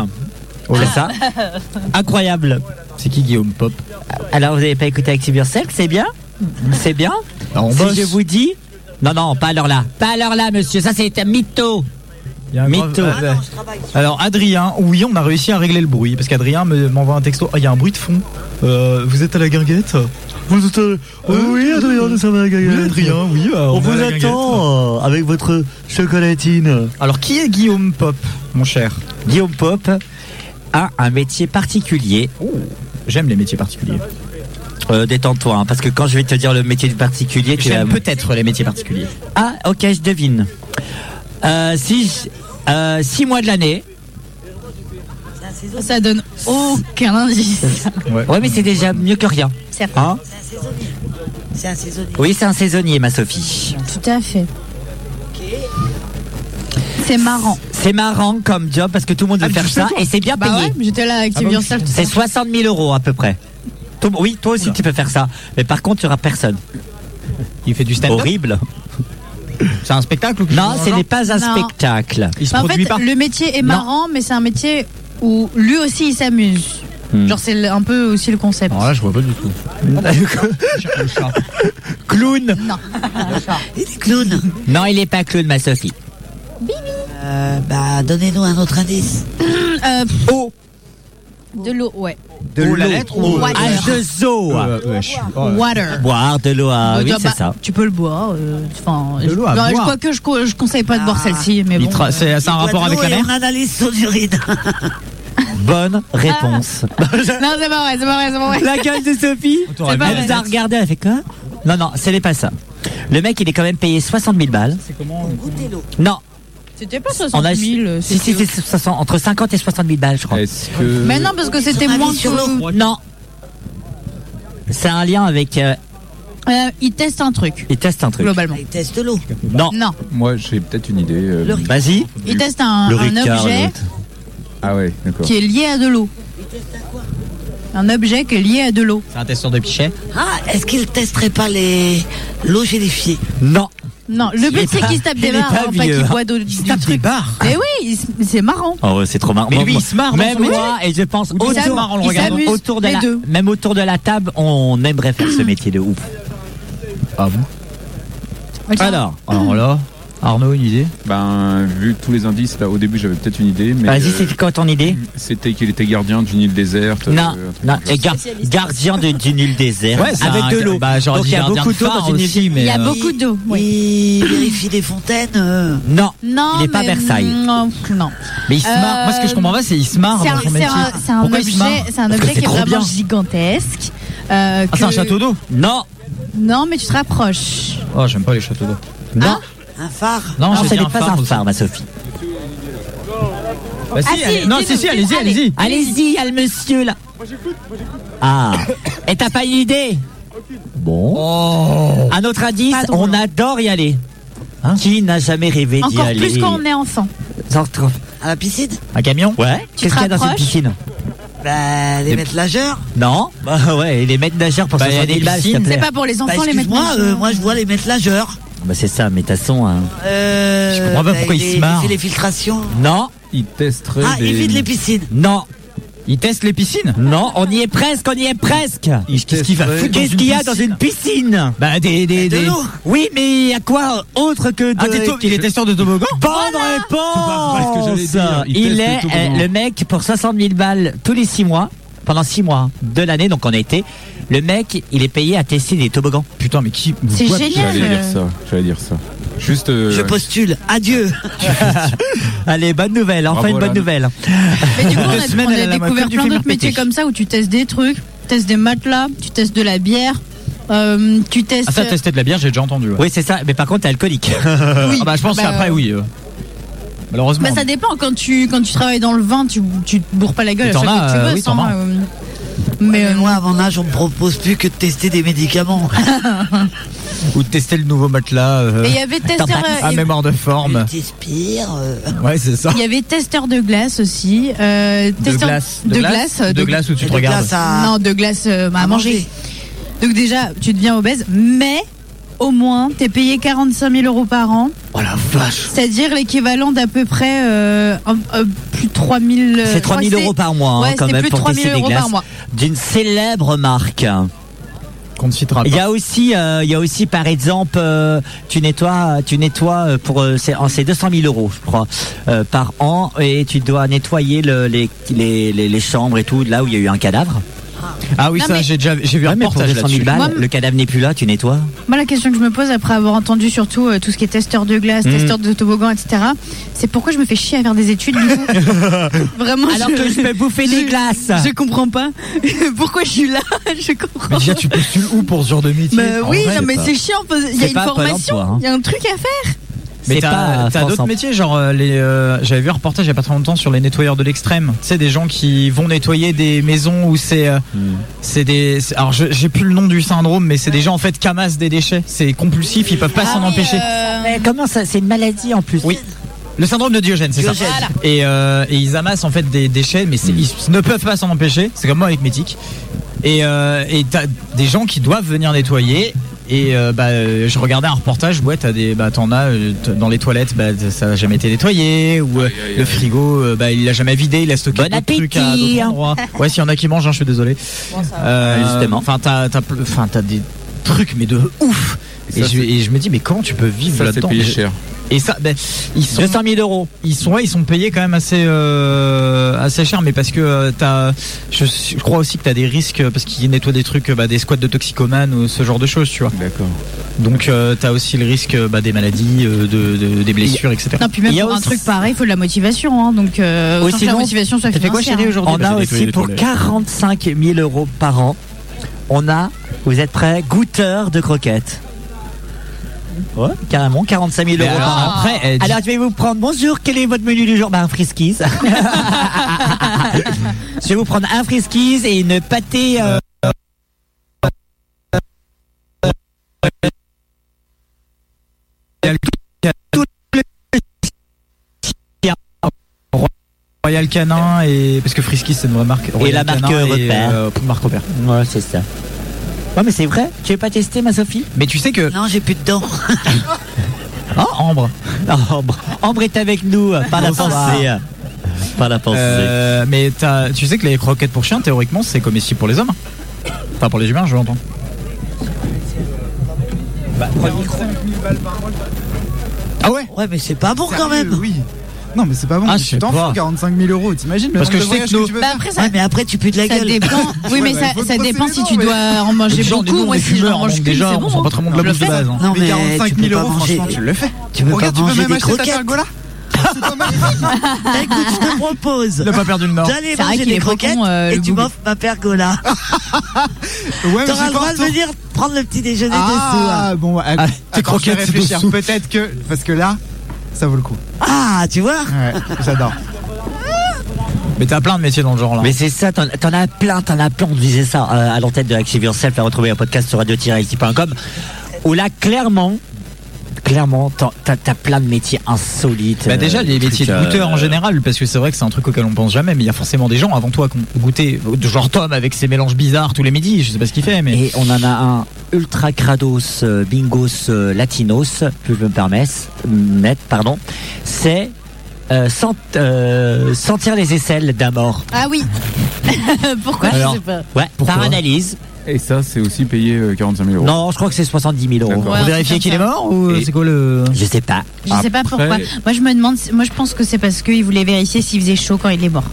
A: C'est ça Ah. Incroyable.
L: Oh, C'est qui Guillaume Pop
A: Alors, vous n'avez pas écouté Active Yourself C'est bien C'est bien
L: Alors, on
A: Si
L: bosse.
A: je vous dis. Non, non, pas alors là. Pas alors là, monsieur. Ça, c'est un mytho.
L: Il y a un
A: Mytho.
L: grave-
A: Ah non, je
L: Alors Adrien, oui, on a réussi à régler le bruit parce qu'Adrien me- m'envoie un texto. Ah, il y a un bruit de fond. Euh, vous êtes à la guinguette Vous êtes à- Euh, Oui, Adrien, nous sommes à la guinguette. Oui, Adrien, oui,
B: euh,
L: bah, on, vous attend euh, avec votre chocolatine. Alors qui est Guillaume Pop, mon cher
A: Guillaume Pop a un métier particulier.
L: J'aime les métiers particuliers.
A: Euh, Détends-toi, hein, parce que quand je vais te dire le métier du particulier, tu vas.
L: J'aime peut-être les métiers particuliers.
A: Ah, ok, je devine. Euh, six, euh, six mois de l'année.
I: Ça donne aucun indice.
A: Ouais. mais c'est déjà mieux que rien.
I: Certes.
A: Hein
E: C'est un saisonnier.
A: oui, c'est un saisonnier, ma Sophie.
I: Tout à fait. C'est marrant.
A: C'est marrant comme job parce que tout le monde veut
I: Ah,
A: faire
I: tu sais,
A: ça
I: toi
A: et c'est bien
I: Bah
A: payé.
I: ouais, j'étais là,
L: Ah
I: Active Yourself, tout
A: Ah, C'est
I: ça.
A: 60 000 euros à peu près. Tout- oui, toi aussi tu peux faire ça. Mais par contre, tu auras personne.
L: Il fait du stand-up
A: Horrible.
L: C'est un spectacle ou quelque
A: Non,
L: chose dans
A: ce
L: le
A: n'est
L: genre
A: pas un
I: Non.
A: spectacle.
I: Bah, en fait, le métier est
A: Non.
I: marrant, mais c'est un métier où lui aussi il s'amuse.
A: Hmm.
I: Genre, c'est le- un peu aussi le concept.
L: Alors là, je vois pas du tout.
A: Clown
I: Non.
E: Il est clown.
A: Non, il n'est pas clown, ma Sophie.
E: Euh, bah, donnez-nous un autre indice.
I: Euh,
A: Eau.
I: De l'eau, ouais. Ah,
L: De
A: l'eau.
L: Oh, la lettre ou
A: euh,
I: Water.
A: H2O.
L: oh
I: Water.
A: Boire de l'eau
E: Ah
A: à.
I: Bah,
A: Oui,
I: toi,
A: c'est
I: bah,
A: ça.
I: Tu peux le boire. euh, Enfin,
L: De l'eau à
I: bah, je
L: boire.
I: crois que je, co- je conseille pas de
A: Ah.
I: boire celle-ci, mais
L: Il
I: bon.
L: tra-
I: euh,
L: c'est c'est un rapport avec la
E: et
L: mer
E: on analyse son urine.
A: Bonne
I: Ah.
A: réponse.
I: Non, c'est pas vrai, c'est pas vrai, c'est pas vrai.
A: La gueule de Sophie,
L: C'est pas
A: elle
L: vrai.
A: nous a regardé, elle fait quoi Non, non, ce n'est pas ça. Le mec, il est quand même payé 60 000 balles. Non,
I: C'était pas
A: on a.
I: 60 000. euh,
A: Si, si,
I: c'était-
A: c'est 60 entre 50 et 60 000 balles, je crois.
H: Est-ce que.
I: Mais non, parce que c'était
E: Son avis
I: moins
E: sur
I: que.
A: Non. C'est un lien avec. euh,
I: Euh, il teste un truc,
A: il teste un truc.
I: globalement.
E: Il teste l'eau.
A: Non.
I: Non,
H: Moi, j'ai peut-être une idée. euh,
E: Le-
A: Vas-y.
I: il teste un,
A: Le
I: un
A: Ricard,
I: objet
A: l'autre.
H: Ah ouais, d'accord.
I: qui est lié à de l'eau. Un objet qui est lié à de l'eau.
L: C'est un testeur de pichet.
E: Ah, est-ce qu'il testerait pas les l'eau gélifiée
A: Non.
I: Non, le but
A: est
I: c'est
A: pas-
I: qu'il se tape
A: il
I: des
A: est
I: barres,
A: pas
I: hein, pas
A: vieux,
I: qu'il
A: hein.
I: boit de,
L: Il se
I: du
L: tape des
I: truc.
L: barres.
I: Mais Eh oui, il se- c'est marrant.
A: Oh, ouais, c'est trop marrant.
L: Mais
A: Moi-
L: lui, il se marre,
A: Même
L: moi, je le
A: moi, et je pense
L: il
A: autour,
L: se marre en le
A: il
L: regardant.
A: s'amuse, autour de
I: les
A: la,
I: deux.
A: même autour de la table, on aimerait faire ce métier de ouf. Ah,
L: Ah bon
I: Ok.
A: Alors,
L: Alors là, Arnaud, une idée
H: Ben, vu tous les indices, là, au début, j'avais peut-être une idée, mais.
A: vas-y,
H: euh,
A: c'est quoi ton idée
H: C'était qu'il était gardien d'une île déserte.
A: Non,
H: euh, un truc
A: non,
H: comme ça.
A: et gar- gardien de- d'une île déserte
L: Ouais, c'est
A: avec
L: un-
A: de l'eau.
L: bah, j'aurais
A: Donc
L: dit
A: il y a
L: gardien
A: beaucoup
L: de
A: d'eau
L: phare
A: dans une
L: aussi,
A: île.
L: mais,
I: Il y a
L: euh,
I: beaucoup d'eau. oui.
E: Il vérifie des fontaines. euh,
A: Non,
I: Non,
A: il n'est pas
I: mais-
A: Versailles.
I: Non, non.
L: Mais il se marre.
I: Euh,
L: Moi, ce que je comprends pas, c'est il se marre
I: C'est un,
L: dans son
I: c'est
L: métier.
I: un- c'est un
L: Pourquoi il se
I: objet,
L: marre
I: c'est un
L: Parce que
I: objet
L: c'est
I: qui est
L: trop
I: vraiment
L: bien.
I: gigantesque. euh,
L: Ah, c'est un
I: que-
L: château d'eau
A: Non,
I: Non, mais tu te rapproches. Ah.
L: Oh, j'aime pas les châteaux d'eau.
A: non,
L: Ah,
E: Un phare.
A: non,
L: j'ai
A: ce
L: dit
A: n'est pas un
L: aussi.
A: phare, ma Sophie.
L: Bah, si,
I: Ah, si,
L: allez- non, si,
I: dis-nous,
L: si, allez-y,
I: dis-nous,
L: allez-y.
A: Allez-y, il y a le monsieur là. Ah, et t'as pas une idée Bon.
L: Oh
A: Un autre indice,
I: Pas drôle,
A: on
I: hein.
A: adore y aller. Hein Qui n'a jamais rêvé d'y
I: Encore
A: aller
I: plus quand on est enfant.
A: Ça retrouve-
E: À la piscine
L: Un camion
A: Ouais,
I: Tu
A: qu'est-ce
I: te
A: qu'il y a dans cette
I: rapproches
A: piscine
E: Bah, les maîtres nageurs.
A: Non Bah ouais, et les maîtres nageurs pour
L: Bah, il y a
A: 60
L: des
A: 000 balles, s'il te
L: piscines.
A: plaît.
I: C'est pas pour les
E: Bah,
I: enfants, les mettre
E: excuse-moi,
I: dans-
E: euh, moi je vois les maîtres nageurs.
A: Bah c'est ça, mais t'as son. hein.
E: Euh,
L: Je comprends pas pourquoi il
E: les-
L: se marre.
E: Il fait les filtrations.
A: Non,
H: Il testerait.
E: Oh. Ah,
H: des...
E: il vide les piscines.
A: non,
L: Il teste les piscines
A: non, on y est presque, on y est presque.
L: Qu'est-ce qu'il va foutre dans
A: Qu'est-ce
L: une
A: qu'il y a dans
L: piscine
A: une piscine
L: Bah, des. des,
E: De
L: des...
E: l'eau.
A: Oui, mais il y a quoi autre que de...
L: Ah, t'es tôt- il est testeur de toboggan
A: Bonne
H: pas vrai ce que j'allais
A: réponse
H: dire. Il
A: Il,
H: teste
A: est
H: tout
A: euh,
H: le temps.
A: le mec pour 60 000 balles tous les 6 mois, pendant 6 mois de l'année, donc en été. Le mec, il est payé à tester des toboggans.
L: Putain, mais qui.
I: C'est
L: what
I: génial.
H: J'allais dire
I: euh.
H: ça. J'allais dire ça. Juste. euh,
E: Je postule. Adieu.
A: Allez, bonne nouvelle, enfin
H: Bravo,
A: une bonne
H: Alan.
A: nouvelle.
I: Mais du coup, on a,
L: Deux semaines,
I: on a
L: elle a la moitié
I: découvert
L: du
I: plein
L: film à
I: d'autres métiers
L: péter.
I: comme ça où tu testes des trucs, tu testes des matelas, tu testes de la bière, euh, tu testes.
L: Ah, ça, tester de la bière, j'ai déjà entendu. ouais.
A: Oui, c'est ça, mais par contre, t'es alcoolique.
L: Ah bah, je pense
I: Bah,
L: qu'après, oui. euh.
M: Malheureusement.
I: Bah, ça dépend. Quand tu, quand tu travailles dans le vin, tu, tu te bourres pas la gueule à
E: Mais t'en
I: chaque fois que
E: as,
I: tu
E: euh,
I: bosses,
E: oui, t'en
I: hein,
E: as.
I: euh,
E: Mais euh, moi, à mon âge, on me propose plus que de tester des médicaments.
B: Ou de tester le nouveau matelas. euh,
I: Et il y avait tester, euh,
B: à
I: et-
B: mémoire de forme.
E: T'inspires.
B: Ouais, c'est ça.
I: Il y avait testeur de glace aussi. Euh, testeur
B: glace, de glace,
I: euh,
B: de glace où tu te De regardes. glace à-
I: Non, de glace euh, à, manger. Donc déjà, tu deviens obèse, mais au moins, t'es payé 45 000 euros par an.
E: Oh la vache.
I: C'est-à-dire l'équivalent d'à peu près euh, un- euh, plus de 3 000... euh,
A: C'est 3000
I: je crois que
A: euros
I: c'est-
A: par mois, hein,
I: ouais,
A: quand
I: c'est
A: même,
I: plus de
A: pour
I: 3 000
A: tester des
I: euros par
A: glaces
I: mois.
A: d'une célèbre marque.
B: Qu'on ne citera
A: pas. Il y a aussi, euh, il y a aussi par exemple, euh, tu nettoies, tu nettoies euh, pour euh, c'est en- c'est 200 000 euros, je crois, euh, par an, et tu dois nettoyer le- les, les, les, les chambres et tout, là où il y a eu un cadavre.
B: Ah oui,
I: Non, ça, mais- j'ai
B: déjà j'ai vu un reportage là-dessus.
A: balles,
I: Moi,
A: le cadavre n'est plus là, tu nettoies.
I: Moi, la question que je me pose après avoir entendu surtout euh, tout ce qui est testeur de glace,
B: Mm.
A: Mhm.
I: testeur de toboggan, etc., c'est pourquoi je me fais chier à faire des études du coup Vraiment,
A: Alors que je peux bouffer des glaces.
I: Je comprends pas. pourquoi je suis là Je comprends.
B: Mais déjà, tu postules où pour ce genre de métier
I: Bah
B: En
I: oui,
B: vrai,
I: non, mais
B: pas-
I: c'est chiant. parce- Il y
B: C'est
I: a une
B: pas Pôle
I: formation,
B: emploi, hein.
I: il y a un truc à faire.
B: Mais
A: C'est pas
B: t'as t'as
A: France
B: d'autres
A: Emploi.
B: métiers, genre euh, les. euh, J'avais vu un reportage il y a pas très longtemps sur les nettoyeurs de l'extrême. Tu sais, des gens qui vont nettoyer des maisons où c'est. euh, C'est des. c'est- Alors, je- j'ai plus le nom du syndrome, mais c'est des gens en fait qui amassent des déchets. C'est compulsif, ils peuvent
A: Ah
B: pas s'en empêcher.
A: euh, Mais comment ça C'est une maladie en plus.
B: Oui. Le syndrome de Diogène, c'est ça.
A: Diogène. Voilà.
B: Et, euh, et ils amassent en fait des déchets, mais c'est- ils ne peuvent pas s'en empêcher. C'est comme moi avec Métic. Et euh, et t'as des gens qui doivent venir nettoyer. Et euh, bah, euh, je regardais un reportage, ouais, t'as des, bah, t'en as euh, t- dans les toilettes, bah, t- ça n'a jamais été nettoyé, ou euh, le frigo, euh, bah, il l'a jamais vidé, il a stocké
A: Bon
B: d'autres trucs à
A: appétit,
B: d'autres
A: hein.
B: endroits. Ouais, s'il y en a qui mangent, hein, je suis désolé. Euh,
A: Justement.
B: Enfin, t'as, t'as, ple- enfin, t'as des trucs, mais de ouf. Et,
N: Ça,
B: je,
N: c'est-
B: et je me dis, mais comment tu peux vivre
N: Ça, c'est
B: là-dedans
N: payé
B: Mais-
N: cher.
B: et ça, ben, ils sont
A: 200 000 euros.
B: Ils sont, ouais, ils sont payés quand même assez, euh, assez cher, mais parce que euh, t'as, je, je crois aussi que t'as des risques euh, parce qu'ils nettoient des trucs, euh, bah, des squats de toxicomanes ou ce genre de choses, tu vois.
N: D'accord.
B: Donc euh, t'as aussi le risque, euh, bah, des maladies, euh, de, de- des blessures, etc.
I: Non, puis même
B: Il y a
I: pour un
B: aussi-
I: truc pareil, il faut de la motivation. hein, donc, euh, autant que la motivation soit financière. hein.
A: On a aussi pour 45 000 euros par an, on a, vous êtes prêts, goûteur de croquettes. Ouais, carrément, 45 000
B: Mais
A: euros
B: alors,
A: par an.
B: après, elle dit-
A: Alors, je vais vous prendre, bonjour, quel est votre menu du jour Ben, un friskies. je vais vous prendre un friskies et une pâtée. euh,
B: Royal Canin et parce que Frisky c'est une vraie marque. Royal
A: la marque,
B: Canin
A: euh,
B: et,
A: Repère.
B: euh, marque Repère.
A: Ouais, c'est ça. Ouais, mais c'est vrai, tu veux pas tester, ma Sophie
B: Mais tu sais que.
E: Non, j'ai plus de temps.
B: Oh, Ambre.
A: Ambre. Ambre est avec nous, euh, par la
B: Bonsoir.
A: pensée. Par la pensée.
B: Euh, mais t'as- tu sais que les croquettes pour chiens, théoriquement, c'est comme ici pour les hommes. hein. Enfin, pour les humains, je l'entends. Ah ouais
E: Ouais, mais c'est pas bon quand
D: Sérieux,
E: même.
D: Oui. Non, mais c'est pas bon.
B: Ah, je
D: tu
B: sais
D: t'en
B: pas.
D: fous, 45 000 euros. T'imagines le
B: Parce
D: nombre
B: que
D: de
B: je sais
D: voyages
B: que nos-
D: tu peux
I: Bah
D: faire
I: après, ça,
E: Ouais, mais après, tu pues de la
I: ça
E: gueule.
I: dépend. Oui,
D: Ouais,
I: mais
D: bah,
I: ça,
D: faut
I: ça
D: te brosser
I: dépend
D: les
I: si
D: dents,
I: tu
D: mais-
I: dois en manger
B: Les gens,
I: beaucoup.
B: nous,
I: Moi,
B: on est
I: si j'en
B: fumeurs,
I: mange
B: donc
I: qu'une,
B: déjà,
I: c'est
B: on
I: bon.
B: s'en bat très bon de la
I: Je le
B: bouffe de
I: fais.
B: base, hein.
E: Non,
D: Mais
E: mais euh,
D: 45
E: tu peux
D: 000
E: pas
D: euros,
E: manger.
D: franchement, tu le fais.
E: Tu peux
D: Regarde,
E: pas
D: tu peux
E: manger
D: même
E: des
D: acheter ta
E: croquettes. Ah,
D: pergola. C'est pas mal.
E: Bah, écoute, je te propose.
B: Le pas perdu le nord.
E: J'allais
I: C'est vrai
E: manger
I: qu'il
E: des
I: est pas
E: croquettes
I: con, euh,
E: et
I: le
E: tu
I: boubou.
E: m'offres ma pergola.
D: Ouais,
E: T'auras
D: mais j'ai
E: le
D: pas
E: droit de
D: retour.
E: venir prendre le petit déjeuner dessous. hein.
D: Ah bon, à-
B: tes
D: attends, je vais
B: croquettes
D: réfléchir.
B: dessous.
D: Peut-être que parce que là, ça vaut le coup.
E: Ah, tu vois
D: Ouais, j'adore.
B: Mais t'as plein de métiers dans le genre là.
A: Mais c'est ça, t'en t'en as plein, t'en as plein, on disait ça euh, à l'antenne de Active Yourself, à retrouver un podcast sur radio-active.com, où là, clairement, clairement, t'en- t'as t'as plein de métiers insolites.
B: Bah déjà
A: euh,
B: les
A: des
B: métiers de
A: trucs, euh,
B: goûteurs en général parce que c'est vrai que c'est un truc auquel on pense jamais mais il y a forcément des gens avant toi qui ont goûté genre Tom avec ses mélanges bizarres tous les midis je sais pas ce qu'il fait mais
A: Et on en a un ultra crados euh, bingos euh, latinos, que je me permets, net, pardon, c'est euh, sent- euh, sentir les aisselles d'un mort.
I: Ah oui. Pourquoi
A: Alors,
I: Je sais pas.
A: Ouais,
B: Pourquoi
A: par analyse.
N: Et ça, c'est aussi payé euh, 45 000 euros.
A: Non, je crois que c'est 70 000 euros.
N: D'accord.
I: Ouais,
B: pour
I: un
B: vérifier
I: truc
B: qu'il est
I: comme ça.
B: mort
A: euh,
B: ou
N: Et-
B: c'est quoi le
A: Je sais pas.
I: Je sais pas
N: Après-
I: pourquoi. Moi, je me demande. Moi, je pense que c'est parce qu'il voulait vérifier s'il faisait chaud quand il est mort.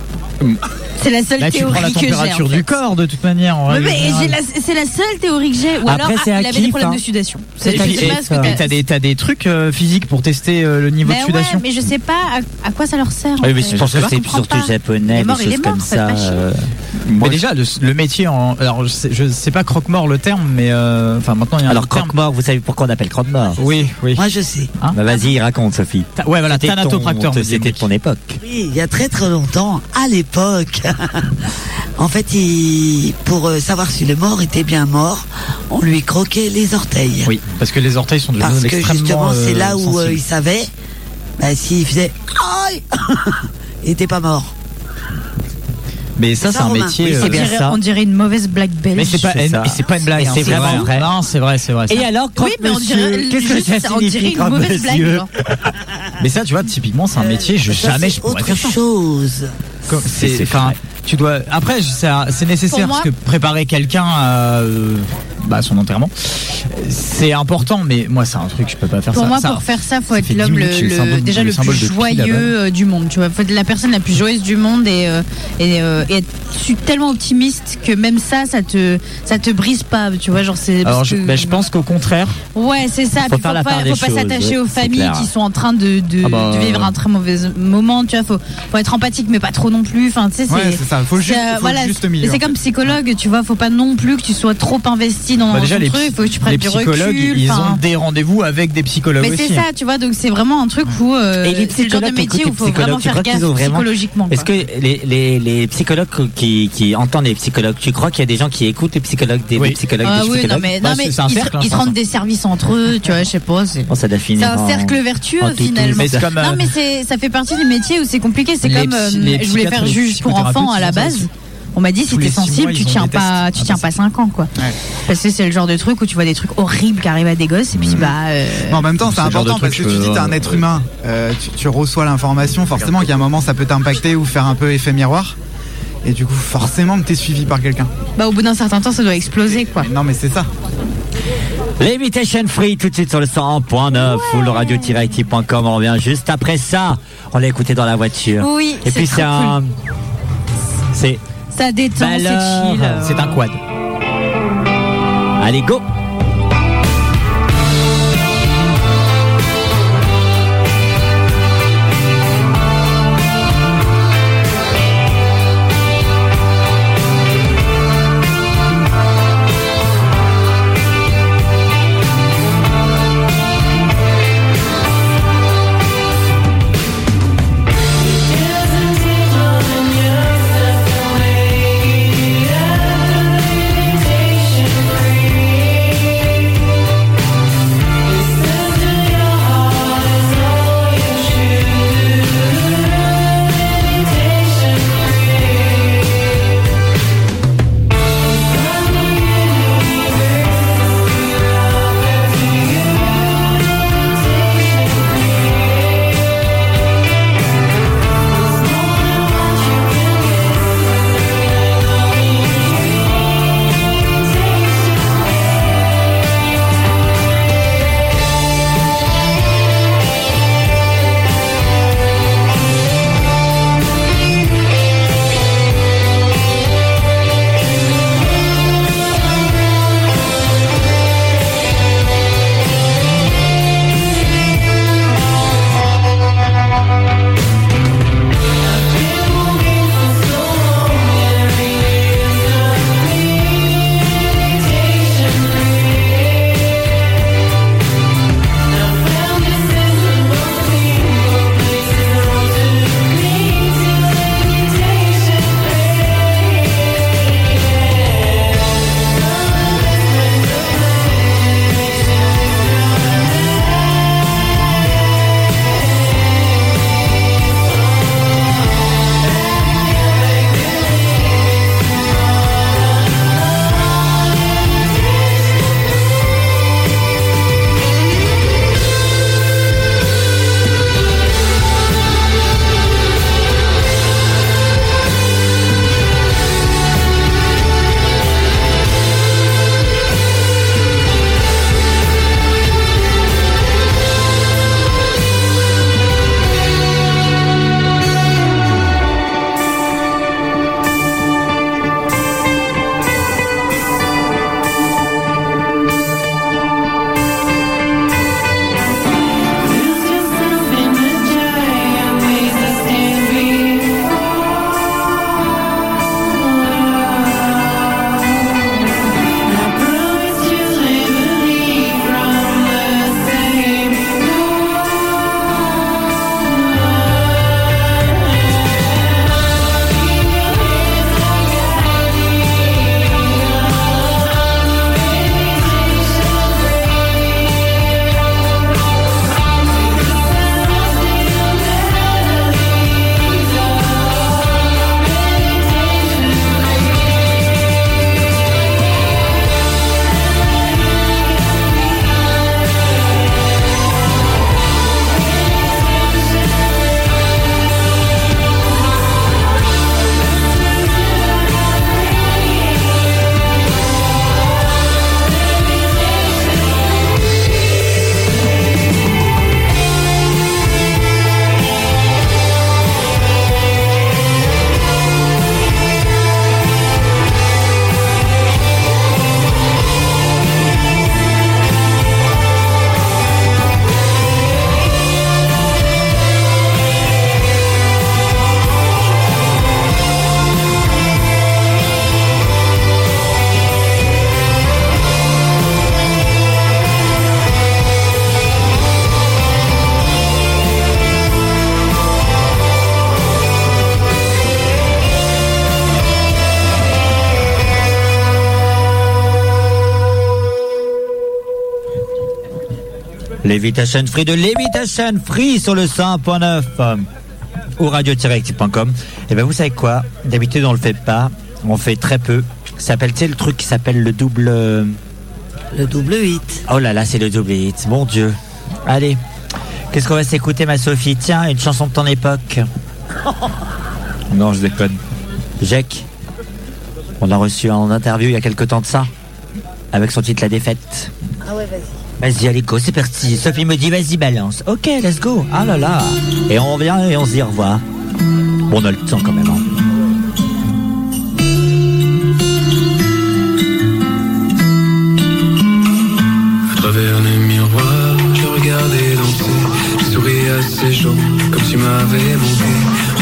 I: C'est la seule
B: Là, tu
I: théorie
B: prends la
I: que j'ai. en
B: température
I: fait.
B: du corps, de toute manière. en
I: Ouais,
B: règle
I: mais
B: générale.
I: j'ai la- c'est la seule théorie que j'ai. Ou
B: Après,
I: alors, ah,
B: c'est à
I: il avait des
B: kiff,
I: problèmes
B: hein.
I: de sudation.
B: Et
I: Je sais
B: puis-
I: pas ce que
B: hein. et
I: t'as-
B: t'as des, t'as des trucs euh, physiques pour tester euh, le niveau
I: Ben
B: de
I: ouais,
B: sudation
I: mais je sais pas à, à quoi ça leur sert. en
A: Oui, mais
I: fait.
A: je pense que
I: Je
A: c'est
I: comprends
A: surtout
I: pas. Il
A: japonais,
I: est mort,
A: des
I: il est
A: choses
I: mort,
A: comme
I: faites
A: ça.
I: pas chier.
A: euh,
B: mais déjà, le, le métier en. Alors, je sais, je sais pas croque-mort le terme, mais. euh, Enfin, maintenant, il y a un.
A: Alors,
B: terme.
A: croque-mort, vous savez pourquoi on appelle croque-mort
B: Oui, oui.
E: Moi, je sais.
A: Hein bah, vas-y, raconte, Sophie.
B: Ta- ouais, voilà,
A: C'était ton-
B: thanatopracteur, monsieur
A: C'était de ton époque.
E: Oui, il y a très très longtemps, à l'époque, en fait, il- pour euh, savoir si le mort était bien mort, on lui croquait les orteils.
B: Oui, parce que les orteils sont devenus
E: Parce que
B: extrêmement.
E: justement, c'est
B: euh,
E: là où euh,
B: sensibles.
E: il savait, bah, s'il faisait aïe, il était pas mort.
A: Ah,
B: Mais ça,
E: Ça,
B: c'est un
E: Romain.
B: métier.
E: Oui,
B: euh,
E: c'est bien
I: On dirait- On dirait une mauvaise blague belge.
B: Mais c'est pas,
A: C'est ça.
B: mais c'est pas une blague.
A: Mais
B: hein,
A: c'est vraiment vrai.
B: Non, c'est vrai, c'est vrai. c'est
A: Et
B: vrai.
A: alors,
I: Oui, mais on dirait,
A: croque-monsieur, qu'est-ce que
I: juste,
A: ça
I: Ah, on dirait
A: signifie,
I: une mauvaise blague.
A: croque-monsieur
I: genre.
B: Mais ça, tu vois, typiquement, c'est un métier, je
E: Euh, Ça,
B: jamais
E: c'est
B: je pourrais
E: autre
B: faire ça.
E: chose.
B: Comme-
A: C'est-
B: C'est,
A: c'est
B: enfin,
A: vrai.
B: tu dois. Après, je- c'est c'est nécessaire
I: Pour moi-
B: parce que préparer quelqu'un à euh, bah, son enterrement, euh, c'est important. Mais moi, c'est un truc, je peux pas faire
I: Pour
B: ça.
I: moi,
B: Ça-
I: pour faire ça, faut être
B: fait dix
I: l'homme le,
B: minutes, j'ai le
I: le-
B: symbole-
I: déjà
B: le
I: le,
B: symbole
I: plus
B: de pi
I: joyeux
B: là-bas.
I: euh, du monde. Tu vois, faut être la personne la plus joyeuse du monde et, euh, et, euh, et être su- tellement optimiste que même ça, ça te, ça te brise pas. Tu vois, genre c'est.
B: Alors,
I: parce
B: je,
I: que-
B: bah, je pense qu'au contraire,
I: Ouais, c'est ça.
A: Faut
I: Puis
A: faire la
I: pas,
A: part des
I: faut pas
A: choses,
I: s'attacher
A: ouais,
I: aux
A: c'est
I: familles
A: clair.
I: qui sont en train de, de,
B: Ah bah,
I: de vivre
B: euh,
I: un très mauvais moment. Tu vois, faut, faut être empathique, mais pas trop non plus. Enfin, tu sais,
D: Ouais, c'est ça. Faut le
I: c'est,
D: juste-
I: euh,
D: faut le
I: voilà,
D: juste milieu,
I: c'est
D: en
I: comme psychologue. Tu vois, faut pas non plus que tu sois trop investi dans
B: bah, déjà
I: ton
B: les,
I: truc. Faut que tu prennes
B: les
I: du
B: psychologues,
I: recul.
B: ils
I: enfin.
B: ont des rendez-vous avec des psychologues
I: Mais
B: aussi. hein.
I: c'est ça, tu vois, donc c'est vraiment un truc où euh,
A: Et les
I: c'est le genre de
A: psychologues,
I: métier où
A: écoute,
I: il faut
A: les
I: vraiment
A: psychologues, tu
I: faire
A: crois qu'ils
I: gaffe
A: ont vraiment-
I: psychologiquement.
A: Est-ce
I: quoi.
A: que les, les, les psychologues qui, qui entendent les psychologues, tu crois qu'il y a des gens qui écoutent les psychologues des,
B: Oui.
A: des psychologues
I: Ah
A: des
I: oui, non
A: psychologues
I: mais,
B: Bah,
I: non, mais
B: c'est-
I: ils,
B: c'est un cercle, hein,
I: ils
B: c'est
I: se
B: un
I: rendent
B: cercle.
I: des services entre eux, tu vois, je sais pas. C'est
A: Bon, Oh, ça doit
I: c'est
A: finir
I: un
A: en-
I: cercle vertueux
A: en toutou.
I: finalement.
B: Mais c'est comme, euh,
I: Non mais c'est ça fait partie des métiers où c'est compliqué. C'est
B: Les
I: comme euh,
B: psy- les
I: je voulais faire
B: psychiatres, les
I: juge pour enfants à
B: psychothérapeutes,
I: la
B: ils
I: base.
B: font
I: On m'a dit si
B: Tous les
I: t'es
B: six mois,
I: sensible, tu
B: ils ont
I: tiens
B: des
I: pas,
B: tests.
I: tu
B: Ah,
I: tiens
B: bah,
I: pas 5 ans quoi. Parce que c'est le genre de truc où tu vois des trucs horribles qui arrivent à des gosses et puis
B: Mm.
I: bah. euh,
D: Mais en même temps, c'est
B: C'est le genre de
D: important parce que
B: truc,
D: tu
B: je
D: dis
B: peux-
D: t'es un être humain, Euh, tu, tu reçois l'information, forcément qu'il y a un moment ça peut t'impacter ou faire un peu effet miroir. Et du coup, forcément que t'es suivi par quelqu'un.
I: Bah au bout d'un certain temps, ça doit exploser quoi.
D: Mais Non, mais c'est ça.
A: L'imitation free tout de suite sur le 101.9 ou le radio-active.com. On revient juste après ça. On l'a écouté dans la voiture.
I: Oui,
A: Et
I: c'est
A: puis c'est
I: trop
A: un. C'est.
I: Ça
A: Bah
I: détend, c'est
A: alors,
I: chill. euh.
B: C'est un quad.
A: Allez, go!
F: Thank you
A: Levitation Free de Levitation Free sur le 100.9 euh, ou radio-active.com. Et ben vous savez quoi D'habitude on le fait pas, on fait très peu. Ça s'appelle, tu sais, le truc qui s'appelle le double. euh,
E: Le double 8.
A: Oh là là, c'est le double 8, mon Dieu. Allez, qu'est-ce qu'on va s'écouter, ma Sophie Tiens, une chanson de ton époque. Non, je déconne. Jacques, on l'a reçu en interview il y a quelque temps de ça, avec son titre La défaite.
O: Ah ouais, vas-y.
A: Vas-y, allez, go, c'est parti. Sophie me dit, vas-y, balance. Ok, let's go. Ah là là. Et on revient et on se dit au revoir. Bon, on a le temps quand même. hein.
F: À travers les miroirs, je regardais danser. Je souris à ces gens comme tu m'avais monté.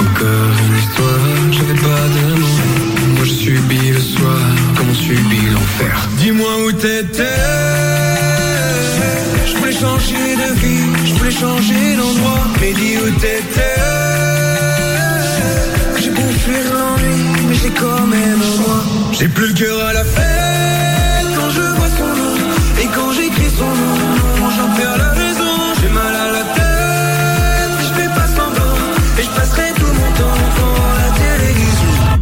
F: Encore une histoire, je vais pas demander. Moi je subis le soir, comme on subit l'enfer. Dis-moi où t'étais. Je voulais changer de vie, je voulais changer d'endroit. Mais dis où t'étais. Que J'ai beau fuir l'ennui, mais j'ai quand même en moi. J'ai plus le cœur à la fête quand je vois son nom. Et quand j'écris son nom, mon j'en perds la raison. J'ai mal à la tête, je fais pas semblant. Et je passerai tout mon temps devant la télévision.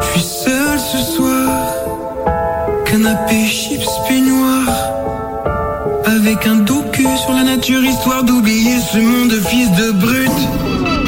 F: Je suis seul ce soir, canapé, chips, peignoir. Avec un docu sur la nature, histoire d'oublier ce monde de fils de brute.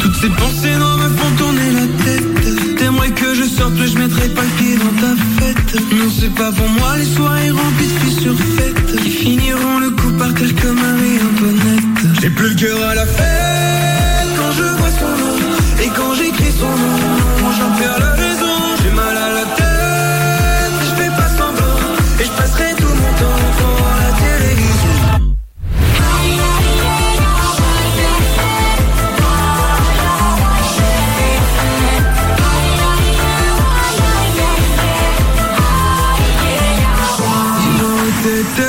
F: Toutes ces pensées noires me font tourner la tête. T'aimerais que je sorte, mais je mettrai pas le pied dans ta fête. Non, c'est pas pour moi, les soirées remplies de filles surfaites. Qui finiront le coup par terre comme Marie-Antoinette. J'ai plus le cœur à la fête quand je vois son nom. Et quand j'écris son nom, moi j'en perds la raison. J'ai mal à la tête, je fais pas semblant. Et je passerai tout mon temps devant la télévision. Dis-moi où t'étais.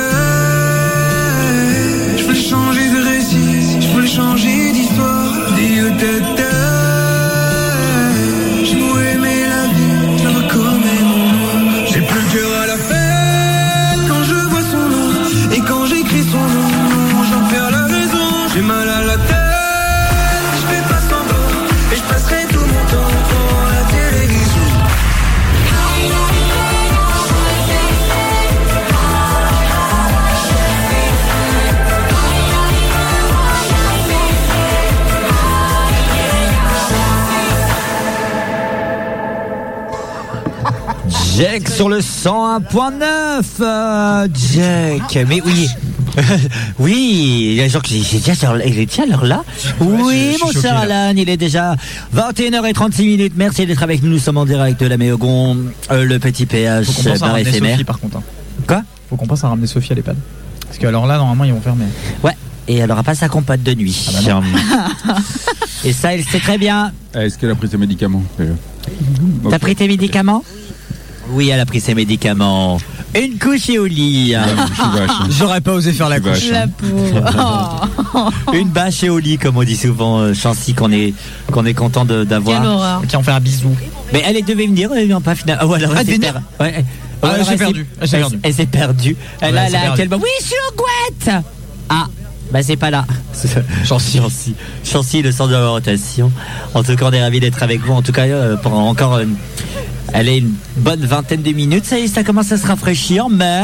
F: Je voulais changer de récit, je voulais changer d'histoire. Dis où t'étais. J'ai beau aimer la vie, je la vois quand même en moi. J'ai plus le cœur à la fête quand je vois son nom. Et quand j'écris son nom, j'en perds la raison. J'ai mal à la tête, je fais pas semblant. Et je passerai tout mon temps devant la télévision.
A: Jack sur le 101.9 euh, Jack Mais oui Oui, il y a des gens qui disent, déjà sur- il est déjà l'heure là Oui,
E: je
A: mon
E: suis
A: cher
E: choqué,
A: Alan, il est déjà 21h36 minutes. Merci d'être avec nous. Nous sommes en direct de la Méogon, euh, le petit péage
B: Faut qu'on pense à
A: bar
B: ramener
A: éphémère.
B: Sophie par contre. hein.
A: Quoi
B: Faut qu'on pense à ramener Sophie à l'EHPAD. Parce que alors là, normalement, ils vont fermer.
A: Ouais, et elle aura pas sa compagne de nuit.
B: Ah, bah
A: et ça, elle sait très bien.
H: Ah, Est-ce qu'elle a pris ses médicaments euh, déjà
A: T'as pris tes médicaments Oui, elle a pris ses médicaments. Une couche et au lit. hein.
B: J'aurais pas osé faire la
A: couche. hein.
I: La pauvre. Oh.
A: Une bâche et au lit, comme on dit souvent, euh, Chancy, qu'on est, qu'on est content de-
I: Quelle
A: d'avoir.
I: horreur.
B: Qui en fait un bisou.
A: Mais elle elle devait venir, elle vient pas finalement. Ah, ou alors
B: Ah,
A: elle s'est
B: venir
A: per- ouais, ouais.
B: Ah,
A: Ou alors
B: elle s'est
A: elle s'est-
B: perdue. Elle
A: Elle
B: s'est
A: s'est
B: perdue.
A: elle s'est perdue. Elle
B: Ouais,
A: a
B: elle s'est
A: là, à quel
B: perdue.
A: moment- Oui, je suis en couette Ah, bah c'est pas là. Chancy. Chancy. Chancy, le centre de la rotation. En tout cas, on est ravis d'être avec vous. En tout cas, euh, pendant encore une... Allez, une bonne vingtaine de minutes. Ça y est, ça commence à se rafraîchir, mais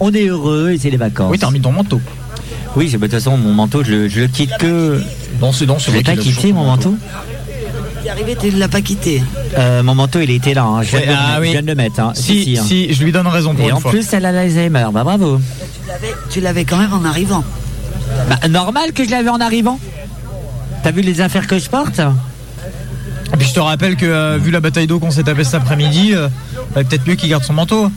A: on est heureux et c'est les vacances.
B: Oui, t'as remis ton manteau.
A: Oui, j'ai- bah, de toute façon, mon manteau, je le, je le quitte que.
B: Non, c'est non, c'est
A: Je
B: moi
A: l'ai pas
B: qui l'ai
A: quitté,
B: toujours,
A: mon
B: mon manteau.
A: manteau.
E: Tu es arrivé, tu ne l'as pas quitté.
A: Euh, mon manteau, il était là. hein. Je viens de le mettre- je viens de le mettre. hein.
B: ah Si, si,
A: hein.
B: je lui donne raison pour
A: Et
B: une
A: en
B: fois.
A: plus, elle a l'Alzheimer. Bah bravo.
E: Tu l'avais- Tu l'avais quand même en arrivant.
A: Bah, normal que je l'avais en arrivant. T'as vu les affaires que je porte
B: Et puis je te rappelle que euh, vu la bataille d'eau qu'on s'est tapée cet après-midi, euh, bah, peut-être mieux qu'il garde son manteau.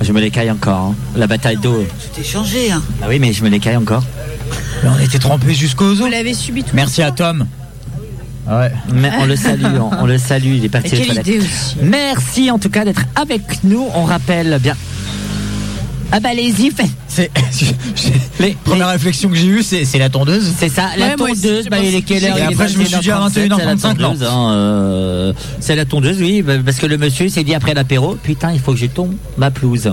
A: Je me l'écaille encore. hein. La bataille d'eau.
E: T'es changé, hein.
A: Ah oui, mais je me l'écaille encore.
B: Mais on était trempés jusqu'aux os.
I: Vous l'avez subi tout
B: Merci à Tom. Ouais.
A: Mais on le salue, on, on le salue. Il est parti.
I: Mais
A: aux
I: quelle
A: toilettes.
I: idée aussi.
A: Merci en tout cas d'être avec nous. On rappelle bien. Ah bah allez-y, faites-
B: C'est- j'ai- Les premières réflexions que j'ai eues, c'est c'est la tondeuse.
A: C'est ça, la
B: Ouais, moi aussi,
A: tondeuse,
B: j'ai
A: bah,
B: pensé-
A: il est quelle heure
B: Et
A: Il est
B: après, je me suis dit à 21h35,
A: 21h37,
B: non.
A: c'est la tondeuse, hein, euh, C'est la tondeuse, oui, bah, parce que le monsieur s'est dit après l'apéro, putain, il faut que je tombe ma pelouse.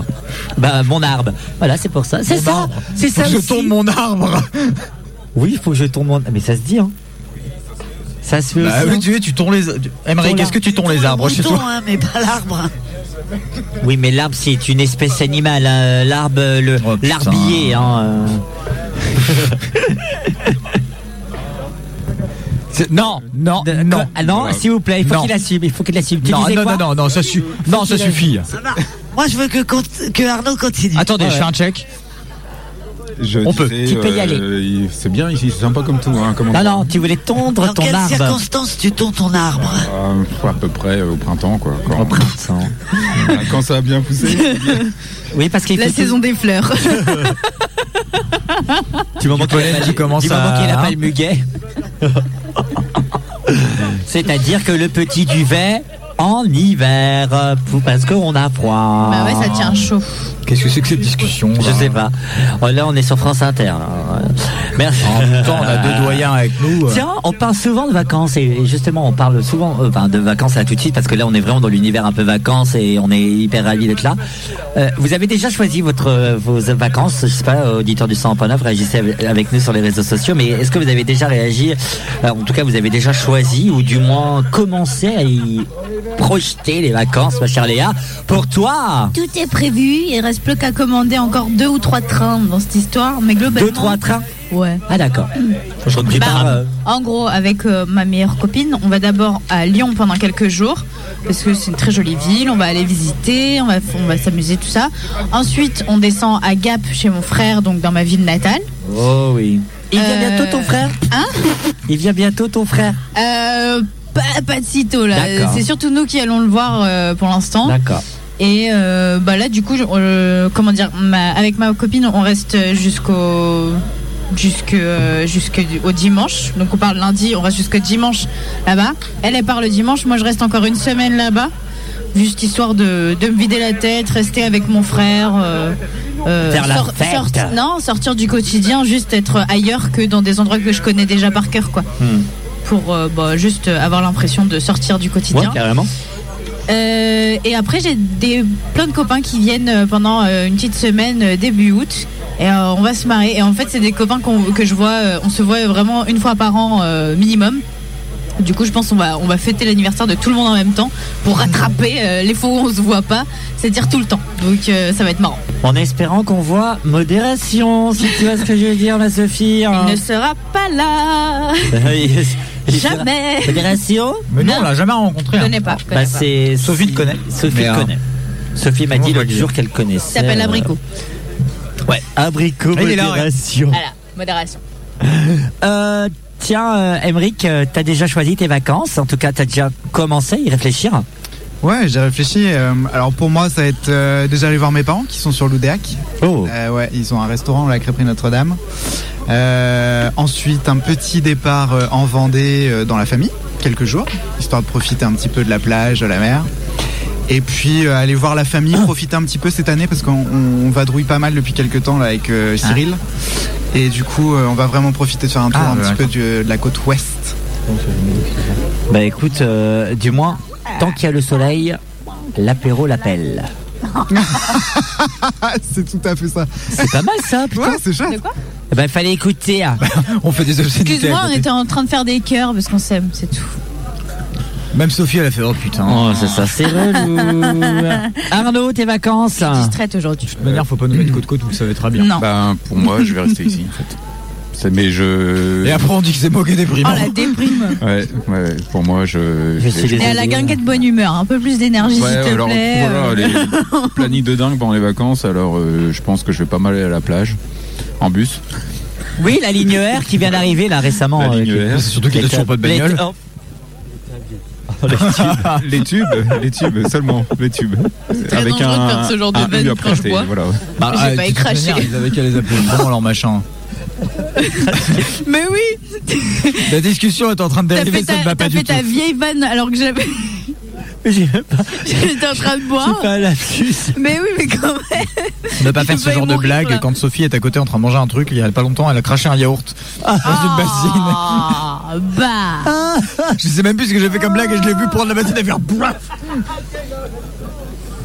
A: Bah, mon arbre. Voilà, c'est pour ça. C'est
B: Mon
A: ça.
B: arbre.
A: C'est
B: Faut
A: ça.
B: que je
A: aussi.
B: tombe mon arbre.
A: Oui, il faut que je tombe mon. Mais ça se dit, hein. Ça se fait
B: Bah
A: aussi,
B: oui,
A: hein.
B: tu, tu tonds les. tu- Aymeric, est-ce que tu tonds les arbres chez
E: Mouton,
B: toi
E: hein, mais pas l'arbre.
A: Oui, mais l'arbre, c'est une espèce animale. hein, L'arbre, le,
B: Oh,
A: l'arbier. Hein,
B: C'est- Non, non, non.
A: Ah non, s'il vous plaît, il faut
B: Non.
A: qu'il assume. Il faut qu'il assume. Tu
B: Non,
A: disais
B: non,
A: quoi
B: non, non, non, ça, su- non, ça suffit.
E: Moi, je veux que, cont- que Arnaud continue.
A: Ah
B: Attendez, je fais un check.
H: Je
B: On peut.
H: disais, euh,
B: Tu peux y aller.
H: il- C'est bien ici, c'est sympa comme tout. Hein, comment
A: Non, non, tu voulais tondre
E: Dans
A: ton
E: quelles
A: arbre.
E: circonstances tu tonds ton arbre
H: Euh, à peu près euh, au printemps, quoi. Quand, au
A: printemps.
H: quand ça a bien poussé.
A: Oui, parce qu'il
I: La
A: faut
I: saison des fleurs.
A: Du moment qu'il
B: pollen
A: a pas-
B: qui
A: du
B: commence
A: moment
B: à- hein.
A: qu'il a pas le muguet. C'est-à-dire que le petit duvet en hiver, euh, pour- parce qu'on a froid.
I: Bah ouais, ça tient chaud.
B: Qu'est-ce que c'est que cette discussion
A: Je sais pas. Oh, Là, on est sur France Inter. hein. Merci.
B: En même temps, on a deux doyens avec nous. euh.
A: Tiens, on parle souvent de vacances et justement on parle souvent euh, enfin, de vacances là tout de suite parce que là on est vraiment dans l'univers un peu vacances et on est hyper ravis d'être là. Euh, vous avez déjà choisi votre euh, vos vacances, je sais pas, euh, auditeur du 100.9, réagissez avec- avec nous sur les réseaux sociaux, mais est-ce que vous avez déjà réagi, euh, en tout cas vous avez déjà choisi ou du moins commencé à y projeter les vacances ma chère Léa Pour toi
I: Tout est prévu, il reste plus qu'à commander encore deux ou trois trains dans cette histoire, mais globalement.
A: Deux, trois trains
I: Ouais.
A: Ah d'accord. Je ne
I: Bah,
A: pas. euh,
I: En gros, avec euh, ma meilleure copine, on va d'abord à Lyon pendant quelques jours, parce que c'est une très jolie ville, on va aller visiter, on va, on va s'amuser, tout ça. Ensuite, on descend à Gap chez mon frère, donc dans ma ville natale.
A: Oh oui. Il vient bientôt ton frère
I: Euh, Hein
A: Il vient bientôt ton frère
I: Euh, pas, pas de sitôt là.
A: D'accord.
I: C'est surtout nous qui allons le voir euh, pour l'instant.
A: D'accord.
I: Et euh, bah là, du coup, je- euh, comment dire, ma- avec ma copine, on reste jusqu'au jusque jusqu'au dimanche. Donc on part lundi, on reste jusqu'au dimanche là-bas. Elle elle part le dimanche, moi je reste encore une semaine là-bas, juste histoire de, de me vider la tête, rester avec mon frère. euh, euh,
A: Faire la fête.
I: non, sortir du quotidien, juste être ailleurs que dans des endroits que je connais déjà par cœur, quoi.
B: Hmm.
I: Pour euh, bah, juste avoir l'impression de sortir du quotidien.
A: carrément.
I: Euh, et après, j'ai des, plein de copains qui viennent euh, pendant euh, une petite semaine euh, début août. Et euh, on va se marrer. Et en fait, c'est des copains qu'on- que je vois. euh, on se voit vraiment une fois par an euh, minimum. Du coup, je pense qu'on va, on va fêter l'anniversaire de tout le monde en même temps pour
A: Mmh.
I: rattraper euh, les fois où on se voit pas, c'est-à-dire tout le temps. Donc, euh, ça va être marrant.
A: En espérant qu'on voit modération, si tu vois ce que je veux dire, ma Sophie. hein.
I: Il ne sera pas là.
A: Il- il sera-
I: Jamais.
A: Modération
B: Mais non, on l'a jamais rencontré.
I: Je connais pas. Je connais
A: Bah,
I: pas.
A: c'est Sophie le connaît. Sophie
B: Mais,
A: le
B: euh,
A: connaît. Sophie m'a dit l'autre jour qu'elle connaissait.
I: Ça s'appelle
A: euh,
I: l'abricot.
A: Ouais, abricot
B: Il est là, ouais.
A: modération.
I: Voilà, modération.
A: Euh, tiens, euh, Emeric, euh, t'as déjà choisi tes vacances. En tout cas, t'as déjà commencé à y réfléchir.
D: Ouais, j'ai réfléchi. euh, alors pour moi, ça va être euh, déjà aller voir mes parents qui sont sur l'Oudéac. Euh,
A: Oh.
D: ouais, ils ont un restaurant, la crêperie Notre-Dame. Euh, ensuite, un petit départ euh, en Vendée euh, dans la famille, quelques jours, histoire de profiter un petit peu de la plage, de la mer. Et puis euh, aller voir la famille, profiter un petit peu cette année parce qu'on on- on vadrouille pas mal depuis quelques temps là avec euh,
B: Ah.
D: Cyril. Et du coup, euh, on va vraiment profiter de faire un tour
B: bah,
A: Ah,
D: un petit
A: d'accord.
D: peu du-
B: euh,
D: de la côte ouest.
A: Bah écoute, euh, du moins, tant qu'il y a le soleil, l'apéro l'appelle.
D: c'est tout à fait ça.
A: C'est pas mal ça, putain.
D: Ouais, c'est chouette.
A: Eh ben, fallait écouter. hein.
B: On fait des obscénités.
I: Excuse-moi,
B: à
I: on
B: côté.
I: était en train de faire des cœurs parce qu'on s'aime, c'est tout.
B: Même Sophie, elle a fait oh putain.
A: Oh, c'est ça, c'est relou. Arnaud, tes vacances
I: Traite aujourd'hui.
B: De toute manière, faut pas nous mettre côte côte, vous le savez très bien.
I: Non.
H: Ben, pour moi, je vais rester ici, en fait. C'est- Mais je.
B: Et après, on dit que c'est moqué
I: Oh
B: déprimant.
I: la déprime.
H: Ouais, ouais, pour moi, je.
A: Je suis
I: Et à la guinguette bonne humeur, un peu plus d'énergie
H: Ouais,
I: s'il te
H: alors,
I: plaît.
H: voilà, les planning de dingue pendant les vacances, alors euh, je pense que je vais pas mal aller à la plage, en bus.
A: Oui, la ligne R qui vient d'arriver là récemment. euh,
H: La ligne
A: qui-
H: R.
A: qui-
H: Surtout qu'il y a
A: qui-
H: toujours pas de bagnole.
A: Oh.
H: les tubes, les tubes, seulement les tubes. Avec
I: dangereux
H: un,
I: de faire ce genre de
H: un
I: vanne
H: U à
I: quand je
H: prêter,
I: bois.
H: voilà.
B: Bah,
I: J'ai
A: ah,
B: ouais,
I: failli
B: de toute
I: cracher.
B: manière, Ils avaient qu'à les appeler vraiment leur machin.
I: Mais oui,
B: La discussion est en train de
I: t'as
B: dériver,
I: fait,
B: ça ne
I: ta,
B: va pas
I: t'as
B: du
I: fait
B: tout.
I: ta vieille vanne alors que j'avais.
P: J'ai même pas.
I: J'étais en train de boire.
P: C'est pas un lapsus.
I: Mais oui, mais quand même.
B: Ne pas faire ce
I: failli
B: genre de
I: mourir,
B: blague
I: là.
B: quand Sophie est à côté en train de manger un truc, il y a pas longtemps, elle a craché un yaourt dans une bassine.
I: Ah, bah.
B: Je sais même plus ce que j'ai fait comme blague et je l'ai vu prendre la bassine et faire bref.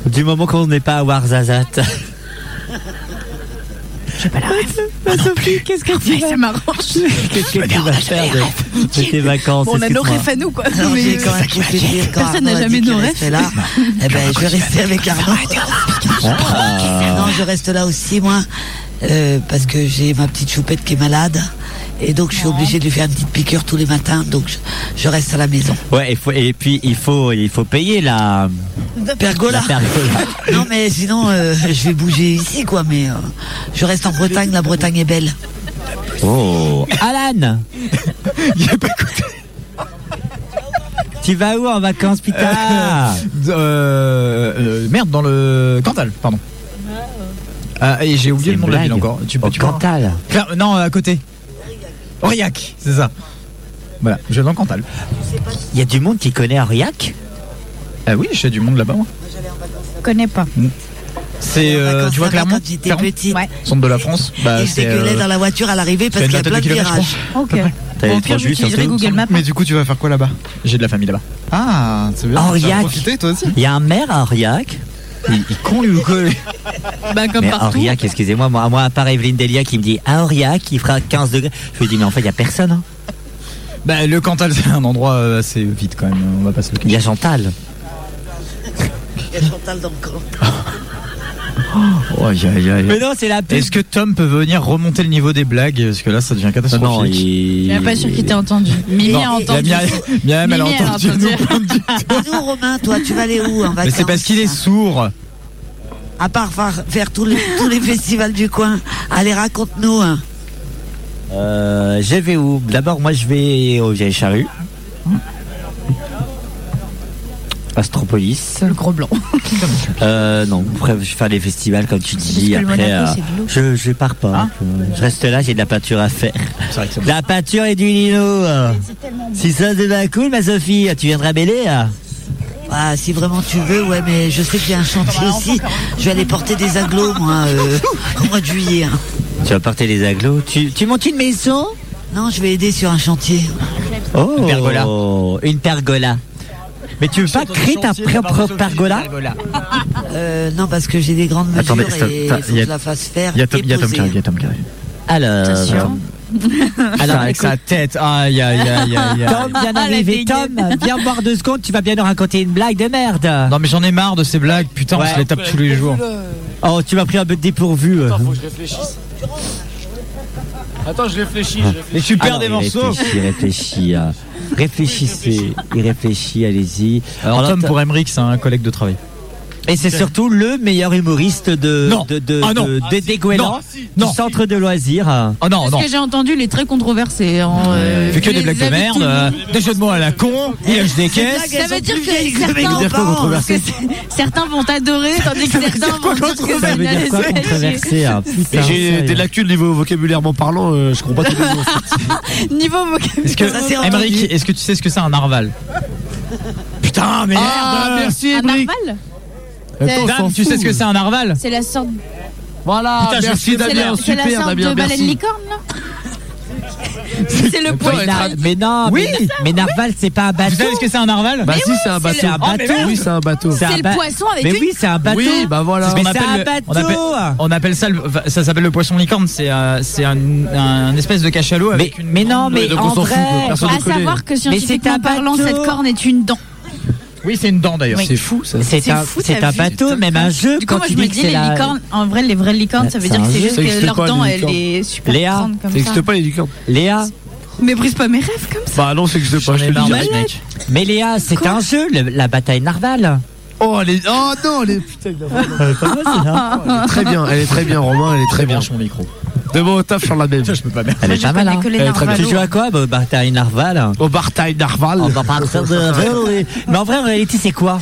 A: Du moment qu'on n'est pas à Warzazat.
I: Sophie, qu'est-ce que tu fais Ça m'arrange.
A: Qu'est-ce que tu vas faire de, de tes vacances
I: Bon, on a nos
A: Excuse-moi.
I: rêves à nous, quoi.
E: Alors,
I: Mais-
E: j'ai quand même
I: C'est ça qui
E: voulu
I: m'inquiète.
E: dire, quand
I: Personne n'a
E: Arnaud a
I: jamais
E: dit
I: de
E: qu'il
I: rêves.
E: restait là. Eh ben, je vais rester avec Arnaud.
A: Ah.
E: Non, je reste là aussi, moi, euh, parce que j'ai ma petite choupette qui est malade. Et donc, je suis obligée de lui faire une petite piqûre tous les matins. Donc, je, je reste à la maison.
A: Ouais, il faut- et puis il faut, il faut payer la.
E: Pergola.
A: La pergola.
E: Non, mais sinon, euh, je vais bouger ici, quoi. Mais euh, je reste en Bretagne. La Bretagne est belle.
A: Oh. Alan Tu vas où en vacances, putain
B: Euh, euh, merde, dans le Cantal, pardon. Ah, et j'ai oublié
A: C'est
B: le nom de la ville
A: blague.
B: encore. Tu peux
A: Au
B: tu peux-
A: Cantal.
B: Claire- non, à côté. Aurillac, c'est ça. Voilà, je vais dans le Cantal.
A: Il y a du monde qui connaît Aurillac
B: Ah oui, j'ai du monde là-bas. moi. Hmm.
I: Je connais pas.
B: C'est, euh, tu vois clairement, Clermont, centre de la France. Bah,
E: et je
B: c'est,
E: dégueulais
B: euh,
E: dans la voiture à l'arrivée parce
B: c'est
E: qu'il
B: une
E: y a
B: vingtaine
E: plein
B: de
E: de
B: kilomètres, je
E: virages.
I: Ok.
B: T'avais
I: Au pire,
B: perdu,
I: j'utiliserai
B: surtout.
I: Google Maps.
B: Mais du coup, tu vas faire quoi là-bas J'ai de la famille là-bas. Ah, c'est
I: Oh,
B: bien. Tu vas
A: Aurillac.
B: profiter, toi aussi.
A: Il y a un maire à Aurillac. Il, con lui ou quoi
I: Bah, comme
A: Mais
I: partout.
A: Aurillac, excusez-moi, moi, moi, à part Evelyne Delia qui me dit à Aurillac, il fera 15 degrés. Je lui dis, mais en fait, il n'y a personne. hein.
B: Bah, le Cantal, c'est un endroit euh, assez vite quand même. On va pas se le
A: Il y a
B: cacher.
A: Chantal.
E: Il y a Chantal dans le camp.
B: Oh, aïe, aïe, aïe.
A: Mais non, c'est la pub.
B: Est-ce que Tom peut venir remonter le niveau des blagues Parce que là, ça devient catastrophique.
A: Non, non,
I: Je suis
A: il.
I: pas sûr qu'il t'ait entendu. Mimi
B: Non,
I: a
B: la
I: entendu.
B: Myriam- Myriam, elle a
I: Mimi, elle a
B: entendu.
I: entendu.
E: Nous, Romain, toi, tu vas aller où en vacances
B: Mais c'est parce qu'il est sourd.
E: À part faire, faire tous, les, tous les festivals du coin. Allez, raconte-nous. hein.
A: Euh, je vais où D'abord, moi, je vais au Vieille Charrue. Astropolis.
I: Le gros blanc.
A: Euh, non, après, je vais faire les festivals comme tu dis.
I: Parce que le
A: Après,
I: Monaco,
A: euh,
I: c'est de
A: je,
I: l'eau.
A: je pars pas.
E: Ah,
A: je reste là, j'ai de la peinture à faire. La peinture et du lino. euh. Si ça devient cool, ma Sophie, tu viendras m'aider. hein.
E: Ah, si vraiment tu veux, ouais, mais je sais qu'il y a un chantier ici. Je vais aller porter des aglos, moi, euh, au mois de juillet. hein.
A: Tu vas porter les aglos. Tu, tu montes une maison
E: Non, je vais aider sur un chantier.
A: Oh,
B: Une pergola.
A: Une pergola. Mais tu veux pas créer ta propre pergola
E: Euh, non, parce que j'ai des grandes mesures
B: Attendez, stop,
E: et il
B: stop,
E: faut
B: y
E: que
B: a-
E: je la fasse faire.
B: Il y a Tom, il y a Tom
E: déposer.
B: Carré, il y a Tom Carré.
A: Alors,
I: Attention.
A: Euh, alors
B: Ça, avec sa tête. Aïe, aïe, aïe, aïe, aïe.
A: Tom vient
I: Ah, la
A: d'arriver. Tom,
I: dégaine.
A: viens voir deux secondes, tu vas bien nous raconter une blague de merde.
B: Non, mais j'en ai marre de ces blagues. Putain,
A: Ouais.
B: on se les tape tous les jours.
A: Oh, tu m'as pris un peu de dépourvu. euh.
G: Faut que je réfléchisse. Attends, je réfléchis. Je réfléchis.
B: Et tu perds
A: Alors,
B: des
A: il
B: morceaux.
A: Ah Réfléchis, réfléchis. euh, Réfléchissez, il réfléchit, allez-y.
B: Alors, Tom,
A: t-
B: pour Emmerich, c'est un collègue de travail.
A: Et c'est surtout le meilleur humoriste de,
B: Non.
A: de, de,
B: Ah, non.
A: de- des Dégoélands,
B: Non. Si.
A: du
B: Non.
A: centre de loisirs. euh.
B: Oh non,
I: Parce
B: non.
I: que j'ai entendu, il est très controversé. En,
B: Il fait que des blagues de merde, euh, des jeux de mots à la con, il lâche des caisses.
I: Ça veut dire que
E: mes
I: certains,
E: grands-parents,
I: parce que c'est- certains vont t'adorer, tandis que certains vont dire que
A: Ça
I: c'est
A: veut dire quoi controversé hein, putain,
G: Et j'ai
A: sérieux.
G: des lacunes niveau vocabulairement parlant, euh, je comprends pas tous les mots.
I: Niveau vocabulaire.
B: Est-ce que,
E: Ça, c'est entendu.
B: Emmerich, est-ce que tu sais ce que c'est un narval
A: Ah,
B: Putain, merde
G: Ah,
I: Ah,
G: merci
I: Un narval
B: Dame, tu sais ce que c'est un narval
I: C'est la sorte, Ah,
G: Voilà,
B: Putain, je
G: merci
B: suis-
I: c'est la,
G: Damien,
I: c'est la
G: super
I: sorte
G: Damien,
I: de baleine
G: merci.
I: licorne, là C'est le point. Ah,
A: Mais, nar- mais non,
B: Oui.
A: mais, mais narval c'est pas un
B: Tu
A: bateau.
B: sais ce que c'est un narval
G: Bah si, c'est un
A: c'est
G: bateau.
A: un
G: Oh, mais
A: bateau. Ah,
G: merde. Oui, c'est un bateau.
A: un
I: C'est le
A: ba-
I: poisson avec
A: Mais
I: une-
A: oui, c'est un bateau.
G: Oui, bah voilà.
A: Mais
B: On
A: c'est
B: appelle
A: un
B: le-
A: bateau.
B: on appelle- On appelle ça, le- enfin, ça s'appelle le poisson licorne. C'est euh, c'est un, un espèce de cachalot
A: Mais,
B: avec une.
A: mais non, mais
G: donc on
A: en
G: s'en fout,
A: vrai,
G: personne
I: À
G: déconne.
I: savoir que
A: c'est un
I: scientifiquement parlant,
A: bateau.
I: cette corne est une dent.
B: Oui, c'est une dent d'ailleurs.
I: Oui.
G: C'est fou ça.
A: c'est
I: C'est
A: un,
I: fou,
A: c'est
I: t'as
A: un
I: vu
A: bateau, même un jeu.
I: Du coup,
A: quand
I: moi,
A: tu
I: je
A: dis
I: me
A: que
I: dis,
A: c'est
I: les
A: la-
I: licornes, en vrai, les vraies licornes, ça veut
A: C'est
I: dire
A: un
I: que c'est
A: jeu.
I: juste
G: Ça
I: que
G: existe
I: leur
G: pas, les
I: dent, elle
G: licornes.
I: est super
A: Léa,
I: grande
G: Ça
I: comme ça.
G: n'existe pas les licornes.
A: Léa,
I: Méprise pas mes rêves comme ça.
G: Bah non, ça n'existe pas. Je te le dis.
B: Normal, mec.
A: mais Léa, c'est un jeu, le- la bataille narval.
G: Oh, elle est... oh non, elle est... Putain, il a vraiment-
A: hein.
G: elle est très bien, elle est très bien, Romain, elle est très bien.
B: mon micro.
G: Demain au taf sur la même.
B: Je peux pas mettre.
A: Elle est
I: je
A: pas mal,
I: connais
A: hein.
I: que les
A: Elle est très bien.
I: narvalos.
A: Tu joues à quoi, bah, bataille narval
G: Au Bartail d'Arval.
A: On va pas faire de- Mais en vrai, en réalité, c'est quoi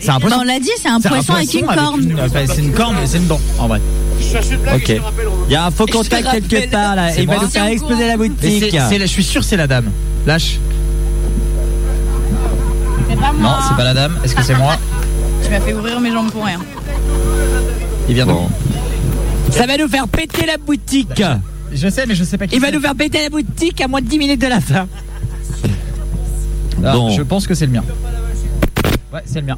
B: C'est un
I: Bah,
B: poisson.
I: on l'a dit, c'est un
B: C'est un
I: poisson avec une corne.
B: une- enfin, C'est une corne, mais c'est une dent en vrai.
A: Ok. Il y a un faux contact quelque part là.
B: C'est
A: Il va
B: moi.
A: nous faire exploser la
B: Mais c'est-
A: boutique.
B: c'est la- Je suis sûr, c'est la dame. Lâche.
I: C'est pas moi.
Q: Non, c'est pas la dame. Est-ce que c'est moi
I: Tu m'as fait ouvrir mes jambes pour rien.
Q: Il vient d'où
A: Ça va nous faire péter la boutique.
Q: Je sais, mais je sais pas qui.
A: Il va nous faire péter la boutique à moins de 10 minutes de la fin.
Q: Ah,
A: Bon.
Q: Je pense que c'est le mien. Ouais, c'est le mien.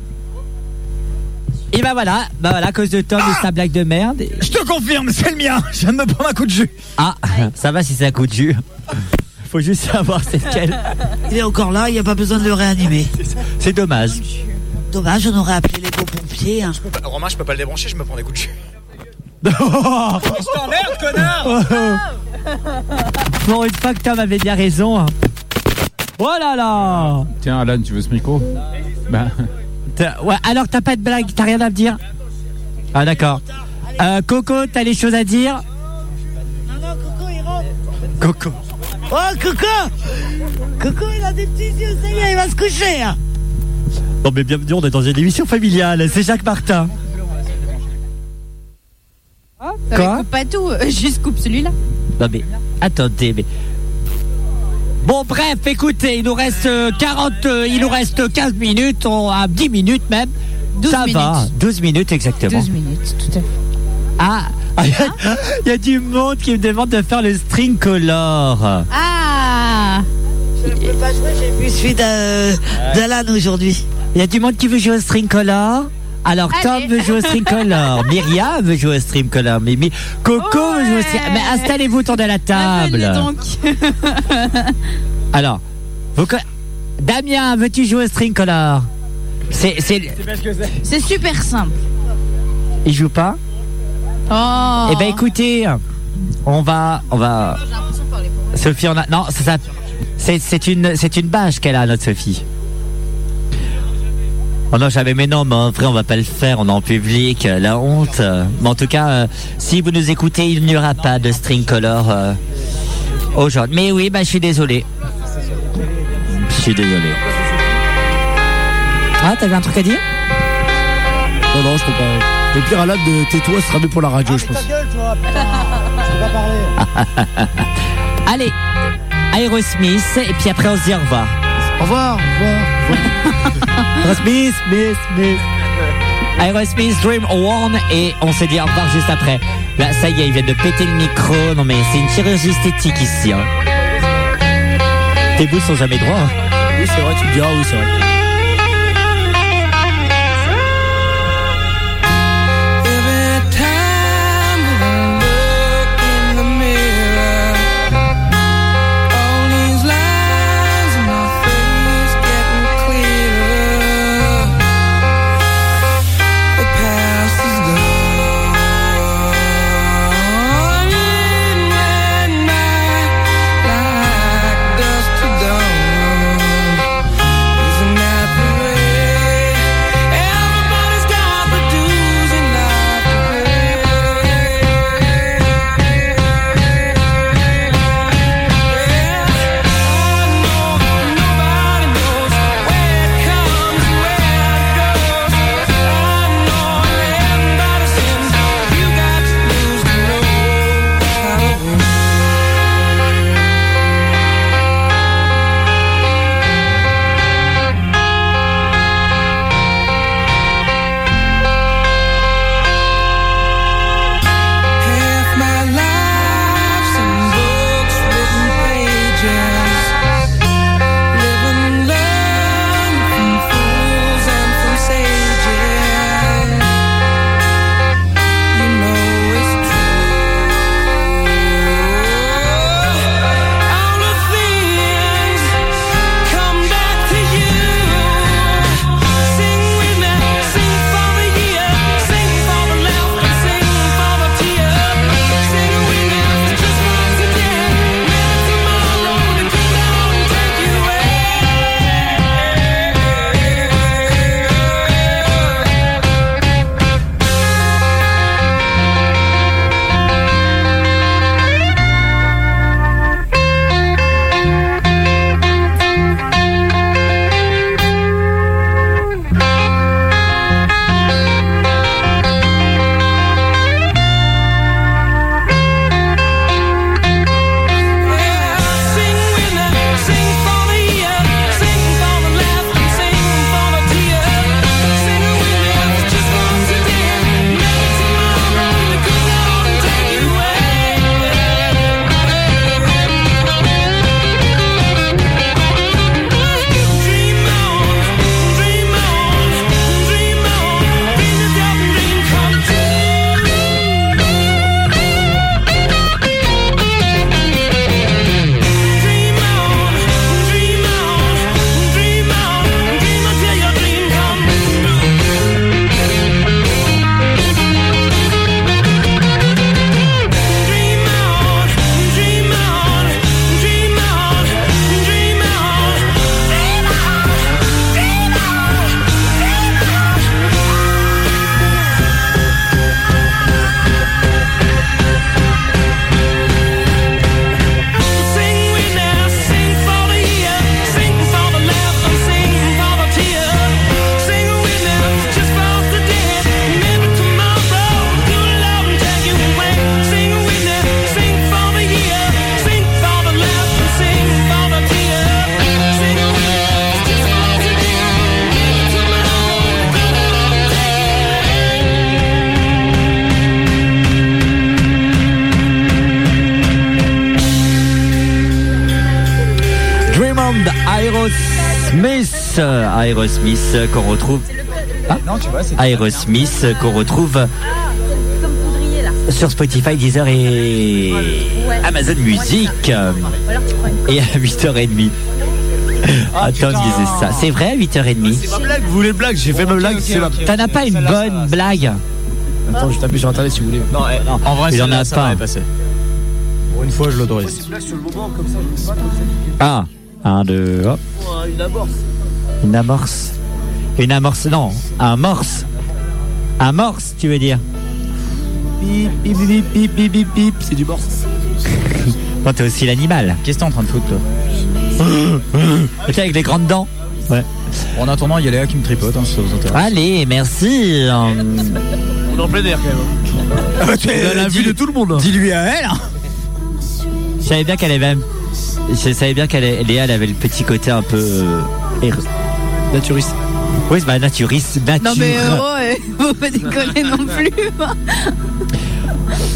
A: Et bah voilà, bah voilà, à cause de Tom et sa blague de merde.
Q: Je te confirme, c'est le mien. Je viens de me prendre un coup de jus.
A: Ah, ça va si c'est un coup de jus. Faut juste savoir c'est lequel.
E: Il est encore là, il n'y a pas besoin de le réanimer.
A: C'est dommage.
E: Dommage, on aurait appelé les beaux pompiers. hein.
G: Romain, je peux pas le débrancher, je me prends des coups de jus.
E: Oh,
A: je
G: t'emmerde, connard
A: Oh. Pour une fois que Tom avait bien raison. hein. Oh là là
H: Tiens, Alan, tu veux ce micro Bah.
A: T'as- ouais, alors t'as pas de blague, t'as rien à me dire Ah d'accord. Euh, Coco, t'as les choses à dire Coco.
E: Oh, Coco Coco, il a des petits yeux, ça y est, il va se coucher. hein.
A: Non mais bienvenue, on est dans une émission familiale, c'est Jacques Martin.
I: Oh, Ça
A: Quoi
I: ne coupe pas tout, euh, juste coupe celui-là.
A: Non mais attendez mais Bon bref, écoutez, il nous reste euh, 40 euh, il nous reste 15 minutes, on à 10 minutes même.
I: 12
A: Ça va,
I: minutes.
A: 12 minutes exactement.
I: 12 minutes, tout à fait.
A: Ah, il y a du monde qui me demande de faire le string color.
I: Ah
E: Je ne peux pas jouer, j'ai vu euh, celui d'A- d'Alan aujourd'hui.
A: Il y a du monde qui veut jouer au string color. Alors Tom veut jouer au string color, Myriam veut jouer au string color, Mimi, Coco veut jouer au string. Mais installez-vous autour de la table. Alors, vous co- Damien, veux-tu jouer au string color C'est, c'est,
I: C'est super simple.
A: il joue pas
I: Oh
A: Eh ben écoutez, on va, on va. Sophie, on a. Non, c'est ça. C'est, c'est une, c'est une bâche qu'elle a, notre Sophie. Oh non, j'avais, mais non, mais en vrai, on va pas le faire, on est en public, euh, la honte. Mais en tout cas, euh, si vous nous écoutez, il n'y aura pas de string color euh, aujourd'hui. Mais oui, bah, je suis désolé. Je suis désolé. Ah, t'avais un truc à dire
G: Non, non, je comprends. Le pire à l'âme de tais-toi, ce sera mieux pour la radio, je pense.
A: Allez, Aerosmith, et puis après, on se dit au revoir.
G: Au revoir, au revoir.
A: Aerosmith, Smith, Smith. Aerosmith, Dream One, et on s'est dit au revoir juste après. Là, ça y est, ils viennent de péter le micro. Non, mais c'est une chirurgie esthétique ici. Hein. Tes bouts sont jamais droits. hein.
G: Oui, c'est vrai, tu me diras, oui, c'est vrai.
F: Every time we look in the mirror, all these lines on my face getting clearer. The past is gone, red night like dust to dawn. Isn't
A: Aerosmith, Aerosmith qu'on retrouve. Ah,
B: non, tu vois, c'est-
A: Aerosmith qu'on retrouve sur Spotify, Deezer et Amazon Music. Et à 8h30. Attends, je Ah, disais ça. C'est vrai à 8h30 C'est ma blague, vous voulez blague J'ai fait ma blague,
B: c'est ma- ok, ok,
A: T'en as pas une bonne blague eh,
B: Attends, je t'appuie sur internet si vous voulez. Non, en vrai,
A: Il
B: c'est
A: en a pas.
B: Pour une fois, je l'autorise.
A: Ah, un, deux, hop.
R: Une amorce.
A: Une amorce. Une amorce, non, un morse. Un morse, tu veux dire
B: Bip, bip, bip, bip, bip, bip, bip, c'est du bord.
A: Toi, t'es aussi l'animal.
B: Qu'est-ce que t'es en train de foutre, toi
A: avec les grandes dents. Ouais.
B: En attendant, il y a Léa qui me tripote, hein, si ça vous intéresse.
A: Allez, merci. hein.
B: On est en plein air quand
G: hein.
B: même. On a la vue de tout le monde. hein. Dis-lui à elle.
A: Je savais bien qu'elle avait. Je savais bien qu'elle Léa, elle avait le petit côté un peu. euh, er-
B: Naturiste.
A: Oui, bah naturiste, nature.
F: Non mais euh, oh, euh, faut pas décoller non plus.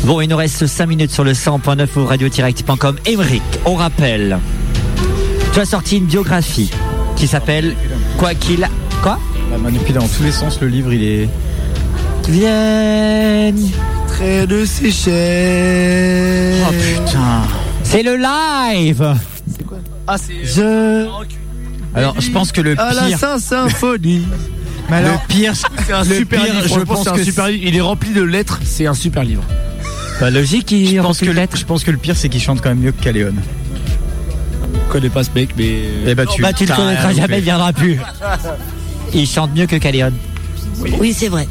A: Bon, il nous reste 5 minutes sur le 100.9 ou radio-direct.com. Émeric, on rappelle. Tu as sorti une biographie qui s'appelle Quoi qu'il. Quoi
B: La manipule dans tous les sens, le livre, il est.
A: Vienne.
G: Très de ses chaînes.
B: Oh putain.
A: C'est le live
B: Ah, c'est. Je. Alors, je pense que le
G: À la
B: pire.
G: Saint-Symphonie.
B: Mais alors-
G: le pire,
B: C'est un
G: le
B: super
G: pire,
B: livre,
G: je
B: je
G: pense
B: pense
G: c'est
B: que
G: un super
B: c'est-
G: livre. Il est rempli de lettres, c'est un super livre.
A: Bah, logique, il
B: je pense, que, le- je pense que le pire, c'est qu'il chante quand même mieux que Caléon.
G: Je connais pas ce mec, mais.
B: Eh bah, tu,
A: Bah, tu le
B: t'as rien
A: connaîtras
B: loupé.
A: jamais, il viendra plus. Il chante mieux que Caléon.
E: Oui, c'est vrai.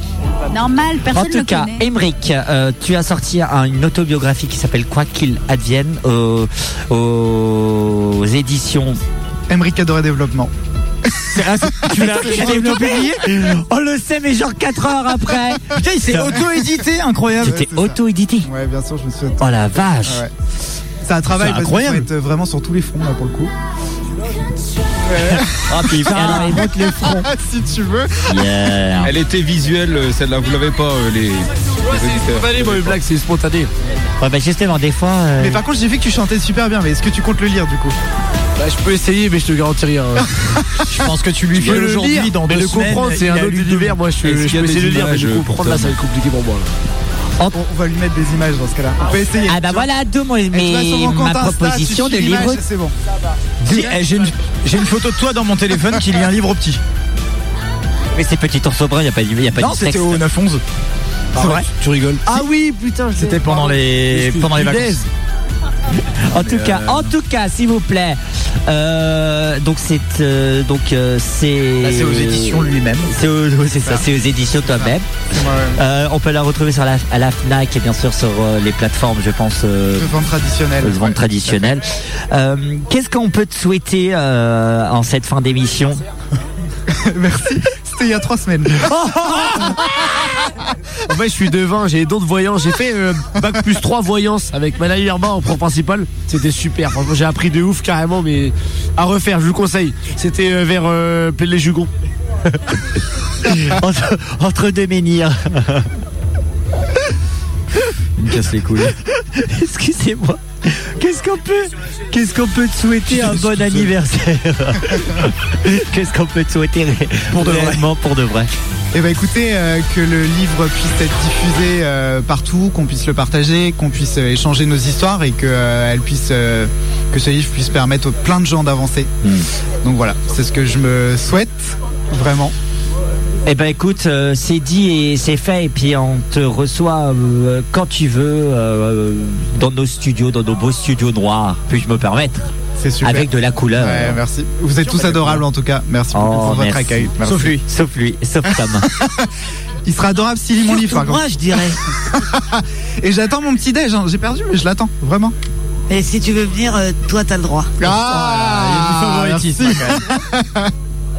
F: Normal, personne
A: en
F: ne
A: tout cas,
F: connaît.
A: Emeric, euh, tu as sorti un- une autobiographie qui s'appelle Quoi qu'il advienne euh, aux éditions.
D: Emmerich Adoré Développement.
A: tu l'as autopublié On le sait, mais genre 4 heures après.
B: Putain, il s'est auto-édité, incroyable.
A: C'était auto-édité.
D: Ouais, bien sûr, je me suis.
A: Oh la vache.
D: Ouais. C'est un travail
B: C'est
D: parce qu'il faut
B: incroyable.
D: être vraiment sur tous les fronts là pour le coup.
A: Ah, puis alors, il monte le front.
D: si tu veux.
A: Yeah.
H: Elle était visuelle, euh, celle-là, vous l'avez pas, euh, les.
G: C'est spontané, moi, les blagues, c'est spontané.
A: Ouais, bah justement, des fois. euh,
D: Mais par contre, j'ai vu que tu chantais super bien, mais est-ce que tu comptes le lire du coup
G: Bah, je peux essayer, mais je te garantis rien. hein.
B: Je pense que tu lui
G: Je peux
B: fais
G: le
B: aujourd'hui
G: lire,
B: dans
G: mais
B: deux
G: le
B: semaines,
G: comprendre, c'est
B: il
G: un
B: a
G: autre
B: lu deux-
G: univers. Moi, je
B: Est-ce
G: je
B: qu'il y a
G: peux
B: des
G: essayer de le lire, mais je
B: images
G: comprendre là, ça va être compliqué pour moi. là.
A: en-
D: on, on va lui mettre des images dans ce cas-là. On peut essayer.
A: Ah bah
D: tu vois.
A: voilà, deux mots.
D: Et tu vas sur
A: Mais
D: mon compte
A: ma
D: Insta, tu
A: proposition de
D: suis l'image,
A: livre.
D: C'est bon.
B: Dis, eh, J'ai une, j'ai une photo de toi dans mon téléphone qui lit un livre au petit.
A: Mais c'est petit ours au brun, il n'y a pas, y a pas
B: Non,
A: de texte.
B: c'était au 9-11. C'est vrai
G: Tu rigoles.
D: Ah oui, putain, je
B: C'était pendant les, pendant les vacances.
A: En tout
B: euh,
A: cas, en tout cas, s'il vous plaît. Euh, donc c'est euh, donc euh, c'est
B: Là, Bah, c'est aux éditions lui-même.
A: C'est aux- oui, c'est ça, c'est aux éditions toi-même. Euh, on peut la retrouver sur la, à la Fnac et bien sûr sur euh, les plateformes, je pense, euh,
D: De vente traditionnelle.
A: de vente traditionnelle. Euh, Qu'est-ce qu'on peut te souhaiter euh, en cette fin d'émission
D: Merci. C'était il y a trois semaines.
G: En fait, je suis devin, j'ai d'autres voyances. J'ai fait euh, bac plus 3 voyances avec Manaï Lerba en prof principal. C'était super. Franchement, j'ai appris de ouf carrément, mais à refaire, je vous le conseille. C'était euh, vers euh, les jugons
A: entre, entre deux menhirs.
B: Il me casse les couilles.
A: Excusez-moi. Qu'est-ce qu'on peut, qu'est-ce qu'on peut te souhaiter un bon anniversaire Qu'est-ce qu'on peut te souhaiter ré-
D: Pour de vrai.
A: réellement pour de vrai
D: Eh ben écoutez, euh, que le livre puisse être diffusé euh, partout, qu'on puisse le partager, qu'on puisse euh, échanger nos histoires et que euh, elle puisse euh, que ce livre puisse permettre aux plein de gens d'avancer. Donc voilà, c'est ce que je me souhaite vraiment.
A: Eh ben écoute, euh, c'est dit et c'est fait et puis on te reçoit euh, quand tu veux euh, dans nos studios, dans nos beaux studios noirs, puis-je me permettre,
D: C'est super.
A: avec de la couleur.
D: Ouais, merci. Vous êtes tous adorables en tout cas. Merci beaucoup
A: Oh,
D: pour votre
A: merci.
D: accueil. Merci.
A: Sauf lui, sauf lui, sauf Tom.
D: Il sera adorable s'il lit mon livre par
E: Surtout moi,
D: contre.
E: je dirais.
D: Et j'attends mon petit déj. hein. J'ai perdu, mais je l'attends vraiment.
E: Mais si tu veux venir, euh, toi, t'as le droit.
D: Ah, merci.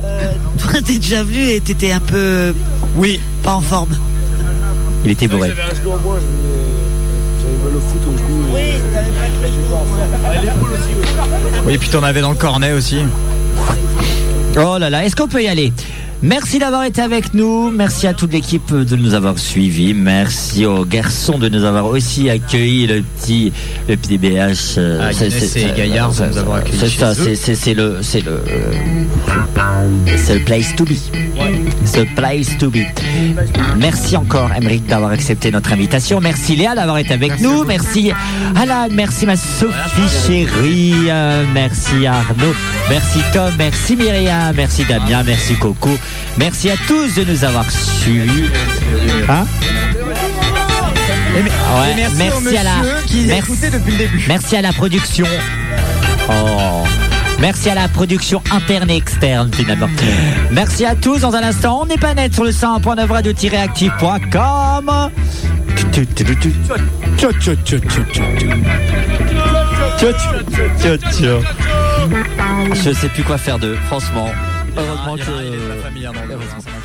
E: Euh, Toi, t'es déjà venu et t'étais un peu
B: Oui.
E: pas en forme.
A: Il était bourré.
B: Oui, puis t'en avais dans le cornet aussi.
A: Oh là là, est-ce qu'on peut y aller Merci d'avoir été avec nous. Merci à toute l'équipe de nous avoir suivis. Merci aux garçons de nous avoir aussi accueillis. Le petit, le petit BH. euh,
B: Ah,
A: c'est-
B: Younes
A: c'est-
B: et
A: euh,
B: Gaillard de
A: c'est-
B: nous avoir accueillis
A: C'est
B: chez
A: ça,
B: eux.
A: c'est- c'est c'est le, c'est le, c'est le place to be. C'est le place to be. Merci encore, Emmerich, d'avoir accepté notre invitation. Merci Léa d'avoir été avec nous. Merci Alan, merci ma Sophie chérie. Euh, merci Arnaud, merci Tom, merci Myriam, merci Damien, merci Coco. Merci à tous de nous avoir suivis. Hein Ouais,
L: Et merci au
A: à la-
L: monsieur qui
A: merci-
L: écoutait depuis le début.
A: Merci à la production. Oh. Merci à la production interne et externe finalement. Merci à tous. Dans un instant, on n'est pas net sur le 101.9 radio-active.com. Tu, tu, tu, tu. Tchou, tchou, tchou, tchou, tchou, tchou. Tchou, tchou, tchou,
B: euh, hein, Ah,
A: tchou. Je sais plus quoi faire d'eux, franchement. Heureusement que.